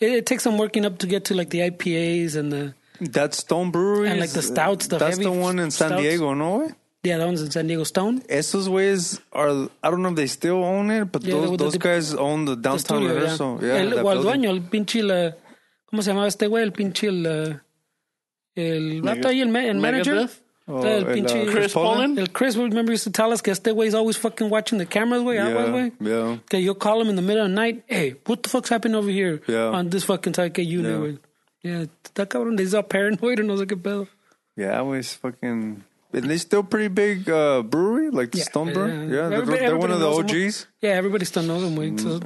Speaker 5: it, it takes some working up to get to like the IPAs and the
Speaker 2: That Stone Brewery.
Speaker 5: And, like, the stouts, the
Speaker 2: That's
Speaker 5: heavy
Speaker 2: the one in San
Speaker 5: stouts.
Speaker 2: Diego, no way?
Speaker 5: yeah, that one's in San Diego Stone.
Speaker 2: Esos ways are, I don't know if they still own it, but
Speaker 5: Yeah,
Speaker 2: those,
Speaker 5: with the-
Speaker 2: those guys own the
Speaker 5: The
Speaker 2: downtown
Speaker 5: studio,
Speaker 2: rehearsal.
Speaker 5: yeah.
Speaker 2: Yeah,
Speaker 5: el,
Speaker 2: that
Speaker 5: o al
Speaker 2: building.
Speaker 5: dueño, el pinche, el, ¿cómo se llamaba este güey? El pinche, el, eh, el vato ahí, el, ma- el manager.
Speaker 1: Megadeth?
Speaker 2: Oh, el,
Speaker 5: el pinche,
Speaker 2: uh,
Speaker 1: Chris Poland?
Speaker 5: el Chris, we remember used to tell us que este güey's always fucking watching the cameras, güey, out,
Speaker 2: Yeah,
Speaker 5: güey.
Speaker 2: yeah.
Speaker 5: Que you'll call him in the middle of the night, hey, what the fuck's happening over here?
Speaker 2: Yeah.
Speaker 5: On this fucking side que unit,
Speaker 2: Yeah.
Speaker 5: güey. Yeah, está cabrón, they all paranoid o no sé qué pedo.
Speaker 2: Yeah, I always fucking. And they still pretty big uh, brewery, like the Stone Brewery. Yeah, they're,
Speaker 5: Everybody-
Speaker 2: they're one of the Mm.
Speaker 5: everybody knows him.
Speaker 2: OGs.
Speaker 5: Yeah, everybody still knows him, güey. So,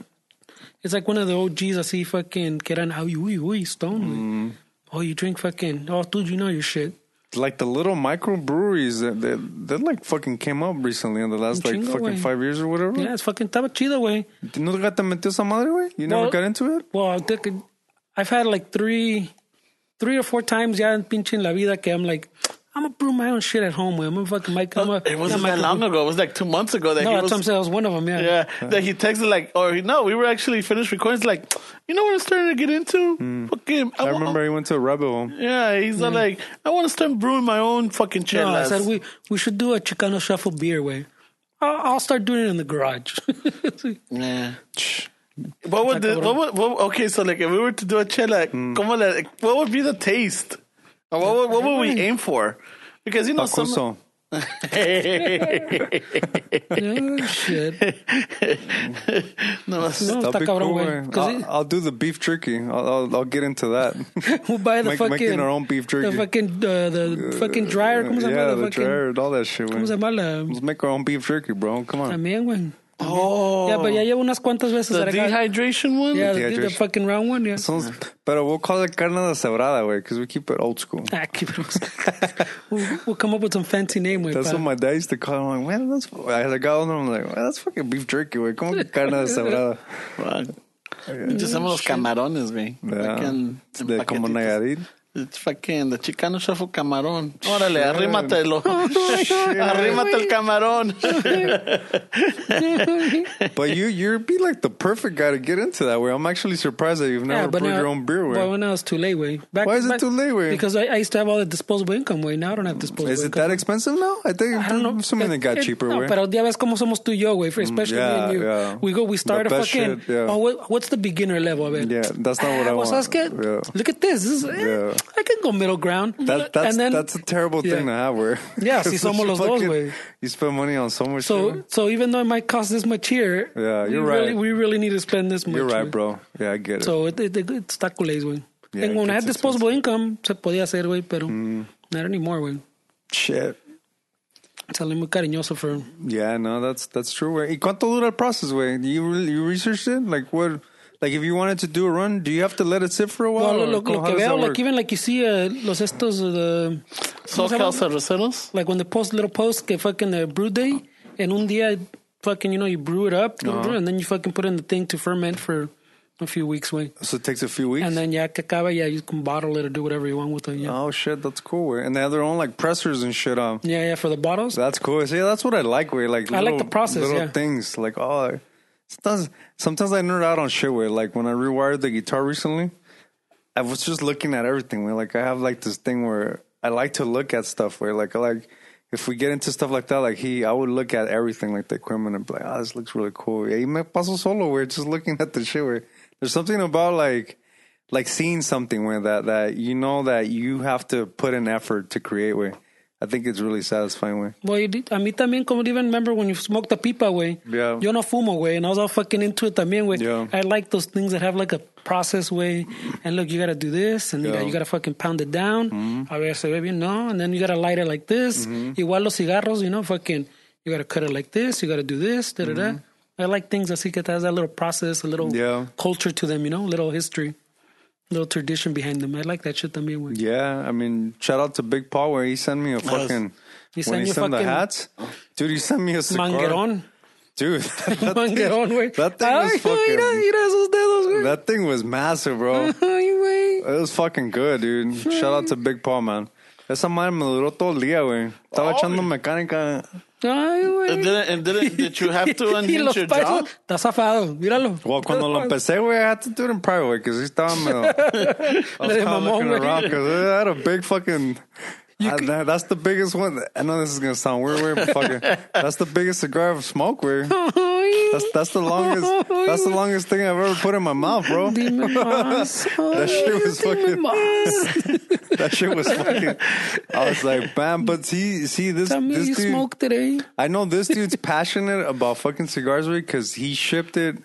Speaker 5: it's like one of the OGs I see fucking que eran, ay, uy, uy, Stone, güey.
Speaker 2: Mm.
Speaker 5: Oh, you drink fucking, oh, dude, you know your shit.
Speaker 2: Like the little microbreweries that that, that like fucking came up recently in the last like
Speaker 5: Chingo,
Speaker 2: fucking
Speaker 5: güey.
Speaker 2: five years or whatever.
Speaker 5: Yeah, it's fucking estaba chido, güey.
Speaker 2: ¿No te got- te metió esa madre, güey? You never
Speaker 5: Well-
Speaker 2: got into it?
Speaker 5: Well, I think I've had like three, three or four times ya en pinche en la vida que I'm like, I'm gonna brew my own shit at home. With. I'm gonna fucking make. I'm gonna,
Speaker 1: It wasn't
Speaker 5: yeah,
Speaker 1: that
Speaker 5: make-
Speaker 1: long ago. It was like two months ago that
Speaker 5: No,
Speaker 1: he
Speaker 5: that's
Speaker 1: was.
Speaker 5: what I'm saying. I was one of them. Yeah.
Speaker 1: Yeah, that he texted like, or he- no, we were actually finished recording. It's like, you know what I'm starting to get into? Fucking,
Speaker 2: Mm. I
Speaker 1: wa-
Speaker 2: remember Mm. he went to a rabbit hole.
Speaker 1: Yeah, he's uh, like, I want to start brewing my own fucking
Speaker 5: No, I
Speaker 1: chelas.
Speaker 5: said we we should do a Chicano shuffle beer way. I'll, I'll start doing it in the garage.
Speaker 1: yeah. What would the, what would what, okay? So like, if we were to do a chela,
Speaker 2: Mm.
Speaker 1: como la, what would be the taste? Or what would, what would we aim for? Because you know some.
Speaker 2: Acuso.
Speaker 5: yeah, Oh, shit.
Speaker 1: no, it's-
Speaker 5: No,
Speaker 2: That'd
Speaker 5: está
Speaker 2: be
Speaker 5: cabrón,
Speaker 2: cool,
Speaker 5: güey.
Speaker 2: güey.
Speaker 5: 'Cause
Speaker 2: I'll, I'll do the beef jerky. I'll, I'll, I'll get into that.
Speaker 5: We'll buy the
Speaker 2: Make-
Speaker 5: fucking
Speaker 2: making our own beef jerky.
Speaker 5: The fucking uh, the fucking dryer. ¿Cómo se llama?
Speaker 2: yeah,
Speaker 5: la
Speaker 2: the
Speaker 5: fucking,
Speaker 2: dryer and all that shit, güey.
Speaker 5: ¿Cómo se llama la?
Speaker 2: Let's make our own beef jerky, bro. Come on.
Speaker 5: También, güey.
Speaker 1: oh,
Speaker 5: Yeah, but ya llevo unas cuantas veces.
Speaker 1: the
Speaker 5: that I got-
Speaker 1: dehydration one.
Speaker 5: yeah, the, the
Speaker 2: dehydration.
Speaker 5: fucking round one. Yeah.
Speaker 2: Sounds, but we'll call it carne de cebrada, güey, because we keep it old school.
Speaker 5: Ah, keep it we'll, we'll come up with some fancy name with
Speaker 2: That's what my dad used to call. it. I'm like, man, that's. I got on there. I'm like, man, that's fucking beef jerky, güey. Come on, carne de cebrada.
Speaker 1: Fuck. Just some of those camarones, man.
Speaker 2: Yeah.
Speaker 1: Fucking
Speaker 2: It's the como
Speaker 1: paquetitos.
Speaker 2: Nayarit.
Speaker 1: It's fucking the Chicano Shuffle Camarón. Órale, arrímatelo. Arrímate el
Speaker 5: Shit.
Speaker 1: camarón.
Speaker 2: But you, you'd be like the perfect guy to get into that way. I'm actually surprised that you've never brewed your own beer.
Speaker 5: Well,
Speaker 2: Way.
Speaker 5: now it's too late, way. Back,
Speaker 2: Why is it
Speaker 5: back-
Speaker 2: too late, güey?
Speaker 5: Because I, I used to have all the disposable income, way. Now I don't have disposable
Speaker 2: Is it
Speaker 5: income.
Speaker 2: that expensive now? I think
Speaker 5: I don't know.
Speaker 2: something that got
Speaker 5: Mm, It-
Speaker 2: cheaper.
Speaker 5: No,
Speaker 2: way.
Speaker 5: pero ya ves cómo somos tú y yo, güey. Especially me
Speaker 2: yeah,
Speaker 5: and you.
Speaker 2: yeah.
Speaker 5: We go, we start a
Speaker 2: The best
Speaker 5: fucking.
Speaker 2: shit, yeah.
Speaker 5: Oh, what, what's the beginner level? A ver.
Speaker 2: Yeah, that's not what I
Speaker 5: well, ¿sabes
Speaker 2: want.
Speaker 5: qué?
Speaker 2: Yeah.
Speaker 5: Look at this. this is, eh,
Speaker 2: Yeah.
Speaker 5: I can go middle ground.
Speaker 2: That, that's
Speaker 5: and then,
Speaker 2: that's a terrible
Speaker 5: yeah.
Speaker 2: thing to have. Where
Speaker 5: Yeah, si somos los dos, güey.
Speaker 2: You spend money on so much.
Speaker 5: So,
Speaker 2: shit.
Speaker 5: so even though it might cost this much here,
Speaker 2: Yeah,
Speaker 5: we
Speaker 2: you're
Speaker 5: really-
Speaker 2: right.
Speaker 5: we really need to spend this much.
Speaker 2: you're
Speaker 5: güey.
Speaker 2: right, bro. Yeah, I get it.
Speaker 5: So it, it, it, it's taco lays, güey.
Speaker 2: Yeah,
Speaker 5: and when
Speaker 2: it
Speaker 5: I had
Speaker 2: gets Mm.
Speaker 5: disposable income, se podía hacer, güey, pero not anymore, güey.
Speaker 2: shit.
Speaker 5: Sale muy cariñoso for
Speaker 2: Yeah, no, that's that's true. Way. ¿Y cuánto dura el process, way? You really, you researched it? Like what? Like if you wanted to do a run, do you have to let it sit for a while?
Speaker 5: Well,
Speaker 2: or
Speaker 5: lo,
Speaker 2: cómo-
Speaker 5: lo
Speaker 2: how
Speaker 5: que
Speaker 2: does that
Speaker 5: veo,
Speaker 2: work?
Speaker 5: like even like you see uh, los estos uh, the ¿cómo se
Speaker 1: SoCal
Speaker 5: llama?
Speaker 1: Cerveceros.
Speaker 5: like when they post little posts que fucking uh, brew day and un día fucking you know you brew it up and then you fucking put in the thing to ferment for a few weeks, way.
Speaker 2: so it takes a few weeks.
Speaker 5: And then yeah, que acaba, yeah, you can bottle it or do whatever you want with it. Yeah,
Speaker 2: oh shit, that's cool. Way. And they have their own like pressers and shit um, on.
Speaker 5: yeah, yeah, for the bottles.
Speaker 2: That's cool. See, that's what I like. Where like
Speaker 5: I like the process,
Speaker 2: little
Speaker 5: yeah.
Speaker 2: things like oh, sometimes sometimes I nerd out on shit. Where like when I rewired the guitar recently, I was just looking at everything. Where like I have like this thing where I like to look at stuff. Where like I like if we get into stuff like that, like he, I would look at everything like the equipment and be like, oh, this looks really cool. Yeah, you me paso solo. Where just looking at the shit. Where there's something about like. Like seeing something where that that you know that you have to put an effort to create way, I think it's really satisfying way.
Speaker 5: Well, you did- a mí también, como even remember when you smoked the pipa, güey.
Speaker 2: Yeah.
Speaker 5: Yo no fumo, güey, and I was all fucking into it también, güey.
Speaker 2: Yeah.
Speaker 5: I like those things that have like a process, way. And look, you gotta do this, and you,
Speaker 2: Yeah. Mm-hmm.
Speaker 5: gotta, you gotta fucking pound it down. A ver, se ve bien, no? And then you gotta light it like this. Igual los cigarros, you know, fucking, you gotta cut it like this, you gotta do this, da da da. I like things así que has that little process, a little
Speaker 2: Mm-hmm. Yeah.
Speaker 5: culture to them, you know, little history, little tradition behind them. I like that shit también, güey.
Speaker 2: Yeah, I mean, shout out to Big Paul where he sent me a fucking.
Speaker 5: He
Speaker 2: when
Speaker 5: sent
Speaker 2: he
Speaker 5: you
Speaker 2: sent the
Speaker 5: fucking-
Speaker 2: hats, dude, he sent me a cigar.
Speaker 5: Manguerón.
Speaker 2: dude. That, that
Speaker 5: Manguerón,
Speaker 2: thing,
Speaker 5: güey.
Speaker 2: that thing
Speaker 5: Ay,
Speaker 2: was fucking.
Speaker 5: mira, mira esos dedos, güey.
Speaker 2: That thing was massive, bro. It
Speaker 5: Ay, güey.
Speaker 2: was fucking good, dude. Shout out to Big Paul, man. Esa madre me duró todo el día, güey.
Speaker 5: Oh,
Speaker 2: Estaba echando mecánica.
Speaker 5: Ay,
Speaker 1: And
Speaker 5: güey.
Speaker 1: didn't, and didn't, did you have to
Speaker 5: Y los
Speaker 1: unhinge your jaw?
Speaker 5: paisas, está zafado, míralo.
Speaker 2: Well, cuando lo empecé, güey, I had to do it in private, güey, because he estaba medio. I was
Speaker 5: Le
Speaker 2: kind of
Speaker 5: mamó,
Speaker 2: looking
Speaker 5: güey.
Speaker 2: around because I had a big fucking.
Speaker 5: You
Speaker 2: I-
Speaker 5: could-
Speaker 2: that- that's the biggest one. I know this is gonna sound weird, weird, but fucking, that's the biggest cigar I've smoked, weird.
Speaker 5: Ay,
Speaker 2: That's that's the longest. That's the longest thing I've ever put in my mouth, bro.
Speaker 5: Dime más.
Speaker 2: That shit was
Speaker 5: Ay, dime
Speaker 2: fucking-
Speaker 5: más.
Speaker 2: That shit was fucking. I was like, bam. But see, see this.
Speaker 5: Tell me
Speaker 2: this
Speaker 5: you
Speaker 2: dude,
Speaker 5: smoked today.
Speaker 2: I know this dude's passionate about fucking cigars, because he shipped it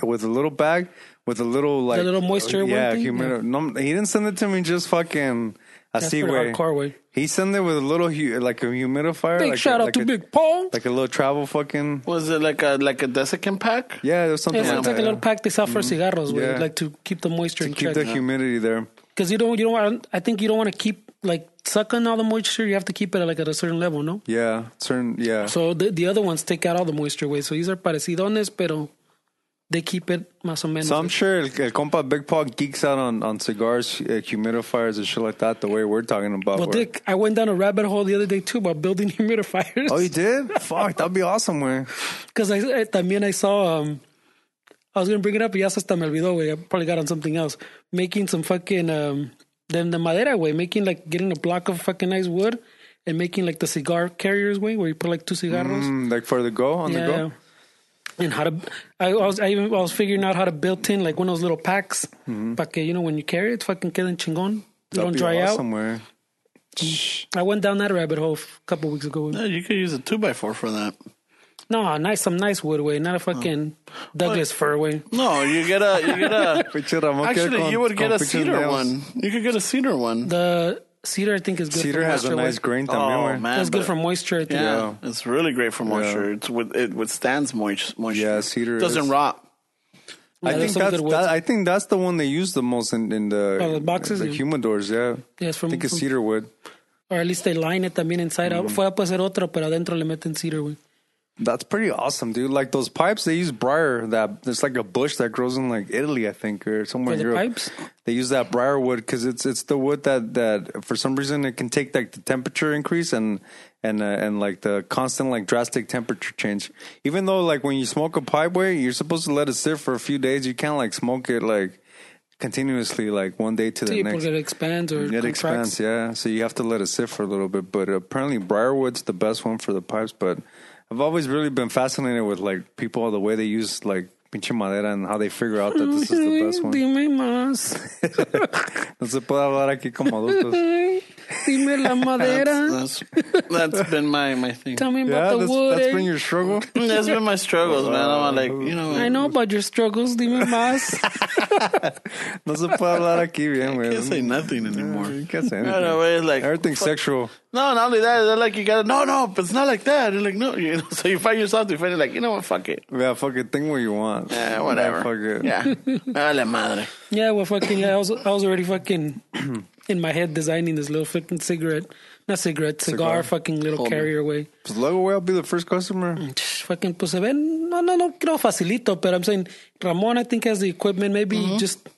Speaker 2: with a little bag with a little like uh,
Speaker 5: little moisture one
Speaker 2: Yeah,
Speaker 5: thing?
Speaker 2: he made
Speaker 5: Yeah.
Speaker 2: a- no, he didn't send it to me just fucking. I
Speaker 5: That's
Speaker 2: see
Speaker 5: pretty
Speaker 2: way.
Speaker 5: hardcore, way.
Speaker 2: He sent it with a little hu- like a humidifier.
Speaker 5: Big
Speaker 2: like
Speaker 5: shout
Speaker 2: a,
Speaker 5: out
Speaker 2: like
Speaker 5: to
Speaker 2: a-
Speaker 5: Big Paul.
Speaker 2: Like a little travel fucking.
Speaker 1: Was it like a like a desiccant pack?
Speaker 2: Yeah, there's something
Speaker 5: It's
Speaker 2: like
Speaker 5: it's
Speaker 2: that.
Speaker 5: like a little pack they sell for cigarros, güey.
Speaker 2: Yeah.
Speaker 5: Like to keep the moisture in
Speaker 2: Keep the
Speaker 5: check.
Speaker 2: humidity there.
Speaker 5: Because you don't, you don't. want- I think you don't want to keep like sucking all the moisture. You have to keep it like at a certain level, no?
Speaker 2: Yeah, certain. Yeah.
Speaker 5: So the, the other ones take out all the moisture away. So these are parecidones, pero they keep it más o menos.
Speaker 2: So I'm sure el, el compa Big Paw geeks out on, on cigars, uh, humidifiers, and shit like that, the way we're talking about.
Speaker 5: well,
Speaker 2: where-
Speaker 5: Dick, I went down a rabbit hole the other day too about building humidifiers.
Speaker 2: Oh, you did? Fuck, that'd be awesome, man.
Speaker 5: Because I, I también I saw um, I was gonna bring it up, y ya se hasta me olvidó, güey. I probably got on something else. Making some fucking um, the the madera way, making like getting a block of fucking nice wood and making like the cigar carriers way, where you put like two cigarros.
Speaker 2: Mm, like for the go, on the go?
Speaker 5: And how to, I, I was, I, even, I was figuring out how to built in like one of those little packs, para que, you know, when you carry it, fucking queden chingón,
Speaker 2: Mm-hmm.
Speaker 5: They
Speaker 2: That'd
Speaker 5: don't
Speaker 2: be
Speaker 5: dry
Speaker 2: awesome,
Speaker 5: out.
Speaker 2: man.
Speaker 5: I went down that rabbit hole a couple weeks ago.
Speaker 1: Yeah, you could use a two by four for that.
Speaker 5: No, nice, some nice wood way,
Speaker 2: Oh.
Speaker 5: not a fucking Douglas fir way.
Speaker 1: No, you get a you get a.
Speaker 2: Pinche Ramon quiere
Speaker 1: actually,
Speaker 2: con-
Speaker 1: you would get
Speaker 2: con
Speaker 1: a
Speaker 2: pinches
Speaker 1: cedar
Speaker 2: nails.
Speaker 1: one. You could get a cedar one.
Speaker 5: The cedar, I think, is good.
Speaker 2: Cedar
Speaker 5: for
Speaker 2: has a
Speaker 5: moisture,
Speaker 2: nice
Speaker 5: way.
Speaker 2: grain
Speaker 1: Oh,
Speaker 2: también, man.
Speaker 1: man.
Speaker 5: That's good
Speaker 1: but-
Speaker 5: for moisture. I think.
Speaker 1: Yeah, it's really great for moisture. It's with it withstands moist, moisture.
Speaker 2: Yeah, cedar
Speaker 1: doesn't
Speaker 2: is-
Speaker 1: rot.
Speaker 5: Yeah,
Speaker 2: I think
Speaker 5: there's some
Speaker 2: that's
Speaker 5: good
Speaker 2: that,
Speaker 5: woods.
Speaker 2: I think that's the one they use the most in, in the,
Speaker 5: Oh, the boxes,
Speaker 2: the
Speaker 5: yeah.
Speaker 2: humidors. Yeah,
Speaker 5: Yeah, it's
Speaker 2: I
Speaker 5: from-
Speaker 2: think it's
Speaker 5: from-
Speaker 2: cedar wood.
Speaker 5: Or at least they line it también inside
Speaker 2: Mm-hmm.
Speaker 5: out. Fuera puede ser otra, pero adentro le meten cedar, güey.
Speaker 2: That's pretty awesome, dude. Like those pipes, they use briar. That it's like a bush that grows in like Italy, I think, or somewhere
Speaker 5: For
Speaker 2: in
Speaker 5: the
Speaker 2: Europe.
Speaker 5: pipes?
Speaker 2: They use that briar wood because it's it's the wood that that for some reason it can take like the temperature increase and and uh, and like the constant like drastic temperature change. Even though like when you smoke a pipe, way you're supposed to let it sit for a few days. You can't like smoke it like continuously, like one day to the
Speaker 5: Sí,
Speaker 2: next.
Speaker 5: porque it expands or
Speaker 2: It expands, yeah. So you have to let it sit for a little bit. But apparently, Briarwood's the best one for the pipes. But I've always really been fascinated with like people the way they use like pinche madera and how they figure out that this is the best one.
Speaker 5: Dime más.
Speaker 2: No se puede hablar aquí como adultos.
Speaker 5: Ay, Dime la madera.
Speaker 1: That's, that's been my my thing.
Speaker 5: Tell me
Speaker 2: Yeah,
Speaker 5: about the
Speaker 2: that's,
Speaker 5: wood.
Speaker 2: that's been
Speaker 5: eh?
Speaker 2: your struggle.
Speaker 1: That's been my struggles, man. I'm like, you know,
Speaker 5: I know about your struggles. Dime más.
Speaker 2: No se puede hablar aquí bien,
Speaker 1: I can't say
Speaker 2: güey.
Speaker 1: nothing anymore.
Speaker 2: You can't say
Speaker 1: I know,
Speaker 2: anything.
Speaker 1: it's like
Speaker 2: Everything's sexual.
Speaker 1: no, not only that, they're like you gotta no, no, but it's not like that. They're like no, you know, so you find yourself defending like you know what, fuck it,
Speaker 2: Yeah, fucking think what you want.
Speaker 1: yeah, whatever,
Speaker 2: Yeah, fuck it.
Speaker 1: yeah, vale madre.
Speaker 5: yeah, well, fucking. Yeah, I was, I was already fucking in my head designing this little fucking cigarette, not cigarette,
Speaker 2: Cigar.
Speaker 5: cigar, fucking little carrier way.
Speaker 2: Pues luego, güey, I'll be the first customer.
Speaker 5: Fucking, pues se ven. No, no, no, creo facilito, but I'm saying Ramon, I think has the equipment. Maybe
Speaker 1: Mm-hmm.
Speaker 5: just.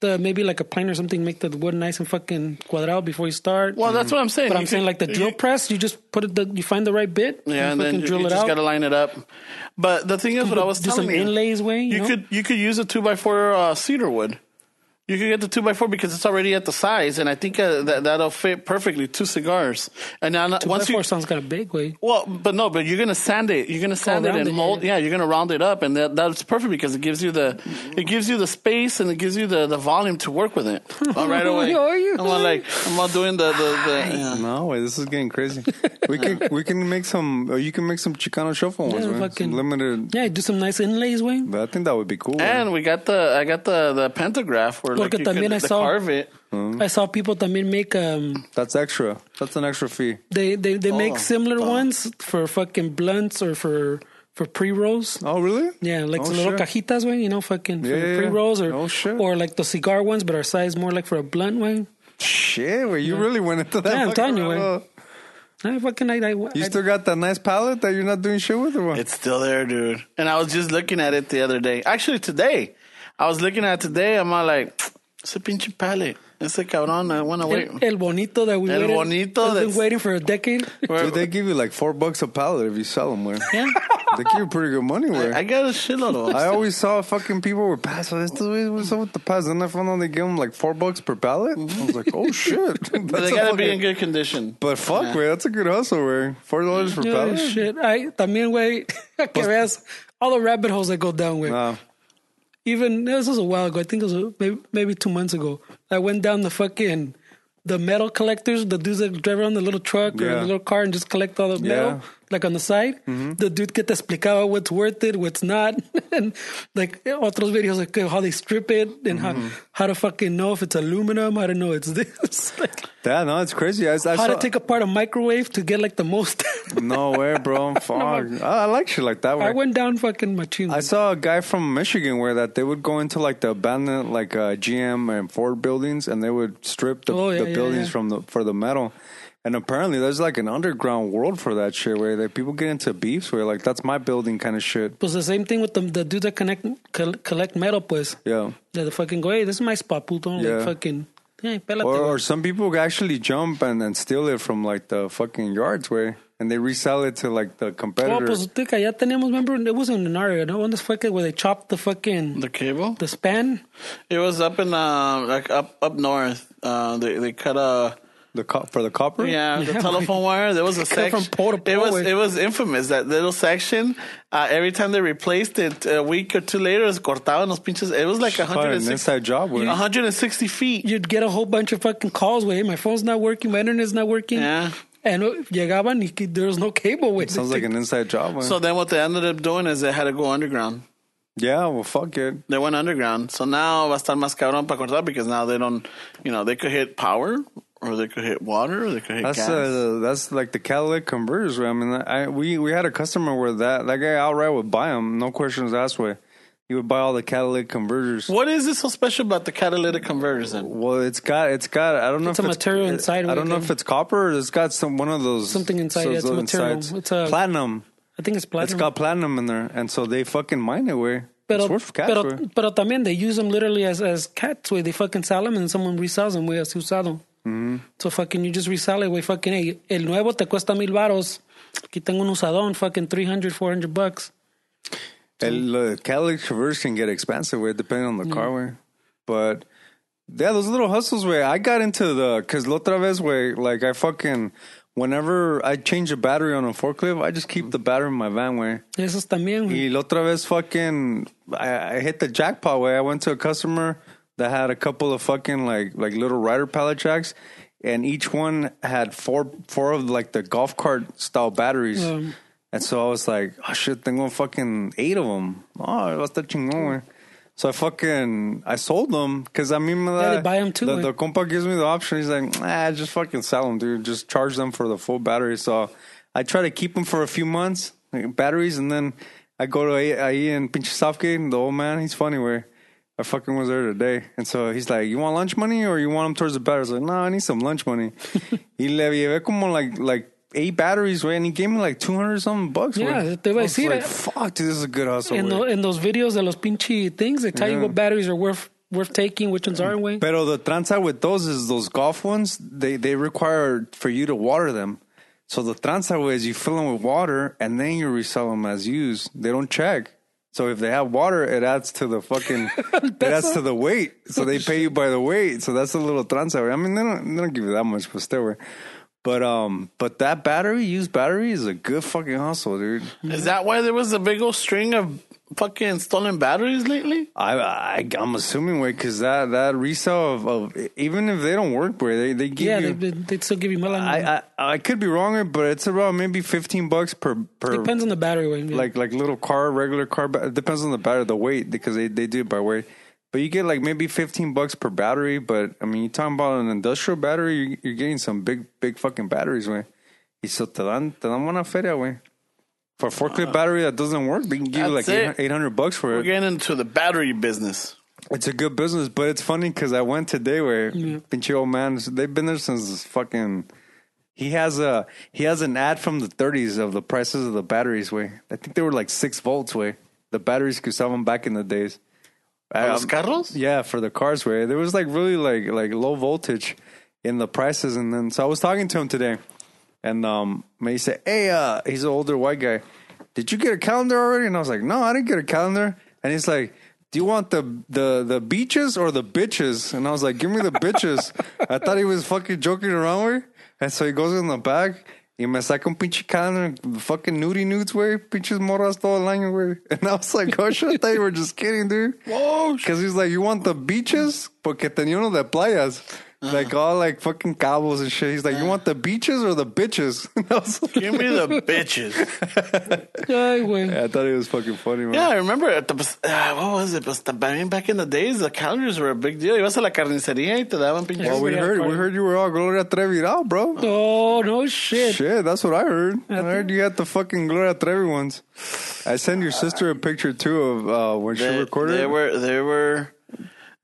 Speaker 5: The, maybe like a plane or something, make the wood nice and fucking cuadrado before you start.
Speaker 1: Well, that's what I'm saying.
Speaker 5: But
Speaker 1: You
Speaker 5: I'm saying
Speaker 1: could-
Speaker 5: like the drill
Speaker 1: you-
Speaker 5: press, you just put it, the, you find the right bit,
Speaker 1: Yeah, and
Speaker 5: you
Speaker 1: then
Speaker 5: fucking
Speaker 1: you,
Speaker 5: drill
Speaker 1: you
Speaker 5: it
Speaker 1: just
Speaker 5: out.
Speaker 1: gotta line it up. But the thing is, what I was
Speaker 5: do some
Speaker 1: telling you,
Speaker 5: inlays way, you
Speaker 1: you
Speaker 5: know?
Speaker 1: could you could use a two by four uh, cedar wood. You could get the two by four because it's already at the size, and I think uh, that that'll fit perfectly two cigars. And then once
Speaker 5: Once
Speaker 1: you
Speaker 5: sounds kind of big, way.
Speaker 1: well, but no, but you're gonna sand it. You're gonna sand it
Speaker 5: round
Speaker 1: and
Speaker 5: it,
Speaker 1: mold.
Speaker 5: yeah.
Speaker 1: Yeah, you're gonna round it up, and that that's perfect because it gives you the it gives you the space and it gives you the, the volume to work with it. All right away.
Speaker 5: Are you-
Speaker 1: I'm all like I'm all doing the the, the yeah.
Speaker 2: No, way, this is getting crazy. We can we can make some. Or you can make some Chicano shuffle ones,
Speaker 5: Yeah,
Speaker 2: man.
Speaker 5: fucking-
Speaker 2: Some limited
Speaker 5: Yeah, do some nice inlays, way.
Speaker 2: But I think that would be cool.
Speaker 1: And we got the I got the the pentagraph where like
Speaker 5: Porque
Speaker 1: you
Speaker 5: también
Speaker 1: could
Speaker 5: I
Speaker 1: the
Speaker 5: saw-
Speaker 1: carve it.
Speaker 5: I saw people también make um
Speaker 2: That's extra. That's an extra fee.
Speaker 5: they they, they make
Speaker 1: Oh,
Speaker 5: similar
Speaker 1: oh.
Speaker 5: ones for fucking blunts or for for pre rolls.
Speaker 2: Oh, really?
Speaker 5: Yeah, like
Speaker 2: Oh,
Speaker 5: the little
Speaker 2: shit.
Speaker 5: cajitas, way. You know, fucking
Speaker 2: Yeah,
Speaker 5: for
Speaker 2: yeah,
Speaker 5: pre rolls or
Speaker 2: yeah. Oh, shit.
Speaker 5: or like the cigar ones, but our size more like for a blunt, way.
Speaker 2: Shit, well, you really went into that.
Speaker 5: Yeah, I'm
Speaker 2: fucking
Speaker 5: telling you,
Speaker 2: level.
Speaker 5: man. I Ah, fucking I, I,
Speaker 2: You
Speaker 5: I-
Speaker 2: still got that nice palette that you're not doing shit with, or what?
Speaker 1: It's still there, dude. And I was just looking at it the other day. Actually, today I was looking at it today. I'm all like, it's a pinche palette. It's a cabrón. I want to wait.
Speaker 5: el, el bonito that we
Speaker 1: El
Speaker 5: waited,
Speaker 1: bonito
Speaker 5: has been
Speaker 1: that's-
Speaker 5: waiting for a decade.
Speaker 1: Where-
Speaker 2: Dude, they give you like four bucks a palette if you sell them. Where
Speaker 5: Yeah.
Speaker 2: they give you pretty good money. Where
Speaker 1: I
Speaker 2: I,
Speaker 1: got a shitload of them.
Speaker 2: always saw fucking people with pads. Like, What's up with the pads? And I found out they give them like four bucks per palette. I was like, oh shit.
Speaker 1: But
Speaker 2: That's
Speaker 1: Mm-hmm. they
Speaker 2: a
Speaker 1: gotta be
Speaker 2: fucking-
Speaker 1: in good condition.
Speaker 2: But fuck, man, that's a good hustle, man. Four dollars for
Speaker 5: Yeah,
Speaker 2: pallet.
Speaker 5: Oh, shit. I también, güey. que veas all the rabbit holes that go down, güey.
Speaker 2: Nah.
Speaker 5: Even this was a while ago. I think it was uh, maybe, maybe two months ago. I went down the fucking the metal collectors, the dudes that drive around the little truck or
Speaker 2: Yeah.
Speaker 5: the little car and just collect all the metal,
Speaker 2: Yeah. Mm-hmm.
Speaker 5: like on the side. The dude que te explicaba what's worth it, what's not, and like otros videos like how they strip it and
Speaker 2: Mm-hmm.
Speaker 5: how how to fucking know if it's aluminum, how to know it's this, like,
Speaker 2: Yeah, no, it's crazy. I, I
Speaker 5: how
Speaker 2: saw,
Speaker 5: to take apart a microwave to get like the most.
Speaker 2: no way, bro. Fuck. I, I like shit like that.
Speaker 5: I
Speaker 2: Where
Speaker 5: went down fucking machine.
Speaker 2: I saw a guy from Michigan where that they would go into like the abandoned like uh, GM and Ford buildings and they would strip the,
Speaker 5: Oh, yeah,
Speaker 2: the
Speaker 5: yeah,
Speaker 2: buildings
Speaker 5: yeah.
Speaker 2: from the for the metal. And apparently, there's like an underground world for that shit where that people get into beefs where like that's my building kind of shit.
Speaker 5: Pues the same thing with the, the dude that connect, col- collect metal, pues.
Speaker 2: Yeah.
Speaker 5: That they fucking go, hey, this is my spot, puto.
Speaker 2: Yeah.
Speaker 5: Like fucking, hey, pélate.
Speaker 2: Or,
Speaker 5: güey."
Speaker 2: or some people actually jump and, and steal it from like the fucking yards where and they resell it to like the
Speaker 5: Oh,
Speaker 2: competitors.
Speaker 5: pues, tica, ya tenemos, remember, it was in an area, ¿no? On this fucking, where they chopped the fucking,
Speaker 1: The cable?
Speaker 5: the span.
Speaker 1: It was up in um like up up north. Uh, they they cut a
Speaker 2: the co- for the copper.
Speaker 1: yeah the
Speaker 5: Yeah,
Speaker 1: telephone wire. There was a
Speaker 5: Cut
Speaker 1: section.
Speaker 5: from pole to
Speaker 1: it
Speaker 5: pole,
Speaker 1: was
Speaker 5: güey.
Speaker 1: it was infamous that little section. Uh, every time they replaced it, a week or two later, it's cortaban los pinches. It was like
Speaker 2: Fire, an
Speaker 1: 160,
Speaker 2: inside job. Where,
Speaker 1: 160 feet.
Speaker 5: You'd get a whole bunch of fucking calls, güey, my phone's not working, my internet's not working.
Speaker 1: Yeah.
Speaker 5: And uh, llegaban y que there was no cable, güey.
Speaker 2: Sounds like an inside job.
Speaker 1: So
Speaker 2: So,
Speaker 1: then what they ended up doing is they had to go underground.
Speaker 2: yeah, well, fuck it.
Speaker 1: They went underground. So now va a estar más cabrón para cortar because now they don't, you know, they could hit power or they could hit water or they could hit
Speaker 2: That's
Speaker 1: gas.
Speaker 2: uh, that's like the catalytic converters. right? I mean, I, we we had a customer where that that guy outright would buy them, no questions asked. Way he would buy all the catalytic converters.
Speaker 1: what is it so special about the catalytic converters then?
Speaker 2: Well, it's got it's got I don't know
Speaker 5: It's
Speaker 2: if
Speaker 5: a material inside
Speaker 2: I
Speaker 5: with
Speaker 2: don't know
Speaker 5: it.
Speaker 2: if it's copper. or It's got some one of those
Speaker 5: Something inside, yeah, it's
Speaker 2: those
Speaker 5: material.
Speaker 2: insides.
Speaker 5: It's a-
Speaker 2: platinum.
Speaker 5: I think it's platinum.
Speaker 2: It's got platinum in there, and so they fucking mine it. Way
Speaker 5: Pero,
Speaker 2: it's worth cash.
Speaker 5: pero,
Speaker 2: güey.
Speaker 5: pero también they use them literally as, as cats, where they fucking sell them and someone resells them, güey, así usado.
Speaker 2: Mm-hmm.
Speaker 5: So fucking you just resell it, güey, fucking, hey, el nuevo te cuesta mil varos. Aquí tengo un usadón, fucking 300, 400 bucks.
Speaker 2: And the catalytic converters can get expensive, way depending on the car, way. But yeah, those little hustles, way. I got into the because otra vez, way. Like I fucking whenever I change a battery on a forklift, I just keep the battery in my van, way.
Speaker 5: Esos también, güey.
Speaker 2: Y la otra vez, fucking, I, I hit the jackpot. Way I went to a customer that had a couple of fucking like like little rider pallet jacks, and each one had four four of like the golf cart style batteries.
Speaker 5: Yeah.
Speaker 2: And so I was like, oh shit, tengo fucking eight of them. Oh, that's the chingón. güey. So I fucking I sold them because I mean
Speaker 5: they buy 'em too,
Speaker 2: The,
Speaker 5: güey.
Speaker 2: the compa gives me the option. He's like, ah, just fucking sell them, dude. Just charge them for the full battery. So I try to keep them for a few months, like, batteries, and then I go to A- AE and pinch Southgate, and the old man, he's funny where I fucking was there today. And so he's like, you want lunch money or you want them towards the batteries? I was like, no, I need some lunch money. y le llevé como like, like eight batteries, way, and he gave me like 200 something bucks.
Speaker 5: Yeah,
Speaker 2: güey.
Speaker 5: te iba a
Speaker 2: I was
Speaker 5: decir,
Speaker 2: like,
Speaker 5: eh,
Speaker 2: fuck, dude, this is a good hustle.
Speaker 5: in,
Speaker 2: güey."
Speaker 5: the, in those videos de los pinche things, they tell you
Speaker 2: Yeah.
Speaker 5: what batteries are worth worth taking, which ones aren't, güey.
Speaker 2: Pero the tranza with those is those golf ones, they, they require for you to water them. So the tranza way is you fill them with water and then you resell them as used. They don't check. So if they have water, it adds to the fucking, it adds to the weight. So they pay you by the weight. So that's a little tranza. güey. I mean, they don't, they don't give you that much, but still. güey. But um, but that battery, used battery, is a good fucking hustle, dude.
Speaker 1: Is that why there was a big old string of fucking stolen batteries lately?
Speaker 2: I, I I'm assuming way because that that resale of, of even if they don't work, where they they give
Speaker 5: Yeah,
Speaker 2: you
Speaker 5: they, they, they still give you melon.
Speaker 2: I, I I could be wrong, but it's around maybe fifteen bucks per per
Speaker 5: Depends on the battery, güey. yeah.
Speaker 2: like like little car, regular car. But it depends on the battery, the weight because they they do it by weight. But you get like maybe fifteen bucks per battery. But I mean, you're talking about an industrial battery. You're, you're getting some big big fucking batteries, man. Y so te dan te dan buena feria, way. For a
Speaker 5: Ah.
Speaker 2: forklift battery that doesn't work, they can give you like
Speaker 1: That's it.
Speaker 2: eight hundred bucks for
Speaker 1: We're
Speaker 2: it.
Speaker 1: getting into the battery business.
Speaker 2: It's a good business, but it's funny because I went today where pinchy old man. They've been there since this fucking. He has a he has an ad from the 30s of the prices of the batteries. Way I think they were like six volts. Way the batteries could sell them back in the days. Um,
Speaker 1: Los carros?
Speaker 2: Yeah, for the cars, way there was like really like like low voltage in the prices, and then so I was talking to him today, and um, he said, "Hey, uh, he's an older white guy. Did you get a calendar already?" And I was like, "No, I didn't get a calendar." And he's like, "Do you want the the the beaches or the bitches?" And I was like, "Give me the bitches." I thought he was fucking joking around with, and so he goes in the back. Y me saca un pinche calendar, fucking nudie nudes, way, pinches morras todo el año, way. And I was like, oh shit, I thought you were just kidding, dude.
Speaker 1: Whoa,
Speaker 2: Because he's like, you want the beaches? Porque tenía uno de playas.
Speaker 1: Uh-huh.
Speaker 2: Like all like fucking cobbles and shit. He's like, you want the beaches or the bitches? And I, was like-
Speaker 1: Give me the bitches.
Speaker 5: Ay, güey.
Speaker 2: I thought it was fucking funny, man.
Speaker 1: Yeah, I remember. At the, uh, what was it? Pues, the- I mean, back in the days, the calendars were a big deal. Ibas a la carnicería y te daban pinches.
Speaker 2: Well, Oh, we
Speaker 5: Yeah,
Speaker 2: heard we
Speaker 5: funny.
Speaker 2: heard you were all Gloria Trevi now, bro.
Speaker 5: Oh, no shit.
Speaker 2: Shit, that's what I heard. I heard you had the fucking Gloria Trevi ones. I sent your sister a picture too of uh, when she
Speaker 1: They-
Speaker 2: recorded.
Speaker 1: They were. They were.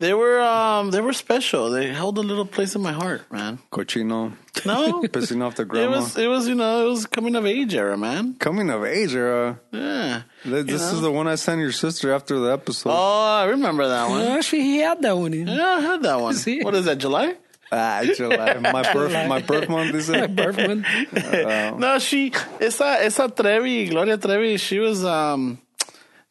Speaker 1: They were um they were special. They held a little place in my heart, man.
Speaker 2: Cochino.
Speaker 1: No,
Speaker 2: Pissing off the
Speaker 1: it
Speaker 2: grandma.
Speaker 1: was it was you know it was coming of age era, man.
Speaker 2: Coming of age era.
Speaker 1: Yeah.
Speaker 2: Th- This is the one I sent your sister after the episode.
Speaker 1: Oh, I remember that one.
Speaker 5: Actually, he Ah, had that one. in
Speaker 1: Yeah, I had that one.
Speaker 5: See?
Speaker 1: What is that? July?
Speaker 2: Ah, July. My birth, my birth month is
Speaker 5: My
Speaker 2: it?
Speaker 5: birth month.
Speaker 1: No, she esa esa Trevi Gloria Trevi. She was um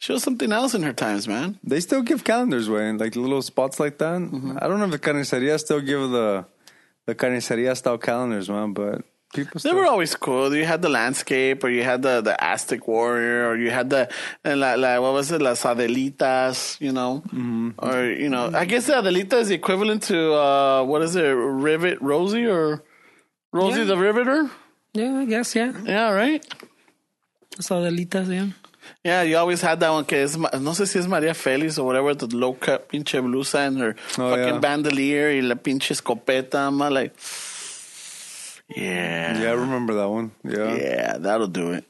Speaker 1: she was something else in her times, man.
Speaker 2: They still give calendars, way like little spots like that. I don't know if the carniceria still give the the carniceria style calendars, man. But people
Speaker 1: They
Speaker 2: still.
Speaker 1: were always cool. You had the landscape, or you had the, the Aztec warrior, or you had the and like, like what was it, las adelitas, you know, or you know, I guess the adelita is the equivalent to uh, what is it, rivet Rosie or Rosie
Speaker 5: Yeah.
Speaker 1: the Riveter?
Speaker 5: Yeah, I guess, yeah.
Speaker 1: Yeah, right.
Speaker 5: Las Adelitas, yeah.
Speaker 1: Yeah, you always had that one. Que es, Ma- no sé si es María Félix or whatever, the low cut pinche blusa and her
Speaker 2: Oh,
Speaker 1: fucking
Speaker 2: yeah.
Speaker 1: bandolier y la pinche escopeta. I'm like, yeah,
Speaker 2: Yeah, I remember that one. Yeah, yeah.
Speaker 1: yeah, that'll do it.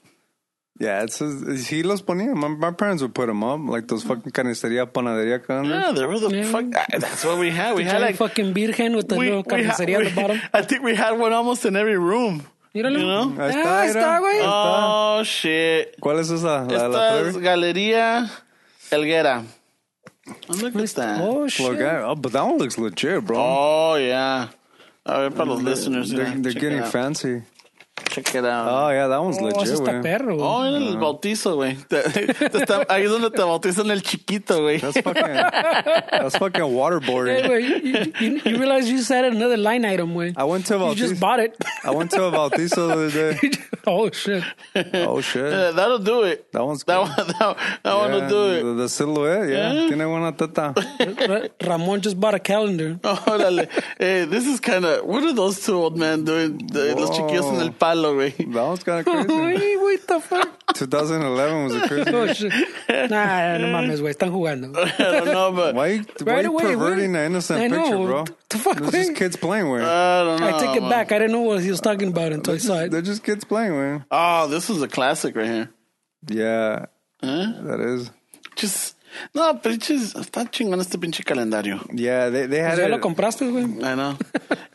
Speaker 2: it's, it's he los ponía. My, my parents would put them up like those fucking carniceria panaderia calendars.
Speaker 1: Yeah, there was the
Speaker 5: Yeah.
Speaker 1: fuck. I- That's what we had. We
Speaker 5: Had
Speaker 1: had like
Speaker 5: fucking virgen with the
Speaker 1: we,
Speaker 5: little
Speaker 1: we had-
Speaker 5: carnicería on the
Speaker 1: we-
Speaker 5: bottom.
Speaker 1: I think we had one almost in every room.
Speaker 5: Míralo.
Speaker 1: You know?
Speaker 2: Ahí
Speaker 5: Ah, ahí está,
Speaker 2: mira.
Speaker 5: güey.
Speaker 2: Ahí está.
Speaker 1: Oh shit!
Speaker 2: ¿Cuál es esa? La, la
Speaker 1: Esta es
Speaker 2: Trevi?
Speaker 1: Galería Elguera. Oh, Look at that.
Speaker 5: Oh, shit.
Speaker 2: Look at- oh, but that one looks legit, bro.
Speaker 1: Oh yeah. All right, for the listeners,
Speaker 2: they're
Speaker 1: yeah,
Speaker 2: they're
Speaker 1: check
Speaker 2: getting
Speaker 1: it out.
Speaker 2: fancy.
Speaker 1: Check it out.
Speaker 2: Oh yeah, that one's
Speaker 5: Oh,
Speaker 2: legit,
Speaker 5: eso está
Speaker 2: güey.
Speaker 5: perro.
Speaker 1: Oh,
Speaker 5: güey.
Speaker 1: era el bautizo, güey. Te- te está- Ahí es donde te bautizan el chiquito, güey.
Speaker 2: That's fucking. that's fucking waterboarding.
Speaker 5: Hey, güey, you, you, you realize you said another line item, güey.
Speaker 2: I went to
Speaker 5: You
Speaker 2: about
Speaker 5: just bought it.
Speaker 2: I went to a Bautizo the other day.
Speaker 5: oh, shit.
Speaker 2: Oh shit,
Speaker 1: Yeah, Eh, that'll do it.
Speaker 2: that one's
Speaker 1: That
Speaker 2: cool.
Speaker 1: one, that, that one will
Speaker 2: Yeah,
Speaker 1: do it.
Speaker 2: The, the silhouette, yeah.
Speaker 1: Yeah.
Speaker 2: Tiene buena teta.
Speaker 5: Ra- Ramon just bought a calendar.
Speaker 1: Órale. Hey, this is kind of. What are those two old men doing? The- Los chiquillos en el palo, güey.
Speaker 2: That one's kind of crazy.
Speaker 5: Uy, what the fuck?
Speaker 2: 2011 was a crazy.
Speaker 5: Oh, shit. Nah, no mames, güey. Están jugando.
Speaker 1: I don't know, but
Speaker 2: Why, you- why
Speaker 5: Right
Speaker 2: you
Speaker 5: away,
Speaker 2: perverting
Speaker 5: wait.
Speaker 2: an innocent
Speaker 5: I know.
Speaker 2: picture, bro?
Speaker 5: The fuck, Uh,
Speaker 2: They're just
Speaker 5: wait.
Speaker 2: kids playing with.
Speaker 1: I don't know.
Speaker 5: I take it
Speaker 1: man.
Speaker 5: back. I didn't know what he was talking about until I saw it.
Speaker 2: They're just kids playing with.
Speaker 1: Oh, this is a classic right here.
Speaker 2: Yeah, that is.
Speaker 1: Just no, pinches. Está chingón este pinche calendario.
Speaker 2: Yeah, they, they had
Speaker 5: ¿Ya lo
Speaker 2: it.
Speaker 5: compraste, güey?
Speaker 1: I know.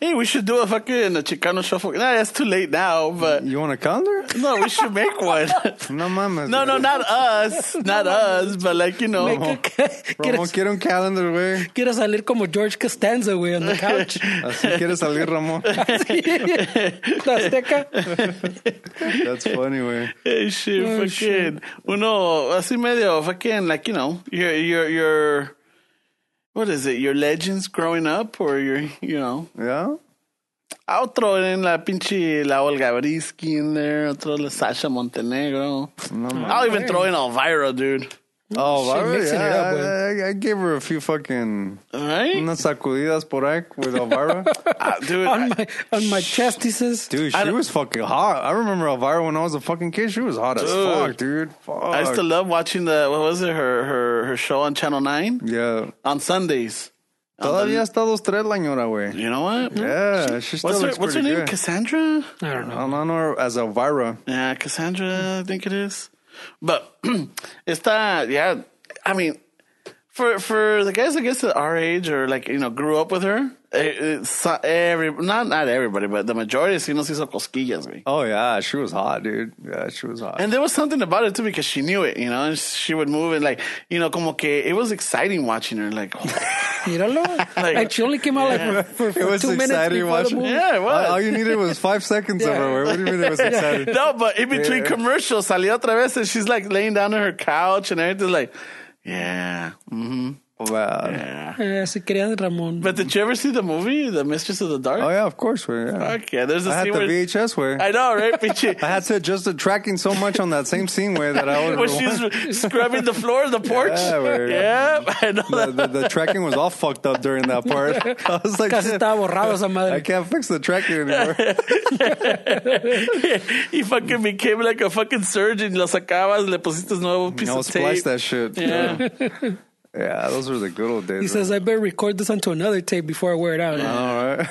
Speaker 1: hey, we should do a fucking a Chicano shuffle. Nah, it's too late now, but
Speaker 2: You want a calendar?
Speaker 1: no, we should make one.
Speaker 2: No mames.
Speaker 1: no, no,
Speaker 2: güey.
Speaker 1: not us, not us, but like you know.
Speaker 5: Make a-
Speaker 2: Ramón,
Speaker 5: ¿Quieres,
Speaker 2: quiero un calendar, güey.
Speaker 5: quieres salir como George Costanza, güey, on the couch.
Speaker 2: Así quieres salir, Ramón.
Speaker 5: La Azteca.
Speaker 2: That's funny, güey.
Speaker 1: Hey, shit,
Speaker 5: Oh,
Speaker 1: fucking
Speaker 5: shit.
Speaker 1: uno así medio fucking like you know your your your what is it your legends growing up or your you know
Speaker 2: Yeah?
Speaker 1: otro en la pinche la Olga Brisky in there otro la Sasha Montenegro
Speaker 2: No mames.
Speaker 1: I'll even throw in Elvira dude
Speaker 2: Oh,
Speaker 5: She
Speaker 2: wow, really?
Speaker 5: mixing it
Speaker 2: Yeah,
Speaker 5: up,
Speaker 2: I, I, I gave her a few fucking
Speaker 1: all right
Speaker 2: unas sacudidas por ahí with Elvira.
Speaker 1: Ah, dude
Speaker 5: On
Speaker 1: I,
Speaker 5: my, on my chest, he says.
Speaker 2: dude, she was fucking hot. I remember Elvira when I was a fucking kid. She was hot as
Speaker 1: Dude.
Speaker 2: fuck, dude. Fuck.
Speaker 1: I used to love watching the what was it her her her show on Channel Nine
Speaker 2: yeah.
Speaker 1: on Sundays
Speaker 2: Todavía está dos tres la ñora, güey.
Speaker 1: you know what
Speaker 2: Yeah, she still
Speaker 1: what's her
Speaker 2: looks
Speaker 1: what's her
Speaker 2: pretty
Speaker 1: name
Speaker 2: good.
Speaker 1: Cassandra
Speaker 5: I don't know.
Speaker 2: I don't know her as Elvira.
Speaker 1: Yeah, Cassandra, I think it is. But it's that, yeah. I mean, for for the guys, I guess at our age or like you know, grew up with her. It, it's every not not everybody, but the majority of Sinos hizo cosquillas, güey.
Speaker 2: Oh, yeah, she was hot, dude. Yeah, she was hot.
Speaker 1: And there was something about it too because she knew it, you know. And she would move and like you know, como que it was exciting watching her. Like,
Speaker 5: Míralo.
Speaker 1: Like-
Speaker 5: and she only came out like for, for, for
Speaker 2: it was
Speaker 5: two minutes
Speaker 2: exciting
Speaker 5: before the
Speaker 2: watching.
Speaker 5: movie.
Speaker 1: yeah, it was.
Speaker 2: All, all you needed was five seconds of
Speaker 5: Yeah.
Speaker 2: her. What do you mean it was exciting?
Speaker 1: no, but in between
Speaker 2: Yeah.
Speaker 1: commercials, salió otra vez and she's like laying down on her couch and everything. Like, yeah, mm-hmm,
Speaker 2: Wow.
Speaker 1: yeah.
Speaker 5: Eh, si querían Ramón.
Speaker 1: But did you ever see the movie, The Mistress of the Dark?
Speaker 2: Oh, yeah, of course, we yeah.
Speaker 1: Okay, there's a
Speaker 2: I had
Speaker 1: scene
Speaker 2: the
Speaker 1: where
Speaker 2: VHS, way.
Speaker 1: I know, right? Pichi?
Speaker 2: I had to adjust the tracking so much on that same scene way that I
Speaker 1: when
Speaker 2: was
Speaker 1: she's scrubbing the floor of the porch.
Speaker 2: Yeah, where-
Speaker 1: Yep, I know
Speaker 2: the,
Speaker 1: that.
Speaker 2: the, the tracking was all fucked up during that part. I was like,
Speaker 5: Casi
Speaker 2: "Shit,
Speaker 5: estaba borrado esa
Speaker 2: I
Speaker 5: madre.
Speaker 2: can't fix the tracking anymore.
Speaker 1: he fucking became like a fucking surgeon. Lo sacabas, le pusiste nuevo piece
Speaker 2: I'll
Speaker 1: of tape.
Speaker 2: splice that shit.
Speaker 1: Yeah.
Speaker 2: Yeah, those were the good old days.
Speaker 5: He says, I better record this onto another tape before I wear it out.
Speaker 2: all right.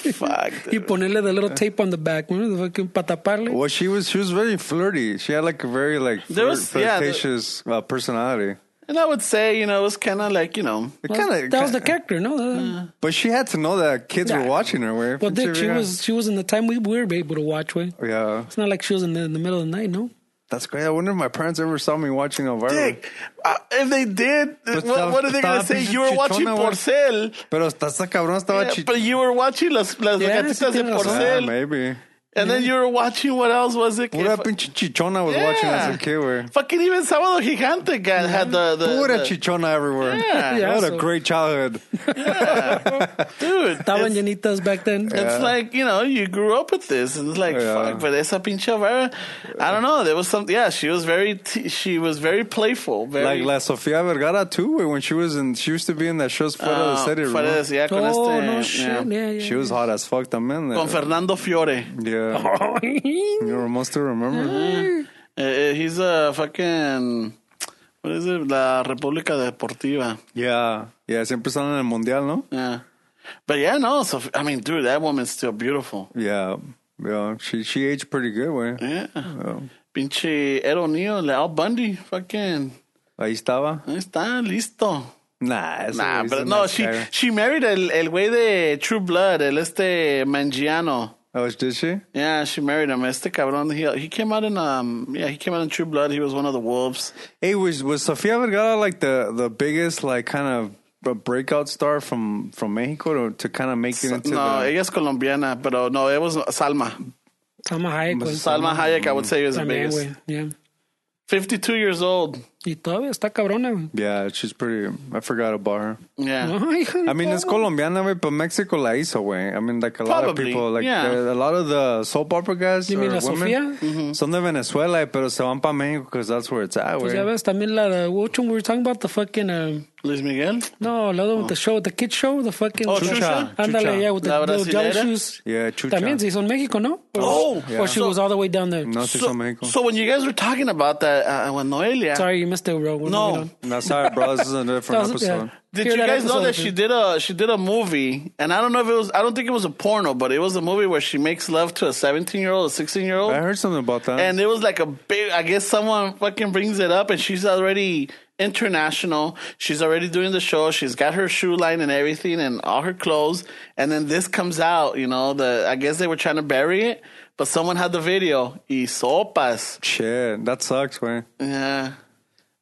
Speaker 1: Fuck.
Speaker 5: Y ponerle the little tape on the back. You know, the fucking para taparle.
Speaker 2: well, she was she was very flirty. She had like a very like
Speaker 1: There
Speaker 2: flirt-
Speaker 1: was- yeah, there-
Speaker 2: flirtatious uh, personality.
Speaker 1: And I would say, you know, it was kind of like, you know,
Speaker 2: It kinda,
Speaker 5: that was the
Speaker 2: kinda-
Speaker 5: character, no? Uh,
Speaker 2: but she had to know that kids
Speaker 5: Yeah.
Speaker 2: were watching her. Where
Speaker 5: well, Dick, she was she was in the time we were able to watch. Way
Speaker 2: Yeah,
Speaker 5: it's not like she was in the, in the middle of the night, no.
Speaker 2: that's great. I wonder if my parents ever saw me watching Elvira.
Speaker 1: Dick, uh, if they did, what,
Speaker 2: estaba-
Speaker 1: what are they going to
Speaker 2: estaba
Speaker 1: say?
Speaker 2: pinche
Speaker 1: You were watching
Speaker 2: chichona, güey.
Speaker 1: Porcel,
Speaker 2: Pero está esta cabrón estaba
Speaker 1: Yeah,
Speaker 2: chi-
Speaker 1: but you were watching las, las
Speaker 5: Yeah,
Speaker 1: gatitas
Speaker 5: sí
Speaker 1: de
Speaker 5: tienes razón.
Speaker 2: Ah,
Speaker 1: Porcel,
Speaker 2: maybe.
Speaker 1: and then you were watching what else was it?
Speaker 2: Pura
Speaker 1: If-
Speaker 2: pinche chichona was watching as a kid. Where
Speaker 1: Fucking even Sábado Gigante got, had the, the,
Speaker 2: pura
Speaker 1: the-
Speaker 2: chichona everywhere.
Speaker 1: Yeah.
Speaker 5: Yeah,
Speaker 2: what
Speaker 5: so-
Speaker 2: a great childhood.
Speaker 1: dude.
Speaker 5: Estaban
Speaker 1: it's-
Speaker 5: llenitas back then.
Speaker 1: It's like you know you grew up with this, and it's like
Speaker 2: Yeah.
Speaker 1: fuck, but esa pinche Elvira, I don't know. There was some, yeah. She was very, t- she was very playful, very
Speaker 2: Like La Sofia Vergara too. güey, When she was in, she used to be in that shows fuera
Speaker 1: uh,
Speaker 2: de serie.
Speaker 1: fuera de
Speaker 2: remember?
Speaker 1: serie, con
Speaker 5: Oh
Speaker 1: este,
Speaker 5: no
Speaker 1: yeah.
Speaker 5: shit! Yeah, yeah.
Speaker 2: She was hot as fuck, también.
Speaker 1: con Fernando Fiore.
Speaker 2: yeah, you must still remember.
Speaker 1: Uh, uh, he's a fucking what is it? La República Deportiva.
Speaker 2: Yeah, yeah. Siempre están en el mundial, ¿no?
Speaker 1: Yeah. But yeah, no. So I mean, dude, that woman's still beautiful.
Speaker 2: Yeah, yeah. She she aged pretty good, güey. Oh,
Speaker 1: Yeah. Pinche Ed O'Neill, Al Bundy, fucking.
Speaker 2: Ahí estaba.
Speaker 1: Ahí está, listo.
Speaker 2: Nah, ese
Speaker 1: Nah,
Speaker 2: güey es
Speaker 1: but
Speaker 2: un
Speaker 1: no,
Speaker 2: nice
Speaker 1: she
Speaker 2: guy.
Speaker 1: she married el el güey de True Blood, el este Mangiano.
Speaker 2: Oh, did she?
Speaker 1: Yeah, she married him. Este cabrón, he he came out in um yeah he came out in True Blood. He was one of the wolves.
Speaker 2: Hey, was was Sofia Vergara like the the biggest like kind of a breakout star from from Mexico to, to kind of make it into
Speaker 1: No,
Speaker 2: the
Speaker 1: ella es colombiana, pero no, it was Salma.
Speaker 5: Salma Hayek. güey.
Speaker 1: Salma Hayek, I would say, is the
Speaker 5: También,
Speaker 1: biggest.
Speaker 5: güey. Yeah.
Speaker 1: 52 years old.
Speaker 5: Y todavía está cabrona. güey.
Speaker 2: yeah? She's pretty. I forgot about her.
Speaker 1: Yeah.
Speaker 5: No, hija de
Speaker 2: I mean, it's
Speaker 5: todo.
Speaker 2: Colombiana, way, but Mexico la hizo, way. I mean, like a lot of
Speaker 1: Probably,
Speaker 2: people, like
Speaker 1: yeah.
Speaker 2: uh, a lot of the soap opera guys
Speaker 5: You
Speaker 2: or
Speaker 5: mean La
Speaker 2: women,
Speaker 1: Mm-hmm.
Speaker 2: son de Venezuela, pero se van pa Mexico because that's where it's at,
Speaker 5: Pues ya
Speaker 2: way.
Speaker 5: ves, también la de which one we were talking about the fucking um,
Speaker 1: Luis Miguel.
Speaker 5: no, la de with the show, the kid show, the fucking
Speaker 1: Oh, Chucha.
Speaker 5: Ándale,
Speaker 2: Chucha.
Speaker 5: yeah, with the
Speaker 1: La
Speaker 5: little jelly
Speaker 1: brasilera.
Speaker 5: shoes.
Speaker 2: Yeah, Chucha.
Speaker 5: También se hizo en México, ¿no? Or-
Speaker 1: Oh,
Speaker 5: or she
Speaker 1: yeah.
Speaker 5: was all the way down there.
Speaker 2: No, se hizo Mexico.
Speaker 1: so when you guys were talking about that uh, with Noelia,
Speaker 5: Sorry, you missed it, bro. We're
Speaker 1: No.
Speaker 5: moving on.
Speaker 2: no, sorry, bro. This is a different
Speaker 5: That was- yeah.
Speaker 2: episode.
Speaker 1: did
Speaker 5: Hear
Speaker 1: you
Speaker 5: that
Speaker 1: guys know
Speaker 5: episode,
Speaker 1: that she
Speaker 5: dude.
Speaker 1: did a she did a movie, and I don't know if it was I don't think it was a porno, but it was a movie where she makes love to a 17 year old, a 16 year
Speaker 2: I
Speaker 1: old,
Speaker 2: heard something about that.
Speaker 1: and it was like a big. I guess someone fucking brings it up, and she's already international. She's already doing the show. She's got her shoe line and everything, and all her clothes. And then this comes out. You know, the I guess they were trying to bury it, but someone had the video. Y sopas.
Speaker 2: Shit, that sucks, way.
Speaker 1: Yeah.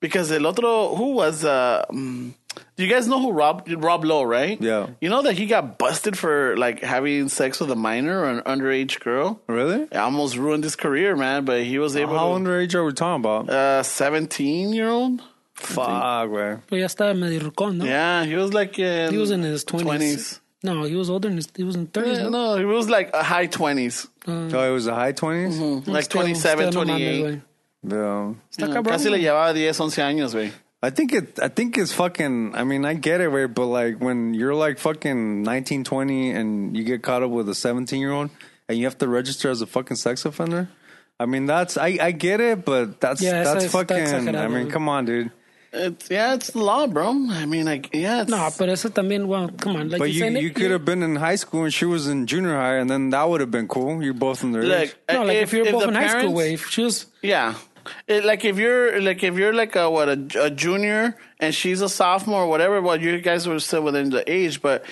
Speaker 1: Because el otro, who was, uh, mm, do you guys know who Rob, Rob Lowe, right?
Speaker 2: Yeah.
Speaker 1: You know that he got busted for like having sex with a minor or an underage girl?
Speaker 2: Really?
Speaker 1: It almost ruined his career, man, but he was able
Speaker 2: How
Speaker 1: to.
Speaker 2: underage are we talking about? Ah,
Speaker 1: Uh, 17 year old?
Speaker 2: Fuck, way.
Speaker 5: Pero ya estaba medio rucón, ¿no?
Speaker 1: Yeah, he was like in.
Speaker 5: He was in his 20s. No, he was older than his, he was in 30s.
Speaker 1: Yeah,
Speaker 5: no?
Speaker 1: no, he was like a high 20s.
Speaker 5: Mm.
Speaker 2: Oh, it was the high 20s?
Speaker 1: Like
Speaker 5: Still-
Speaker 1: 27,
Speaker 5: still no mames,
Speaker 1: 28.
Speaker 5: güey.
Speaker 2: Yeah.
Speaker 1: Yeah,
Speaker 5: Está cabrón.
Speaker 1: Casi le llevaba 10, 11 años, güey.
Speaker 2: I think it. I think it's fucking. I mean, I get it, right? But like, when you're like fucking 19, 20, and you get caught up with a 17 year old, and you have to register as a fucking sex offender. I mean, that's. I, I get it, but that's
Speaker 5: Yeah, it's-
Speaker 2: that's
Speaker 5: it's-
Speaker 2: fucking.
Speaker 5: that's exagerado,
Speaker 2: I mean,
Speaker 5: dude.
Speaker 2: come on, dude.
Speaker 1: It's, yeah, it's the law, bro. I mean, like, yeah, it's.
Speaker 5: No, pero eso también, wow, come on. Like
Speaker 2: But you
Speaker 5: said,
Speaker 2: you could have been in high school and she was in junior high, and then that would have been cool. You're both in the
Speaker 1: Look,
Speaker 5: No, like if, you're both
Speaker 1: eh, the
Speaker 5: in high school,
Speaker 1: parents-
Speaker 5: way, if she was
Speaker 1: Yeah. It, like if you're like if you're like a what a, a junior and she's a sophomore or whatever, well you guys were still within the age, but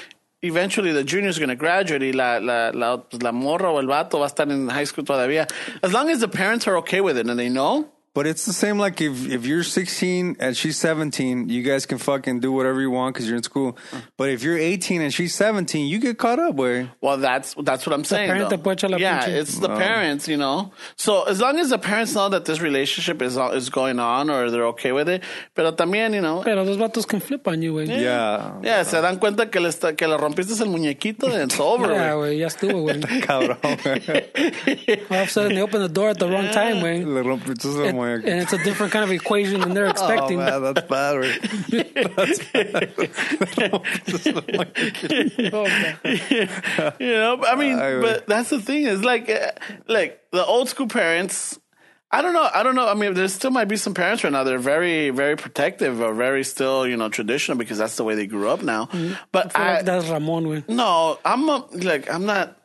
Speaker 1: eventually the junior's gonna graduate. Y la la la la morra o el vato va a estar in high school todavía. As long as the parents are okay with it and they know.
Speaker 2: But it's the same like if if you're 16 and she's 17, you guys can fucking do whatever you want because you're in school. But if you're 18 and she's 17, you get caught up where
Speaker 1: Well, that's that's what I'm saying.
Speaker 5: parent
Speaker 1: though.
Speaker 5: te puede echar la
Speaker 1: yeah,
Speaker 5: pinche.
Speaker 1: it's the parents, you know. So as long as the parents know that this relationship is is going on or they're okay with it, pero también, you know,
Speaker 5: Pero los vatos can flip on you, güey.
Speaker 2: yeah.
Speaker 1: yeah, se dan cuenta que le está, que le rompiste el muñequito and it's over. güey.
Speaker 5: Yeah, güey, ya estuvo, güey.
Speaker 2: Cabrón.
Speaker 5: All of a sudden they open the door at the wrong time, güey.
Speaker 2: Le rompí tus
Speaker 5: And, and
Speaker 2: muñecas.
Speaker 5: it's a different kind of equation than they're
Speaker 2: Oh,
Speaker 5: expecting.
Speaker 2: man, that's bad. güey.
Speaker 5: Oh, man.
Speaker 1: you know i mean
Speaker 2: I-
Speaker 1: but that's the thing is like uh, like the old school parents i don't know i don't know i mean there still might be some parents right now they're very very protective or very still you know traditional because that's the way they grew up now but
Speaker 5: Feel
Speaker 1: I,
Speaker 5: like that's Ramon, güey.
Speaker 1: no i'm a, like i'm not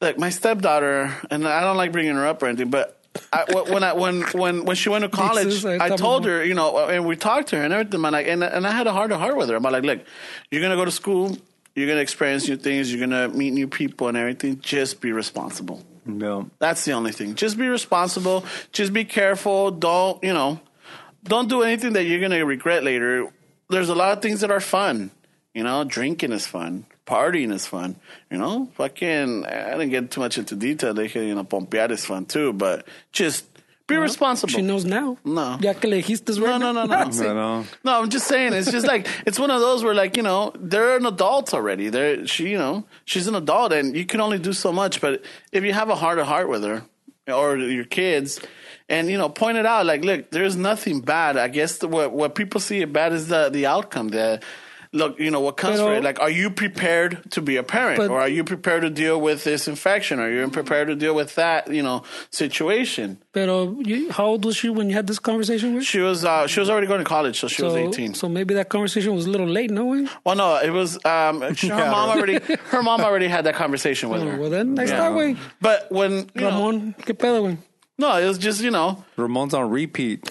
Speaker 1: like my stepdaughter and i don't like bringing her up or anything but I, when I when when when she went to college,
Speaker 5: Jesus, I
Speaker 1: I
Speaker 5: thought
Speaker 1: told
Speaker 5: about-
Speaker 1: her, you know, and we talked to her and everything, and I and, and I had a heart to heart with her. I'm like, look, you're gonna go to school, you're gonna experience new things, you're gonna meet new people and everything. Just be responsible.
Speaker 2: No.
Speaker 1: That's the only thing. Just be responsible. Just be careful. Don't you know? Don't do anything that you're gonna regret later. There's a lot of things that are fun. You know, drinking is fun. Partying is fun. You know, fucking. I didn't get too much into detail. They can, you know, pompear is fun too. But just be responsible.
Speaker 5: She knows now.
Speaker 1: No.
Speaker 5: Ya que le dijiste,
Speaker 1: No,
Speaker 5: right
Speaker 1: no, no,
Speaker 5: now.
Speaker 1: no.
Speaker 2: No, no.
Speaker 1: No, I'm just saying. It's just like it's one of those where, like, you know, they're an adult already. They're she, you know, she's an adult, and you can only do so much. But if you have a heart to heart with her or your kids, and you know, point it out, like, look, there's nothing bad. I guess the, what what people see it bad is the the outcome. The look, you know, what comes
Speaker 5: Pero-
Speaker 1: from it. Like, are you prepared to be a parent,
Speaker 5: But-
Speaker 1: or are you prepared to deal with this infection? Are you prepared to deal with that, you know, situation?
Speaker 5: Pero you, how old was she when you had this conversation with? her?
Speaker 1: She was uh, she was already going to college, so she was
Speaker 5: so,
Speaker 1: eighteen.
Speaker 5: So maybe that conversation was a little late, no way.
Speaker 1: Well, no, it was um, she- her
Speaker 2: Yeah.
Speaker 1: mom already. Her mom already had that conversation with her.
Speaker 5: Well then, next
Speaker 1: Yeah.
Speaker 5: time, way.
Speaker 1: But when you know,
Speaker 5: Oh, Ramon, qué pedo, güey.
Speaker 1: no, it was just you know,
Speaker 2: Ramon's on repeat.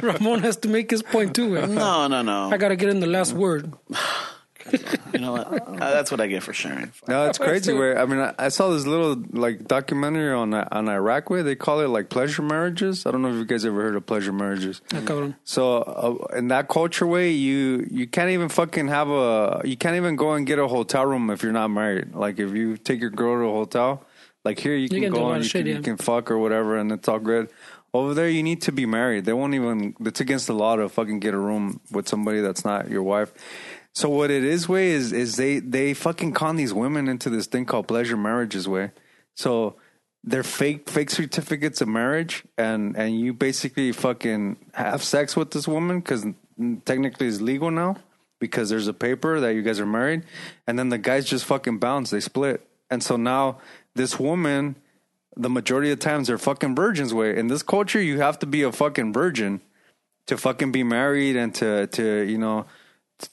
Speaker 5: Ramon has to make his point too. güey.
Speaker 1: no, no, no.
Speaker 5: I gotta get in the last
Speaker 2: Mm-hmm.
Speaker 5: word.
Speaker 1: you know what? Uh, that's what I get for sharing.
Speaker 2: No, it's crazy.
Speaker 5: Dude.
Speaker 2: Where I mean, I, I saw this little like documentary on on Iraq. Where they call it like pleasure marriages. I don't know if you guys ever heard of pleasure marriages.
Speaker 5: Ah, cabrón.
Speaker 2: So uh, in that culture way, you you can't even fucking have a you can't even go and get a hotel room if you're not married. Like if you take your girl to a hotel, like here you can,
Speaker 5: can do a
Speaker 2: go
Speaker 5: lot
Speaker 2: and
Speaker 5: of
Speaker 2: you,
Speaker 5: shit,
Speaker 2: can,
Speaker 5: yeah.
Speaker 2: you can fuck or whatever, and it's all good. Over there, you need to be married. They won't even. It's against the law to fucking get a room with somebody that's not your wife. So what it is way is is they they fucking con these women into this thing called pleasure marriages way. So they're fake fake certificates of marriage and and you basically fucking have sex with this woman because technically it's legal now because there's a paper that you guys are married and then the guys just fucking bounce they split and so now this woman the majority of times they're fucking virgins way in this culture you have to be a fucking virgin to fucking be married and to to you know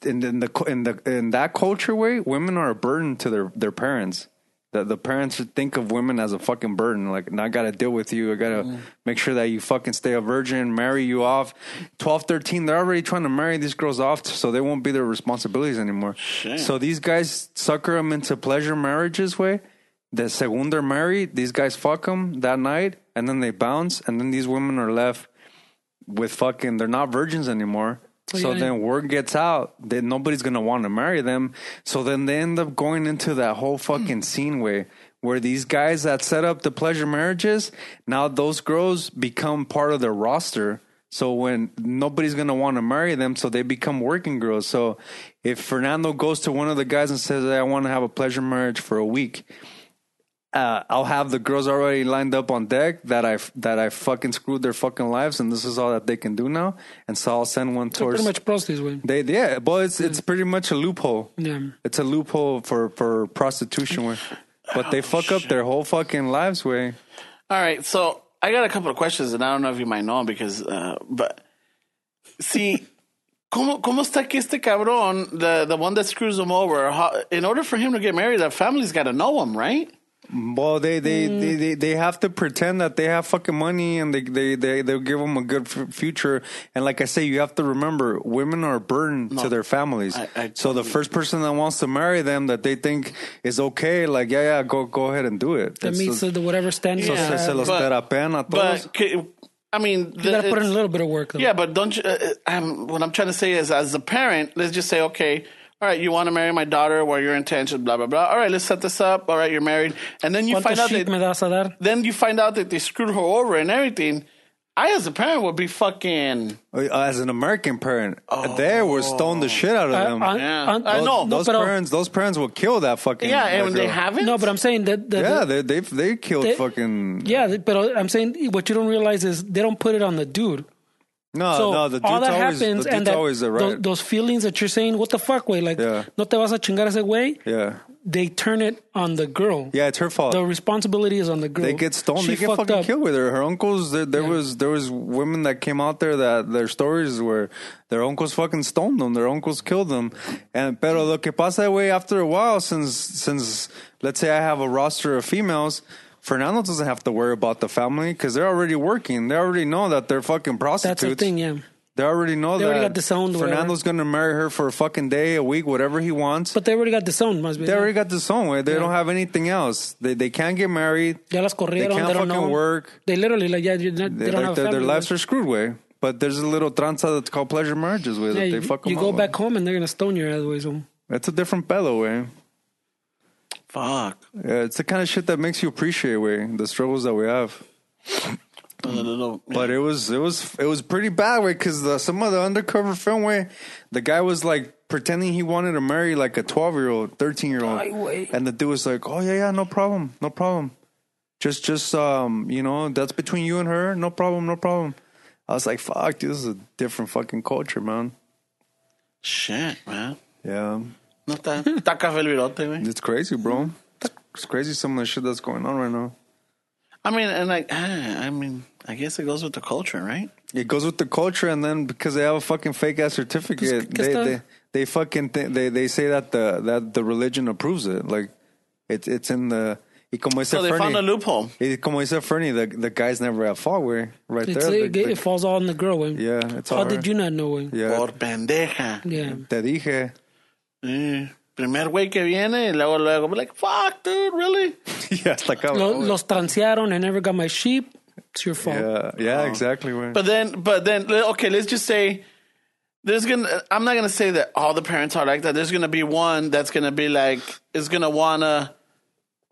Speaker 2: in, in the in the in that culture way women are a burden to their their parents the, the parents think of women as a fucking burden like "Now i gotta deal with you i gotta make sure that you fucking stay a virgin marry you off 12 13 they're already trying to marry these girls off so they won't be their responsibilities anymore so these guys sucker them into pleasure marriages way the second they're married these guys fuck them that night and then they bounce and then these women are left with fucking they're not virgins anymore. So
Speaker 5: yeah.
Speaker 2: then word gets out that nobody's gonna want to marry them. So then they end up going into that whole fucking scene way where these guys that set up the pleasure marriages now those girls become part of their roster. So when nobody's gonna want to marry them, so they become working girls. So if Fernando goes to one of the guys and says, "Hey, "I want to have a pleasure marriage for a week," uh, I'll have the girls already lined up on deck that I that I fucking screwed their fucking lives, and this is all that they can do now. And so I'll send one
Speaker 5: So
Speaker 2: towards
Speaker 5: pretty much prostitutes, güey.
Speaker 2: they. Yeah, but it's it's pretty much a loophole.
Speaker 5: Yeah.
Speaker 2: It's a loophole for for prostitution. Way. But they fuck up their whole fucking lives way.
Speaker 1: All right, so I got a couple of questions, and I don't know if you might know 'em because, uh, but see, cómo cómo está que este cabrón, the the one that screws him over, how, in order for him to get married, the family's got to know him, right?
Speaker 2: Well, they they,
Speaker 5: Mm.
Speaker 2: they, they they have to pretend that they have fucking money and they they they they'll give them a good f- future. And like I say, you have to remember, women are a burden to their families.
Speaker 1: I- I
Speaker 2: so the first person that wants to marry them that they think is okay, like yeah yeah, go go ahead and do it.
Speaker 5: That
Speaker 2: It's
Speaker 5: meets uh,
Speaker 2: just-
Speaker 5: the whatever standard.
Speaker 2: so se- se los
Speaker 1: but-
Speaker 2: terapean a todos.
Speaker 1: But c- I mean,
Speaker 5: You
Speaker 1: the-
Speaker 5: gotta put in a
Speaker 1: it's-
Speaker 5: little bit of work, though.
Speaker 1: Yeah, but don't you? Uh, um, what I'm trying to say is, as a parent, let's just say, okay, all right, you want to marry my daughter, what are your intentions, blah blah blah. All right, let's set this up. All right, you're married, and then you
Speaker 5: ¿Cuánto
Speaker 1: find out
Speaker 5: shit me
Speaker 1: that
Speaker 5: das a dar?
Speaker 1: then you find out that they screwed her over and everything. I, as a parent, would be fucking.
Speaker 2: Uh, As an American parent,
Speaker 1: Oh.
Speaker 2: they were stoned the shit out of
Speaker 5: I-
Speaker 2: them.
Speaker 5: I-
Speaker 1: Yeah.
Speaker 5: I-
Speaker 1: I know.
Speaker 2: Oh, those
Speaker 5: ah, pero-
Speaker 2: parents, those parents will kill that fucking.
Speaker 1: Yeah,
Speaker 2: that
Speaker 1: and when they
Speaker 2: girl.
Speaker 1: haven't.
Speaker 5: No, but I'm saying that. that
Speaker 2: Yeah, they they they killed
Speaker 5: They-
Speaker 2: fucking.
Speaker 5: yeah, th- but I'm saying what you don't realize is they don't put it on the dude.
Speaker 2: No,
Speaker 5: So
Speaker 2: Oh, no, the dude's
Speaker 5: all that
Speaker 2: always,
Speaker 5: happens,
Speaker 2: the
Speaker 5: and
Speaker 2: dude's
Speaker 5: that,
Speaker 2: always the
Speaker 5: tho-
Speaker 2: right.
Speaker 5: those, feelings that you're saying, what the fuck, way like,
Speaker 2: Yeah.
Speaker 5: no te vas a chingar ese way.
Speaker 2: yeah,
Speaker 5: They turn it on the girl.
Speaker 2: yeah, it's her fault.
Speaker 5: the responsibility is on the girl.
Speaker 2: they get stoned. they
Speaker 5: She
Speaker 2: get
Speaker 5: fucked
Speaker 2: fucking
Speaker 5: up.
Speaker 2: killed with her. Her uncles. There, there was there was women that came out there that their stories were their uncles fucking stoned them. Their uncles killed them. And pero lo que pasa way after a while, since since let's say I have a roster of females, Fernando doesn't have to worry about the family because they're already working. They already know that they're fucking prostitutes.
Speaker 5: That's the thing, yeah.
Speaker 2: They already know
Speaker 5: They
Speaker 2: that
Speaker 5: already got disowned, whatever.
Speaker 2: Fernando's going to marry her for a fucking day, a week, whatever he wants.
Speaker 5: But they already got disowned, más bien.
Speaker 2: they already got this own way. They don't have anything else. They they can't get married.
Speaker 5: ya las
Speaker 2: They
Speaker 5: corrieron.
Speaker 2: can't fucking
Speaker 5: don't know.
Speaker 2: work.
Speaker 5: They literally, like, yeah, you- they,
Speaker 2: They,
Speaker 5: don't
Speaker 2: like
Speaker 5: have
Speaker 2: their,
Speaker 5: family,
Speaker 2: their lives
Speaker 5: man.
Speaker 2: are screwed way. But there's a little tranza that's called pleasure marriages with
Speaker 5: Yeah,
Speaker 2: it. They
Speaker 5: you,
Speaker 2: fuck 'em
Speaker 5: you
Speaker 2: up
Speaker 5: go
Speaker 2: with.
Speaker 5: back home and they're gonna stone your ass, güey. So.
Speaker 2: That's a different pedo way.
Speaker 1: Fuck.
Speaker 2: Yeah, it's the kind of shit that makes you appreciate way the struggles that we have.
Speaker 1: No, no, no.
Speaker 2: But it was it was it was pretty bad way because some of the undercover film way, the guy was like pretending he wanted to marry like a twelve year old, thirteen year
Speaker 5: Ay,
Speaker 2: old,
Speaker 5: güey.
Speaker 2: and the dude was like, "Oh yeah, yeah, no problem, no problem, just just um, you know, that's between you and her, no problem, no problem." I was like, "Fuck, dude, this is a different fucking culture, man."
Speaker 1: Shit, man.
Speaker 2: Yeah,
Speaker 1: No está, está café el virote, güey.
Speaker 2: it's crazy, bro. It's, it's crazy some of the shit that's going on right now.
Speaker 1: I mean, and like, ah, I mean, I guess it goes with the culture, right?
Speaker 2: It goes with the culture, and then because they have a fucking fake ass certificate,
Speaker 5: Pues, ¿qué
Speaker 2: they,
Speaker 5: está?
Speaker 2: they they fucking thi- they they say that the that the religion approves it. Like it's it's in the. Y como dice
Speaker 1: So they found a
Speaker 2: Fernie,
Speaker 1: loophole.
Speaker 2: y como dice Fernie, the the guy's never at fault. we right
Speaker 5: It's,
Speaker 2: there.
Speaker 5: it,
Speaker 2: the,
Speaker 5: it falls all on the girl, güey.
Speaker 2: yeah, it's
Speaker 5: How
Speaker 2: all
Speaker 5: did you not know, güey?
Speaker 2: Yeah,
Speaker 1: Por pendeja.
Speaker 5: Yeah.
Speaker 2: te dije.
Speaker 1: Eh, primer güey que viene, y luego, luego, be like, fuck, dude, really?
Speaker 2: yeah, it's like oh, I
Speaker 5: Lo- Los transearon. I never got my sheep. It's your fault.
Speaker 2: yeah, yeah, exactly. we
Speaker 1: But then, but then, le- okay, let's just say there's gonna. I'm not gonna say that all the parents are like that. There's gonna be one that's gonna be like is gonna wanna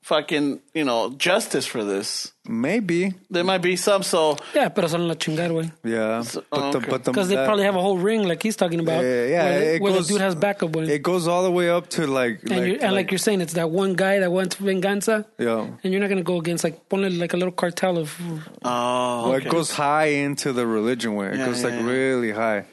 Speaker 1: fucking you know justice for this.
Speaker 2: maybe.
Speaker 1: There might be some. So
Speaker 5: Yeah, pero son la chingar, güey.
Speaker 2: Yeah, but the,
Speaker 1: okay.
Speaker 2: but the,
Speaker 5: Because they
Speaker 2: that-
Speaker 5: probably have a whole ring, like he's talking about.
Speaker 2: Yeah, yeah,
Speaker 5: where,
Speaker 2: it
Speaker 5: where
Speaker 2: goes-
Speaker 5: the dude has backup, güey.
Speaker 2: it goes all the way up to like
Speaker 5: and, you, and like, you're saying, it's that one guy that wants venganza.
Speaker 2: yeah.
Speaker 5: And you're not gonna go against like ponle like a little cartel of
Speaker 1: oh,
Speaker 2: Well, it goes high into the religion way. It
Speaker 1: Yeah,
Speaker 2: goes
Speaker 1: yeah,
Speaker 2: like
Speaker 1: yeah.
Speaker 2: really high.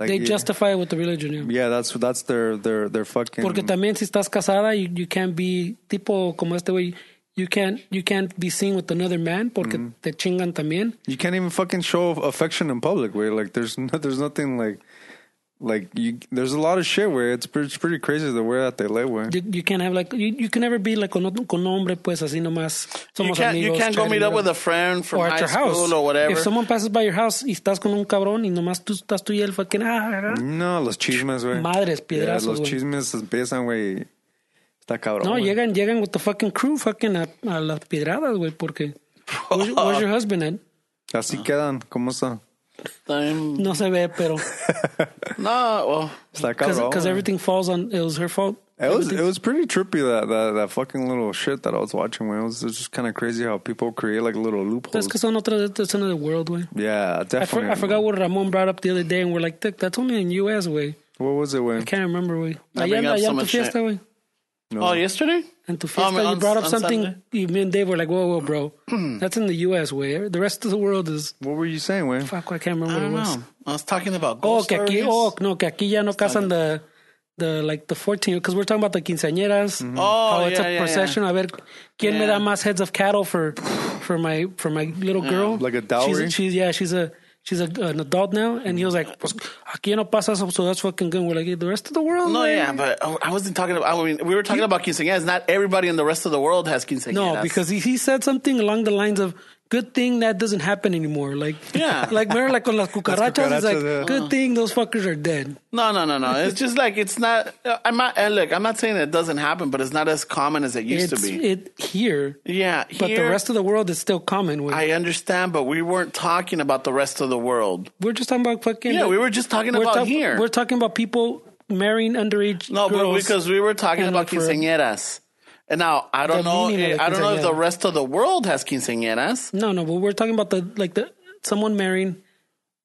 Speaker 2: Like
Speaker 5: they
Speaker 2: yeah,
Speaker 5: justify it with the religion. Yeah.
Speaker 2: yeah, that's that's their their their fucking.
Speaker 5: Porque también si estás casada, you, you can't be tipo como este güey. You can't you can't be seen with another man porque te chingan también.
Speaker 2: you can't even fucking show affection in public. Way like there's no, there's nothing like like you. There's a lot of shit where it's pretty, it's pretty crazy the way that they live. Way
Speaker 5: You, you can't have like you, you can never be like con, otro- con hombre pues así nomás.
Speaker 1: you
Speaker 5: Somos
Speaker 1: can't
Speaker 5: amigos,
Speaker 1: you can't go
Speaker 5: chatting,
Speaker 1: meet up with
Speaker 5: whatever.
Speaker 1: a friend from
Speaker 5: or at
Speaker 1: high
Speaker 5: your house
Speaker 1: school or whatever.
Speaker 5: If someone passes by your house y estás con un cabrón y nomás tú estás tú y él fucking ah, ah, ah.
Speaker 2: no, los chismes, way.
Speaker 5: Madres, piedrazos,
Speaker 2: Yeah, los
Speaker 5: güey.
Speaker 2: chismes empiezan, way. Está cabrón.
Speaker 5: no
Speaker 2: güey.
Speaker 5: llegan llegan with the fucking crew fucking a, a las piedradas güey porque where's, where's your husband eh? at?
Speaker 2: Así quedan. ¿Cómo está?
Speaker 1: Time-
Speaker 5: No se ve pero
Speaker 1: no, well,
Speaker 2: Está cabrón.
Speaker 5: because
Speaker 2: güey.
Speaker 5: everything falls on it was her fault.
Speaker 2: It was
Speaker 5: Everything-
Speaker 2: it was pretty trippy that, that that fucking little shit that I was watching. Man. It was just kind of crazy how people create like little
Speaker 5: Es
Speaker 2: loopholes.
Speaker 5: que son otras that's another world güey.
Speaker 2: Yeah,
Speaker 5: I, for,
Speaker 2: definitely.
Speaker 5: I forgot what Ramon brought up the other day and we're like "Dick, that's only in US güey.
Speaker 2: What was it when?
Speaker 5: Can't remember güey.
Speaker 1: I bring
Speaker 5: Allá
Speaker 1: up
Speaker 5: allá
Speaker 1: so
Speaker 5: en tu
Speaker 1: much shit.
Speaker 5: fiesta güey.
Speaker 1: oh, yesterday.
Speaker 5: And to fiesta,
Speaker 1: Um, on-
Speaker 5: you brought up
Speaker 1: on
Speaker 5: something.
Speaker 1: Sunday?
Speaker 5: You, me and Dave were like, "Whoa, whoa, bro, that's in the U.S. Where the rest of the world is
Speaker 2: What were you saying, Wayne?
Speaker 5: fuck. I can't remember
Speaker 1: I
Speaker 5: what it
Speaker 1: don't
Speaker 5: was.
Speaker 1: know. I was talking about
Speaker 5: Oh,
Speaker 1: ghost
Speaker 5: que aquí,
Speaker 1: stories.
Speaker 5: oh, no, que aquí ya no casan the the like the fourteen because we're talking about the quinceañeras.
Speaker 1: Oh,
Speaker 5: how it's
Speaker 1: yeah,
Speaker 5: a
Speaker 1: yeah,
Speaker 5: procession. A ver, quién me
Speaker 1: Yeah.
Speaker 5: da más heads of cattle for for my for my little girl?
Speaker 2: Like a dowry?
Speaker 5: She's, she's yeah, she's a. She's a, an adult now, and he was like, pues, "Aquí ya no pasa eso, so that's fucking good." We're like, "The rest of the world,
Speaker 1: No,
Speaker 5: güey."
Speaker 1: yeah, but I I wasn't talking about. I mean, we were talking about quinceañeras. Not everybody in the rest of the world has quinceañeras.
Speaker 5: No, because he, he said something along the lines of good thing that doesn't happen anymore. Like
Speaker 1: Yeah.
Speaker 5: like remember like on las cucarachas, it's like
Speaker 2: cucarachas, yeah.
Speaker 5: good thing those fuckers are dead.
Speaker 1: no, no, no, no. It's just like it's not. I'm not. And look, I'm not saying it doesn't happen, but it's not as common as it used
Speaker 5: it's
Speaker 1: to be.
Speaker 5: it here,
Speaker 1: yeah, here,
Speaker 5: but the rest of the world is still common. With,
Speaker 1: I understand, but we weren't talking about the rest of the world.
Speaker 5: we're just talking about fucking.
Speaker 1: Yeah, we were just talking
Speaker 5: we're
Speaker 1: about
Speaker 5: talk-
Speaker 1: here.
Speaker 5: We're talking about people marrying underage
Speaker 1: No, but
Speaker 5: girls.
Speaker 1: because we were talking
Speaker 5: and
Speaker 1: about
Speaker 5: like for-
Speaker 1: quinceañeras. And now I
Speaker 5: The
Speaker 1: don't know.
Speaker 5: meaning of
Speaker 1: If,
Speaker 5: the
Speaker 1: I don't know if the
Speaker 5: quinceañera.
Speaker 1: rest of the world has quinceañeras,
Speaker 5: no, no, but we're talking about the like the someone marrying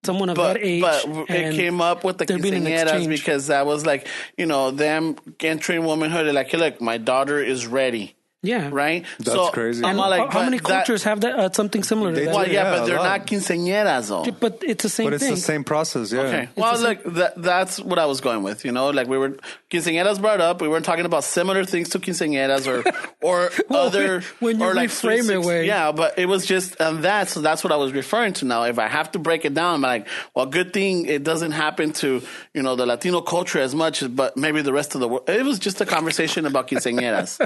Speaker 5: someone of
Speaker 1: but
Speaker 5: that age.
Speaker 1: but
Speaker 5: and
Speaker 1: it came up with the
Speaker 5: there being an
Speaker 1: quinceañeras
Speaker 5: exchange.
Speaker 1: because that was like you know them entering womanhood. They're like, hey, look, my daughter is ready.
Speaker 5: yeah,
Speaker 1: right?
Speaker 2: That's crazy.
Speaker 1: I'm
Speaker 2: And
Speaker 1: all like,
Speaker 5: how, how
Speaker 1: but
Speaker 5: many
Speaker 1: that-
Speaker 5: cultures have that uh, something similar to
Speaker 2: They
Speaker 5: that?
Speaker 2: do.
Speaker 1: Well, yeah,
Speaker 2: Yeah,
Speaker 1: but
Speaker 2: a
Speaker 1: they're
Speaker 2: lot.
Speaker 1: not quinceañeras, though.
Speaker 5: But it's the same
Speaker 2: But it's
Speaker 5: thing.
Speaker 2: the same process, yeah.
Speaker 1: Okay. Well,
Speaker 5: the same-
Speaker 1: look, that, that's what I was going with. You know, like we were quinceañeras brought up. We weren't talking about similar things to quinceañeras or or
Speaker 5: Well,
Speaker 1: other
Speaker 5: when you
Speaker 1: or
Speaker 5: reframe it,
Speaker 1: 360
Speaker 5: way.
Speaker 1: Yeah, but it was just um, that. So that's what I was referring to. Now, if I have to break it down, I'm like, well, good thing it doesn't happen to you know the Latino culture as much, but maybe the rest of the world. It was just a conversation about quinceañeras.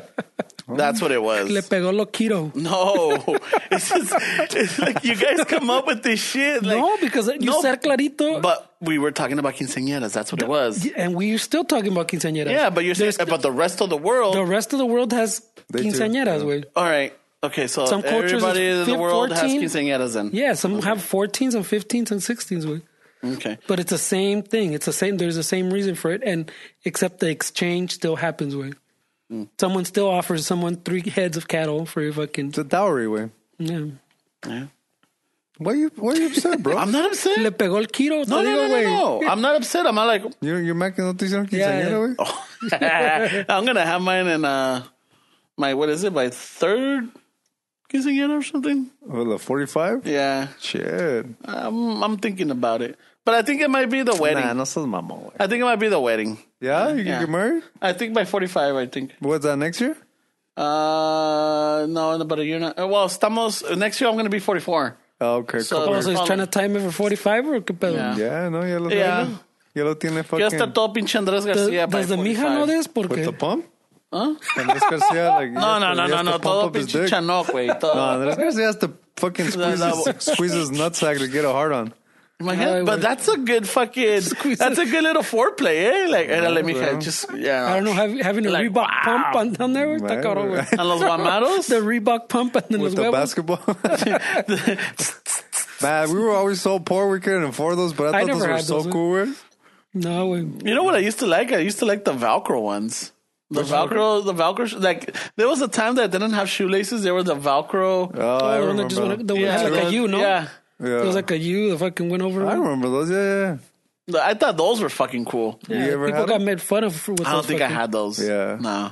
Speaker 1: That's what it was.
Speaker 5: Le pegó loquito.
Speaker 1: No, it's just it's like you guys come up with this shit. Like,
Speaker 5: no, because you
Speaker 1: no,
Speaker 5: said clarito.
Speaker 1: But we were talking about quinceañeras. That's what it was.
Speaker 5: Yeah, and we're still talking about quinceañeras.
Speaker 1: Yeah, but you're saying,
Speaker 5: There's-
Speaker 1: but the rest of the world.
Speaker 5: the rest of the world has
Speaker 2: They do,
Speaker 5: quinceañeras,
Speaker 2: yeah.
Speaker 5: güey.
Speaker 1: all right. Okay, so
Speaker 5: Some cultures
Speaker 1: everybody
Speaker 5: is
Speaker 1: in the
Speaker 5: fif-
Speaker 1: world has
Speaker 5: 14.
Speaker 1: quinceañeras then.
Speaker 5: Yeah, some have 14s and 15s and 16s, güey.
Speaker 1: Okay.
Speaker 5: But it's the same thing. It's the same. There's the same reason for it, and except the exchange still happens, güey. Someone still offers someone three heads of cattle for your fucking.
Speaker 2: It's a dowry way.
Speaker 5: Yeah.
Speaker 2: Why you why you upset, bro?
Speaker 1: I'm not upset.
Speaker 5: Le pegó el
Speaker 1: no,
Speaker 5: kiro. te
Speaker 1: no, no,
Speaker 5: digo,
Speaker 1: no,
Speaker 5: güey.
Speaker 1: no. I'm not upset. I'm not like
Speaker 2: you're you're making no te hicieron
Speaker 5: Yeah, yeah.
Speaker 2: quinceañera, güey.
Speaker 1: Oh. I'm gonna have mine in uh my what is it my third quinceañera or something.
Speaker 2: Well, the 45?
Speaker 1: Yeah,
Speaker 2: Shit.
Speaker 1: I'm I'm thinking about it, but I think it might be the wedding.
Speaker 2: no sos mamón, güey.
Speaker 1: I think it might be the wedding.
Speaker 2: Yeah, you
Speaker 1: Yeah.
Speaker 2: can get married?
Speaker 1: I think by 45. I think.
Speaker 2: What's that next year?
Speaker 1: Uh, no, in about a year. Now. uh, Well, estamos next year. I'm gonna be 44.
Speaker 2: Oh, okay,
Speaker 1: So-
Speaker 2: cool.
Speaker 5: Oh, so he's trying to time it for 45 or qué pedo?
Speaker 1: Yeah.
Speaker 2: Yeah, no, ya lo
Speaker 1: Yeah.
Speaker 2: yeah. Ya lo tiene
Speaker 1: Ya
Speaker 2: fucking
Speaker 1: está todo pinche Andrés
Speaker 5: Does,
Speaker 1: García. by
Speaker 5: does the mija
Speaker 1: 45.
Speaker 5: know this?
Speaker 2: with the
Speaker 5: Porque
Speaker 2: pump?
Speaker 1: Huh?
Speaker 2: Andrés García, like,
Speaker 1: ¿Ah? No, no, no, no, no. Todo pinche
Speaker 2: bitch.
Speaker 1: chanoc, Ah, güey.
Speaker 2: No,
Speaker 1: Todo.
Speaker 2: Andrés García has to fucking squeeze
Speaker 1: No, no.
Speaker 2: his, squeeze his nutsack to get a hard on.
Speaker 1: My God,
Speaker 5: Ay,
Speaker 1: but
Speaker 5: Ah, güey.
Speaker 1: that's a good fucking.
Speaker 5: Squeeze
Speaker 1: That's
Speaker 5: it.
Speaker 1: a good little foreplay, eh? Like, érale, mija,
Speaker 2: bro.
Speaker 1: just yeah.
Speaker 5: I don't know having, having a
Speaker 1: Like,
Speaker 5: Reebok pump on down there. güey, Está
Speaker 2: Man,
Speaker 5: cabrón, güey.
Speaker 1: And los guamaros.
Speaker 5: The Reebok pump and then
Speaker 2: With
Speaker 5: los
Speaker 2: the
Speaker 5: huevos.
Speaker 2: basketball. Man, we were always so poor we couldn't afford those, but I
Speaker 5: I
Speaker 2: thought those
Speaker 5: never
Speaker 2: were
Speaker 5: had
Speaker 2: so
Speaker 5: those.
Speaker 2: cool, eh? güey.
Speaker 5: No, güey.
Speaker 1: You know what I used to like? I used to like the Velcro ones. The Velcro, the Velcro, sh- like there was a time that didn't have shoelaces. There were the Velcro.
Speaker 2: Oh, I
Speaker 5: the one that
Speaker 2: remember.
Speaker 5: just went, the one that had like
Speaker 1: the-
Speaker 5: a U, no?
Speaker 1: Yeah,
Speaker 2: yeah.
Speaker 5: It was like a U that fucking went over.
Speaker 2: I remember those, yeah,
Speaker 1: The- I thought those were fucking cool.
Speaker 2: yeah.
Speaker 5: Yeah,
Speaker 2: you ever
Speaker 5: people
Speaker 2: had
Speaker 5: got
Speaker 2: them?
Speaker 5: made fun of. for- With
Speaker 1: I don't
Speaker 5: those
Speaker 1: think I
Speaker 5: fucking-
Speaker 1: had those.
Speaker 2: Yeah.
Speaker 1: no.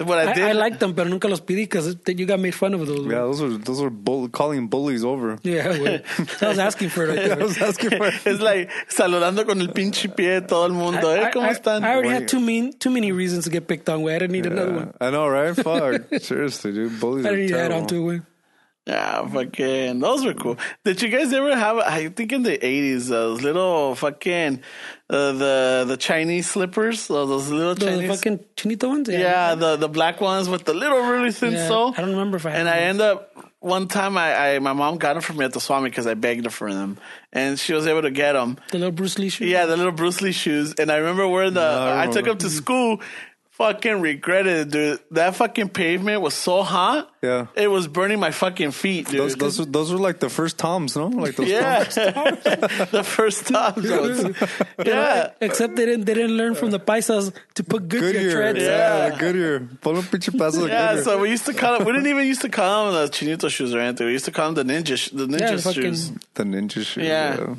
Speaker 1: What I did,
Speaker 5: I, I liked them, pero nunca los pedí because you got made fun of those.
Speaker 2: Yeah,
Speaker 5: güey.
Speaker 2: those were those were bull, calling bullies over.
Speaker 5: Yeah, güey. So I was asking for it. Right there.
Speaker 2: I was asking for
Speaker 1: it's like saludando con el pinche pie todo el mundo. eh,
Speaker 5: I,
Speaker 1: ¿Cómo
Speaker 5: I-
Speaker 1: están?
Speaker 5: I already had too mean, too many reasons to get picked on. Way I didn't need another one.
Speaker 2: I know, right? Fuck. Seriously, dude. Bullies
Speaker 5: I
Speaker 2: are
Speaker 5: didn't need to add
Speaker 2: terrible.
Speaker 5: on to it. Way.
Speaker 1: Yeah, fucking, those were cool. Did you guys ever have? I think in the eighties, those little fucking uh, the the Chinese slippers, uh, those little
Speaker 5: Those
Speaker 1: Chinese.
Speaker 5: fucking chinito ones.
Speaker 1: yeah, the the black ones with the little really thin
Speaker 5: Yeah,
Speaker 1: sole.
Speaker 5: I don't remember if I had
Speaker 1: And I
Speaker 5: those.
Speaker 1: end up one time, I, I my mom got them for me at the Swami because I begged her for them, and she was able to get them.
Speaker 5: the little Bruce Lee shoes.
Speaker 1: Yeah, the little Bruce Lee shoes. And I remember wearing the.
Speaker 2: I
Speaker 1: I,
Speaker 2: remember.
Speaker 1: took them to school. Fucking regretted it, dude. That fucking pavement was so hot.
Speaker 2: Yeah.
Speaker 1: it was burning my fucking feet, dude.
Speaker 2: Those, those, were- those were like the first toms, no? Like those
Speaker 1: Yeah, the first time. yeah,
Speaker 5: Except they didn't. They didn't learn from the paisas to put Goodyear,
Speaker 2: Goodyear.
Speaker 5: treads.
Speaker 2: Yeah,
Speaker 1: Yeah.
Speaker 2: Goodyear. Pon un pinche pedazo de
Speaker 1: yeah.
Speaker 2: Goodyear.
Speaker 1: So we used to call it. We didn't even used to call them the chinito shoes or anything. We used to call them the ninja, sh- the ninja
Speaker 5: Yeah, the fucking-
Speaker 1: shoes.
Speaker 2: the ninja shoes.
Speaker 1: Yeah.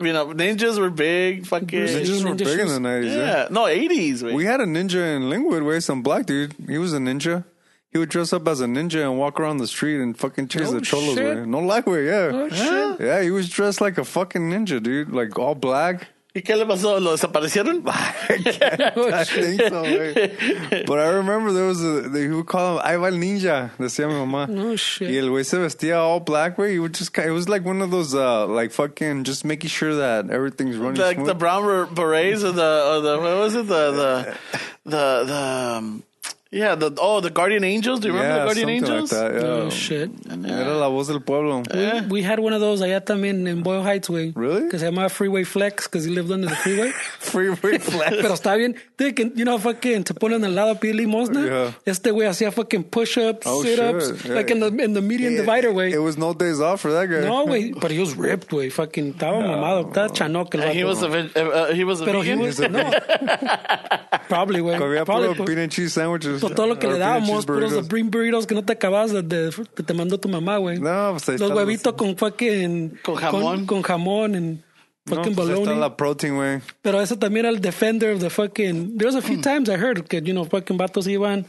Speaker 1: You know, ninjas were big. Fucking
Speaker 2: Ninjas were
Speaker 5: Ninja
Speaker 2: big
Speaker 5: shoes.
Speaker 2: in the 90s. Yeah.
Speaker 1: yeah. No, eighties.
Speaker 2: We had a ninja in Lingwood, where some black dude, he was a ninja. He would dress up as a ninja and walk around the street and fucking chase
Speaker 5: No
Speaker 2: the cholos.
Speaker 5: shit.
Speaker 2: Way. No like way, yeah.
Speaker 5: Oh, shit.
Speaker 2: Yeah, he was dressed like a fucking ninja, dude. Like all black.
Speaker 1: ¿Y qué le pasó? ¿Lo desaparecieron?
Speaker 2: I think so, güey. But I remember there was a, they would call him Ahí va el ninja, decía mi mamá.
Speaker 5: No shit.
Speaker 2: Y el güey se vestía all black, güey. He would just, ki- it was like one of those, uh, like fucking, just making sure that everything's running
Speaker 1: like
Speaker 2: smooth.
Speaker 1: the brown ber- berets or the or the what was it the the the the um, yeah the oh the guardian angels. Do you remember
Speaker 2: yeah,
Speaker 1: the guardian
Speaker 2: something
Speaker 1: angels?
Speaker 2: like that, yeah.
Speaker 5: Oh shit.
Speaker 2: Era la voz del pueblo.
Speaker 5: We, we had one of those allá también in Boyle Heights, güey.
Speaker 2: Really?
Speaker 5: Because I had my freeway flex because he lived under the freeway.
Speaker 2: Freeway flag.
Speaker 5: Pero está bien. They can, you know, fucking te ponen al lado a pedir limosna.
Speaker 2: Yeah.
Speaker 5: Este güey hacía fucking push-ups,
Speaker 2: Oh,
Speaker 5: sit-ups,
Speaker 2: shit. Yeah.
Speaker 5: like in the in the median divider, güey.
Speaker 2: Eh, It was no days off for that guy.
Speaker 5: No, güey. But he was ripped, güey. Fucking estaba mamado. Estaba chanoque el
Speaker 1: And he
Speaker 5: vato.
Speaker 1: was a veg- uh, uh, he was a
Speaker 5: Pero he
Speaker 1: vegan.
Speaker 5: was, no. Probably, güey.
Speaker 2: Comía
Speaker 5: Probably
Speaker 2: puro
Speaker 5: por-
Speaker 2: peanut cheese sandwiches.
Speaker 5: por todo lo que
Speaker 2: Or
Speaker 5: le
Speaker 2: peanut
Speaker 5: dábamos,
Speaker 2: cheese
Speaker 5: puros
Speaker 2: burritos.
Speaker 5: Bring Burritos que no te acabas de, de- que te mandó tu mamá, güey.
Speaker 2: No, pues ahí
Speaker 5: Los
Speaker 2: están los-
Speaker 5: huevitos con fucking...
Speaker 1: Con jamón.
Speaker 5: Con, jamón and
Speaker 2: No,
Speaker 5: fucking
Speaker 2: pues ahí está
Speaker 5: bologna.
Speaker 2: la protein, güey.
Speaker 5: Pero eso también era el defender of the fucking... There was a few times I heard que, you know, fucking vatos iban...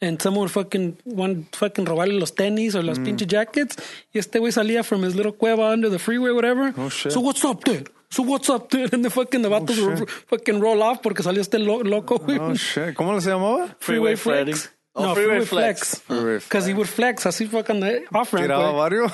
Speaker 5: And someone would fucking one fucking robarle los tenis o las pinche jackets. Y este güey salía from his little cueva under the freeway, whatever.
Speaker 2: Oh, shit.
Speaker 5: So what's up, dude? So what's up, dude? And the fucking the vatos would
Speaker 2: shit.
Speaker 5: fucking roll off porque salió este lo- loco, güey.
Speaker 2: Oh, shit. ¿Cómo le se llamaba?
Speaker 5: Freeway Flex.
Speaker 1: Freddy. Oh,
Speaker 5: no,
Speaker 1: freeway
Speaker 5: freeway
Speaker 1: flex.
Speaker 5: flex. Because he would flex así fucking the off ramp.
Speaker 2: Tiraba varios.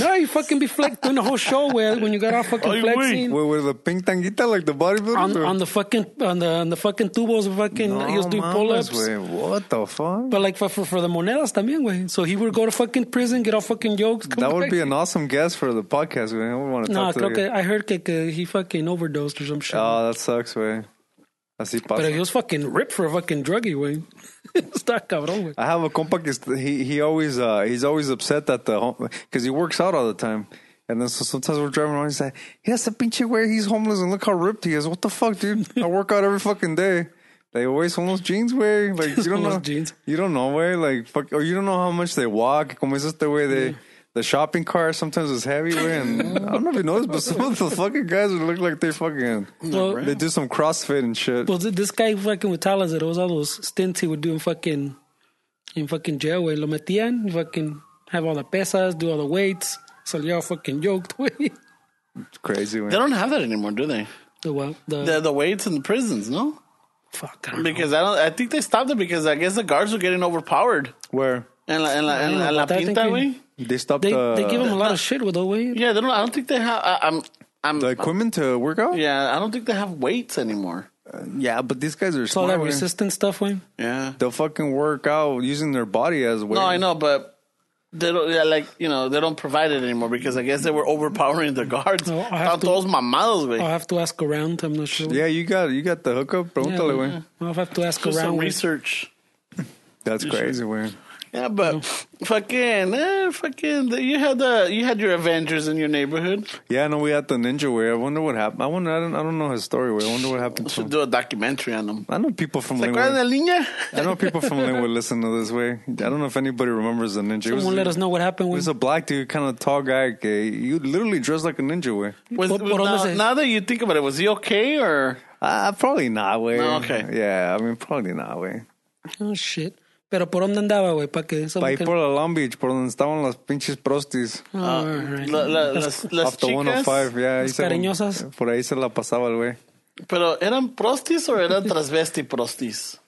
Speaker 5: No, you fucking be flex doing the whole show where when you got off fucking
Speaker 1: Ay, güey.
Speaker 5: flexing
Speaker 2: With, with the pink tanguita, like the bodybuilder.
Speaker 5: on on the fucking on the on the fucking tubos fucking he was doing
Speaker 2: mames,
Speaker 5: pull ups.
Speaker 2: güey. What the fuck?
Speaker 5: But like for, for for the monedas también, güey. So he would go to fucking prison, get all fucking jokes. come
Speaker 2: That would
Speaker 5: back.
Speaker 2: be an awesome guest for the podcast. We don't want to
Speaker 5: No,
Speaker 2: talk to
Speaker 5: creo
Speaker 2: the
Speaker 5: que I heard que, que he fucking overdosed or some shit.
Speaker 2: Oh, that sucks, way. Así
Speaker 5: Pero
Speaker 2: pasa.
Speaker 5: he was fucking ripped for a fucking druggie, güey. Está cabrón, güey.
Speaker 2: I have a compa que est- he he always uh, he's always upset that the because he works out all the time. And then so sometimes we're driving around and he's like, he has a pinche way, he's homeless and look how ripped he is. What the fuck, dude? I work out every fucking day. Like always homeless jeans way. Like you don't know
Speaker 5: Homeless jeans.
Speaker 2: You don't know way. Like fuck or you don't know how much they walk. Como es este way they the shopping cart sometimes is heavy way and I don't know if you noticed, but some of the fucking guys would look like they fucking
Speaker 5: Well-
Speaker 2: they do some CrossFit and shit.
Speaker 5: Well, th- this guy fucking with talents, it was all those stints he would do in fucking in fucking jail, güey. Lo metían, fucking have all the pesas, do all the weights. So all fucking yoked, güey.
Speaker 2: Crazy way.
Speaker 1: They don't have that anymore, do they?
Speaker 5: The, well, the,
Speaker 1: The the weights in the prisons, no?
Speaker 5: fuck, I don't know.
Speaker 1: Because I don't. I think they stopped it because I guess the guards were getting overpowered.
Speaker 2: Where?
Speaker 1: And la, and la, and la,
Speaker 5: know
Speaker 1: and la
Speaker 5: about that. I
Speaker 1: pinta,
Speaker 5: think we-
Speaker 1: güey.
Speaker 2: They stopped
Speaker 5: They
Speaker 2: the,
Speaker 5: they give him a lot of shit with the way.
Speaker 1: Yeah, they don't. I don't think they have. I, I'm. I'm.
Speaker 2: the equipment to work out.
Speaker 1: yeah, I don't think they have weights anymore.
Speaker 2: Yeah, but these guys are
Speaker 5: It's all
Speaker 2: smart.
Speaker 5: that
Speaker 2: man.
Speaker 5: resistance stuff, güey.
Speaker 1: Yeah.
Speaker 2: They'll fucking work out using their body as weight.
Speaker 1: No, Oh, I know, but they don't yeah, like you know they don't provide it anymore because I guess they were overpowering the guards.
Speaker 5: No, I have
Speaker 1: Están
Speaker 5: to-
Speaker 1: todos mamados,
Speaker 5: I'll
Speaker 1: güey.
Speaker 5: have to ask around. I'm not sure.
Speaker 2: Yeah, you got you got the hookup. Pregúntale, güey.
Speaker 5: I'll have to ask
Speaker 1: Do
Speaker 5: around.
Speaker 1: some
Speaker 5: güey.
Speaker 1: research.
Speaker 2: That's crazy, güey.
Speaker 1: Yeah, but fucking, eh, fucking, the- you had the you had your Avengers in your neighborhood.
Speaker 2: Yeah, no, we had the ninja way. I wonder what happened. I wonder. I don't. I don't know his story. Way. I wonder what happened to
Speaker 1: Should
Speaker 2: him.
Speaker 1: do a documentary on them.
Speaker 2: I know people from
Speaker 1: ¿Se acuerdan de
Speaker 2: Lingwood.
Speaker 1: Liña?
Speaker 2: I know people from Lingwood listen to this way. I don't know if anybody remembers the ninja. It was-
Speaker 5: Someone let us know what happened.
Speaker 2: He
Speaker 5: güey.
Speaker 2: was a black dude, kind of tall guy. Okay, you literally dressed like a ninja. Way.
Speaker 1: Was,
Speaker 5: Por-
Speaker 1: was-
Speaker 5: por dónde
Speaker 1: now,
Speaker 5: se-
Speaker 1: now that you think about it, was he okay or?
Speaker 2: Uh, probably not. Way.
Speaker 1: No, okay.
Speaker 2: Yeah, I mean probably not. Way.
Speaker 5: Oh shit. Pero por dónde andaba, güey, para que eso.
Speaker 2: Pa' ahí
Speaker 5: que-
Speaker 2: por la Long Beach, por donde estaban las pinches prostis.
Speaker 5: Oh, alright.
Speaker 1: Ah, La- la- las las
Speaker 2: After
Speaker 1: chicas,
Speaker 2: 105, ya. ahí
Speaker 5: Las
Speaker 2: se-
Speaker 5: cariñosas.
Speaker 2: Por ahí se la pasaba el güey.
Speaker 1: pero eran prostis o eran transvesti prostis?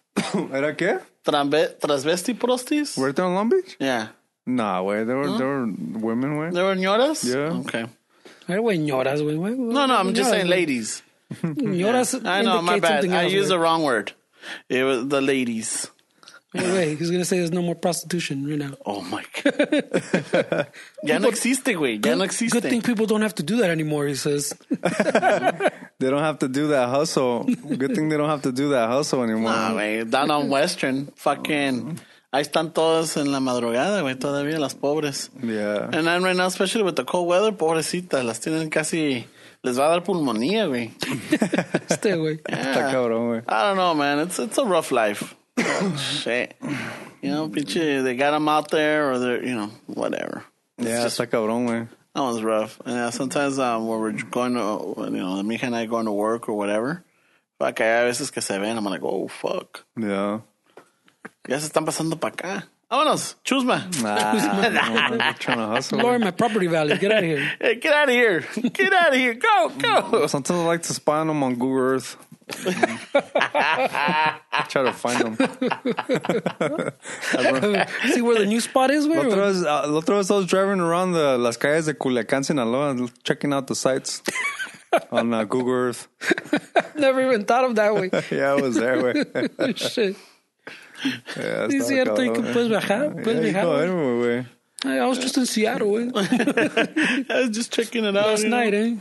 Speaker 2: ¿Era qué?
Speaker 1: Trambe- Transvesti prostis?
Speaker 2: ¿Were they on Long Beach?
Speaker 1: Yeah.
Speaker 2: Nah, güey. There were, there were women, güey.
Speaker 1: They were ñoras?
Speaker 2: Yeah.
Speaker 1: Okay.
Speaker 5: Ay, güey, ñoras, güey. güey, güey,
Speaker 1: No, no, I'm just
Speaker 5: ñoras,
Speaker 1: saying
Speaker 5: güey.
Speaker 1: ladies.
Speaker 5: Ñoras.
Speaker 1: I know, my
Speaker 5: indicate
Speaker 1: bad.
Speaker 5: something
Speaker 1: I
Speaker 5: else,
Speaker 1: used
Speaker 5: güey.
Speaker 1: the wrong word. It was the ladies.
Speaker 5: Hey, wait, he's gonna say there's no more prostitution right now.
Speaker 1: Oh my god. ya no existe, güey. Ya no existe.
Speaker 5: Good thing people don't have to do that anymore. He says.
Speaker 2: They don't have to do that hustle. Good thing they don't have to do that hustle anymore.
Speaker 1: Nah, Ah, güey. Down on Western. Fucking. Ahí están todas en la madrugada, güey. Todavía las pobres.
Speaker 2: Yeah.
Speaker 1: And then right now, especially with the cold weather, pobrecitas. Las tienen casi. Les va a dar pulmonía, güey.
Speaker 5: Stay away.
Speaker 2: Está cabrón, güey.
Speaker 1: I don't know, man. It's it's a rough life. Shit. You know, pinche, they got them out there or they're, you know, whatever. It's
Speaker 2: Yeah,
Speaker 1: just-
Speaker 2: está cabrón, güey.
Speaker 1: that one's rough. And uh, sometimes um, when we're going to, you know, Mija and I going to work or whatever, fuck, hay veces que se ven. I'm like, oh, fuck.
Speaker 2: Yeah.
Speaker 1: Ya se están pasando para acá. Vámonos, chusma.
Speaker 2: Nah, trying to hustle.
Speaker 5: Lower
Speaker 2: güey.
Speaker 5: my property value. Get out of here.
Speaker 1: Hey, get out of here. Get out of here. Go, go.
Speaker 2: Sometimes I like to spy on them on Google Earth. Try to find them.
Speaker 5: See where the new spot is. Where?
Speaker 2: La otra, vez, uh, la otra vez I was driving around the, las calles de Culiacán, Sinaloa, checking out the sites on uh, Google Earth.
Speaker 5: Never even thought of that way.
Speaker 2: Yeah, I was there, güey.
Speaker 5: Shit.
Speaker 2: Yeah,
Speaker 5: Sí,
Speaker 2: estaba
Speaker 5: cierto. Y que
Speaker 2: cabrón,
Speaker 5: puedes
Speaker 2: güey.
Speaker 5: bajar. Puedes
Speaker 2: Yeah, you go
Speaker 5: viajar.
Speaker 2: anywhere, güey.
Speaker 5: güey. I was just in Seattle, güey.
Speaker 1: I was just checking it out.
Speaker 5: Last
Speaker 1: you know.
Speaker 5: night, eh?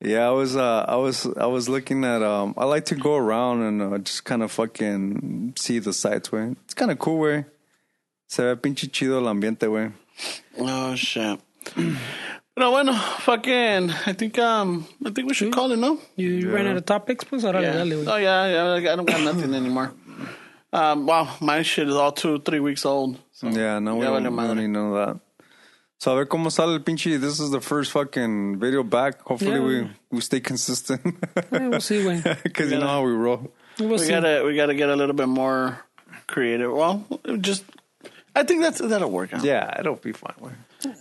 Speaker 2: Yeah, I was, uh, I was, I was looking at. Um, I like to go around and uh, just kind of fucking see the sites, way. It's kind of cool, way. Se ve pinche chido el ambiente, way.
Speaker 1: Oh, shit. Pero bueno, fucking, I think, um, I think we should call it, no?
Speaker 5: You ran out of topics, pues. Ahora
Speaker 1: Yeah.
Speaker 5: dale,
Speaker 1: Oh
Speaker 5: güey.
Speaker 1: yeah, yeah. I don't got nothing anymore. Um, wow, my shit is all two, three weeks old. So.
Speaker 2: Yeah, no, we
Speaker 1: Ya
Speaker 2: don't,
Speaker 1: valió
Speaker 2: we don't
Speaker 1: madre.
Speaker 2: need none of that. So a ver cómo sale el pinche. This is the first fucking video back. Hopefully
Speaker 5: Yeah.
Speaker 2: we we stay consistent.
Speaker 5: Yeah, we'll see, güey.
Speaker 2: Because you know how we roll.
Speaker 5: We'll
Speaker 1: We
Speaker 5: see.
Speaker 1: gotta, we gotta get a little bit more creative. Well, just, I think that's that'll work out.
Speaker 2: Yeah, it'll be fine. We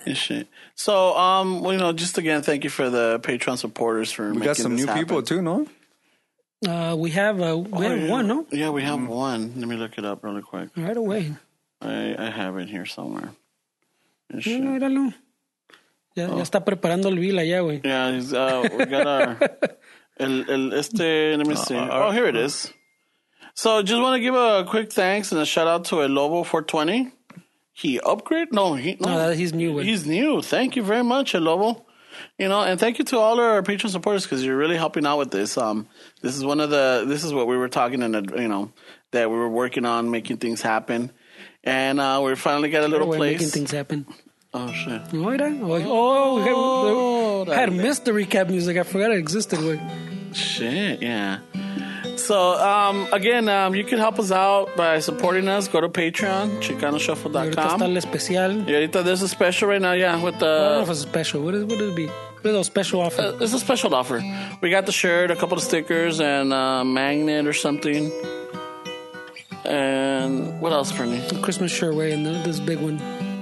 Speaker 1: and shit. So, um, well, you know, just again, thank you for the Patreon supporters for
Speaker 2: We got some new people too, no?
Speaker 5: Uh, we have uh, we have one, no?
Speaker 2: Mm-hmm.
Speaker 1: Yeah, we have one. Let me look it up really quick.
Speaker 5: Right away.
Speaker 1: I, I have it here somewhere. It
Speaker 5: Mira,
Speaker 1: should-
Speaker 5: míralo. Ya,
Speaker 1: Oh.
Speaker 5: ya está preparando el bill allá, güey.
Speaker 1: Yeah, he's, uh, we got our. El, el, este, let
Speaker 5: Uh,
Speaker 1: me see. oh, here it is. So just want to give a quick thanks and a shout out to El Lobo 420. He upgrade? No, he, no.
Speaker 5: No, that- he's new, güey.
Speaker 1: He's new. Thank you very much, El Lobo. You know, and thank you to all our Patreon supporters because you're really helping out with this. Um, this is one of the this is what we were talking and you know that we were working on making things happen, and uh, we finally got a little
Speaker 5: We're making
Speaker 1: place.
Speaker 5: things happen.
Speaker 1: Oh shit!
Speaker 5: No, mira. Oh, oh, I had missed the recap music. I forgot it existed, güey.
Speaker 1: Ah, Shit, yeah. So, um, again, um, you can help us out by supporting us. Go to Patreon,
Speaker 5: Y Ahorita está
Speaker 1: chicanoshuffle.com.
Speaker 5: el especial.
Speaker 1: Yeah, ahorita there's a special right now, yeah, with
Speaker 5: I don't know if
Speaker 1: the.
Speaker 5: it's a special. What is what would it be? What is a special offer?
Speaker 1: Uh, it's a special offer. We got the shirt, a couple of stickers, and a magnet or something. And what else for me?
Speaker 5: Christmas shirt, way, and this big one.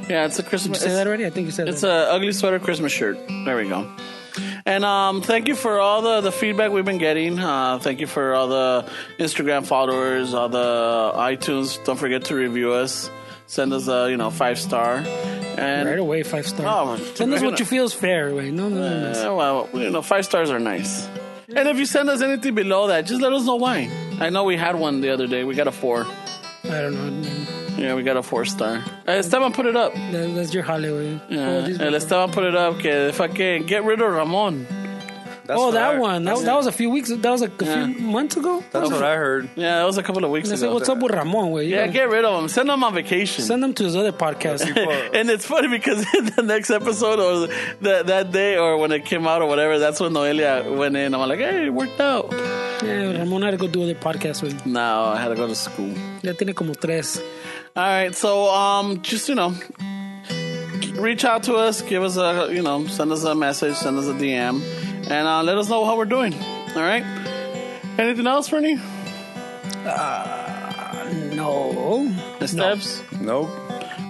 Speaker 1: Yeah, it's a Christmas.
Speaker 5: Say that already? I think you said
Speaker 1: It's
Speaker 5: that.
Speaker 1: a ugly sweater Christmas shirt. There we go. And um, thank you for all the, the feedback we've been getting. Uh, thank you for all the Instagram followers, all the iTunes. Don't forget to review us. Send us a you know five star. And
Speaker 5: right away, five
Speaker 1: Oh,
Speaker 5: star. Send us
Speaker 1: we're
Speaker 5: what
Speaker 1: gonna-
Speaker 5: you feel is fair, way. No, no, no. no.
Speaker 1: uh, well, you know five stars are nice. And if you send us anything below that, just let us know why. I know we had one the other day. We got a four.
Speaker 5: I don't know.
Speaker 1: Yeah, we got a four star. Uh, Esteban put it up.
Speaker 5: That, that's your Hollywood.
Speaker 1: Uh, el Esteban put it up. Que fucking get rid of Ramon.
Speaker 2: That's Tá
Speaker 5: oh,
Speaker 2: what
Speaker 5: that
Speaker 2: I-
Speaker 5: one. That, that was a few weeks. That was like a
Speaker 1: Yeah.
Speaker 5: few months ago.
Speaker 2: That's what I heard.
Speaker 1: Yeah, that was a couple of weeks
Speaker 5: And I
Speaker 1: ago.
Speaker 5: said, "What's up with Ramon? Way?
Speaker 1: Yeah, get rid of him. Send him on vacation.
Speaker 5: send him to his other podcast."
Speaker 1: and it's funny because in the next episode or that that day or when it came out or whatever, that's when Noelia went in. I'm like, hey, it worked out.
Speaker 5: yeah, É, Ramon had to go do other podcasts. Way.
Speaker 1: No, I had to go to school.
Speaker 5: Ya tiene como tres.
Speaker 1: All right, so um, just you know, reach out to us, give us a you know, send us a message, send us a DM, and uh, let us know how we're doing. All right. Anything else, Bernie?
Speaker 5: No.
Speaker 1: The steps.
Speaker 2: Nope.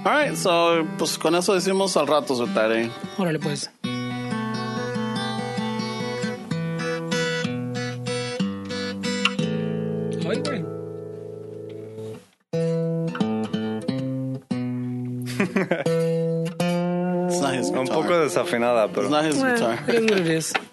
Speaker 1: All right, so pues con eso decimos al rato, Zutare.
Speaker 5: Órale pues. Ay, güey.
Speaker 1: It's not his guitar.
Speaker 2: Un poco desafinada, pero.
Speaker 1: It's not his guitar.
Speaker 5: É, It is what it is.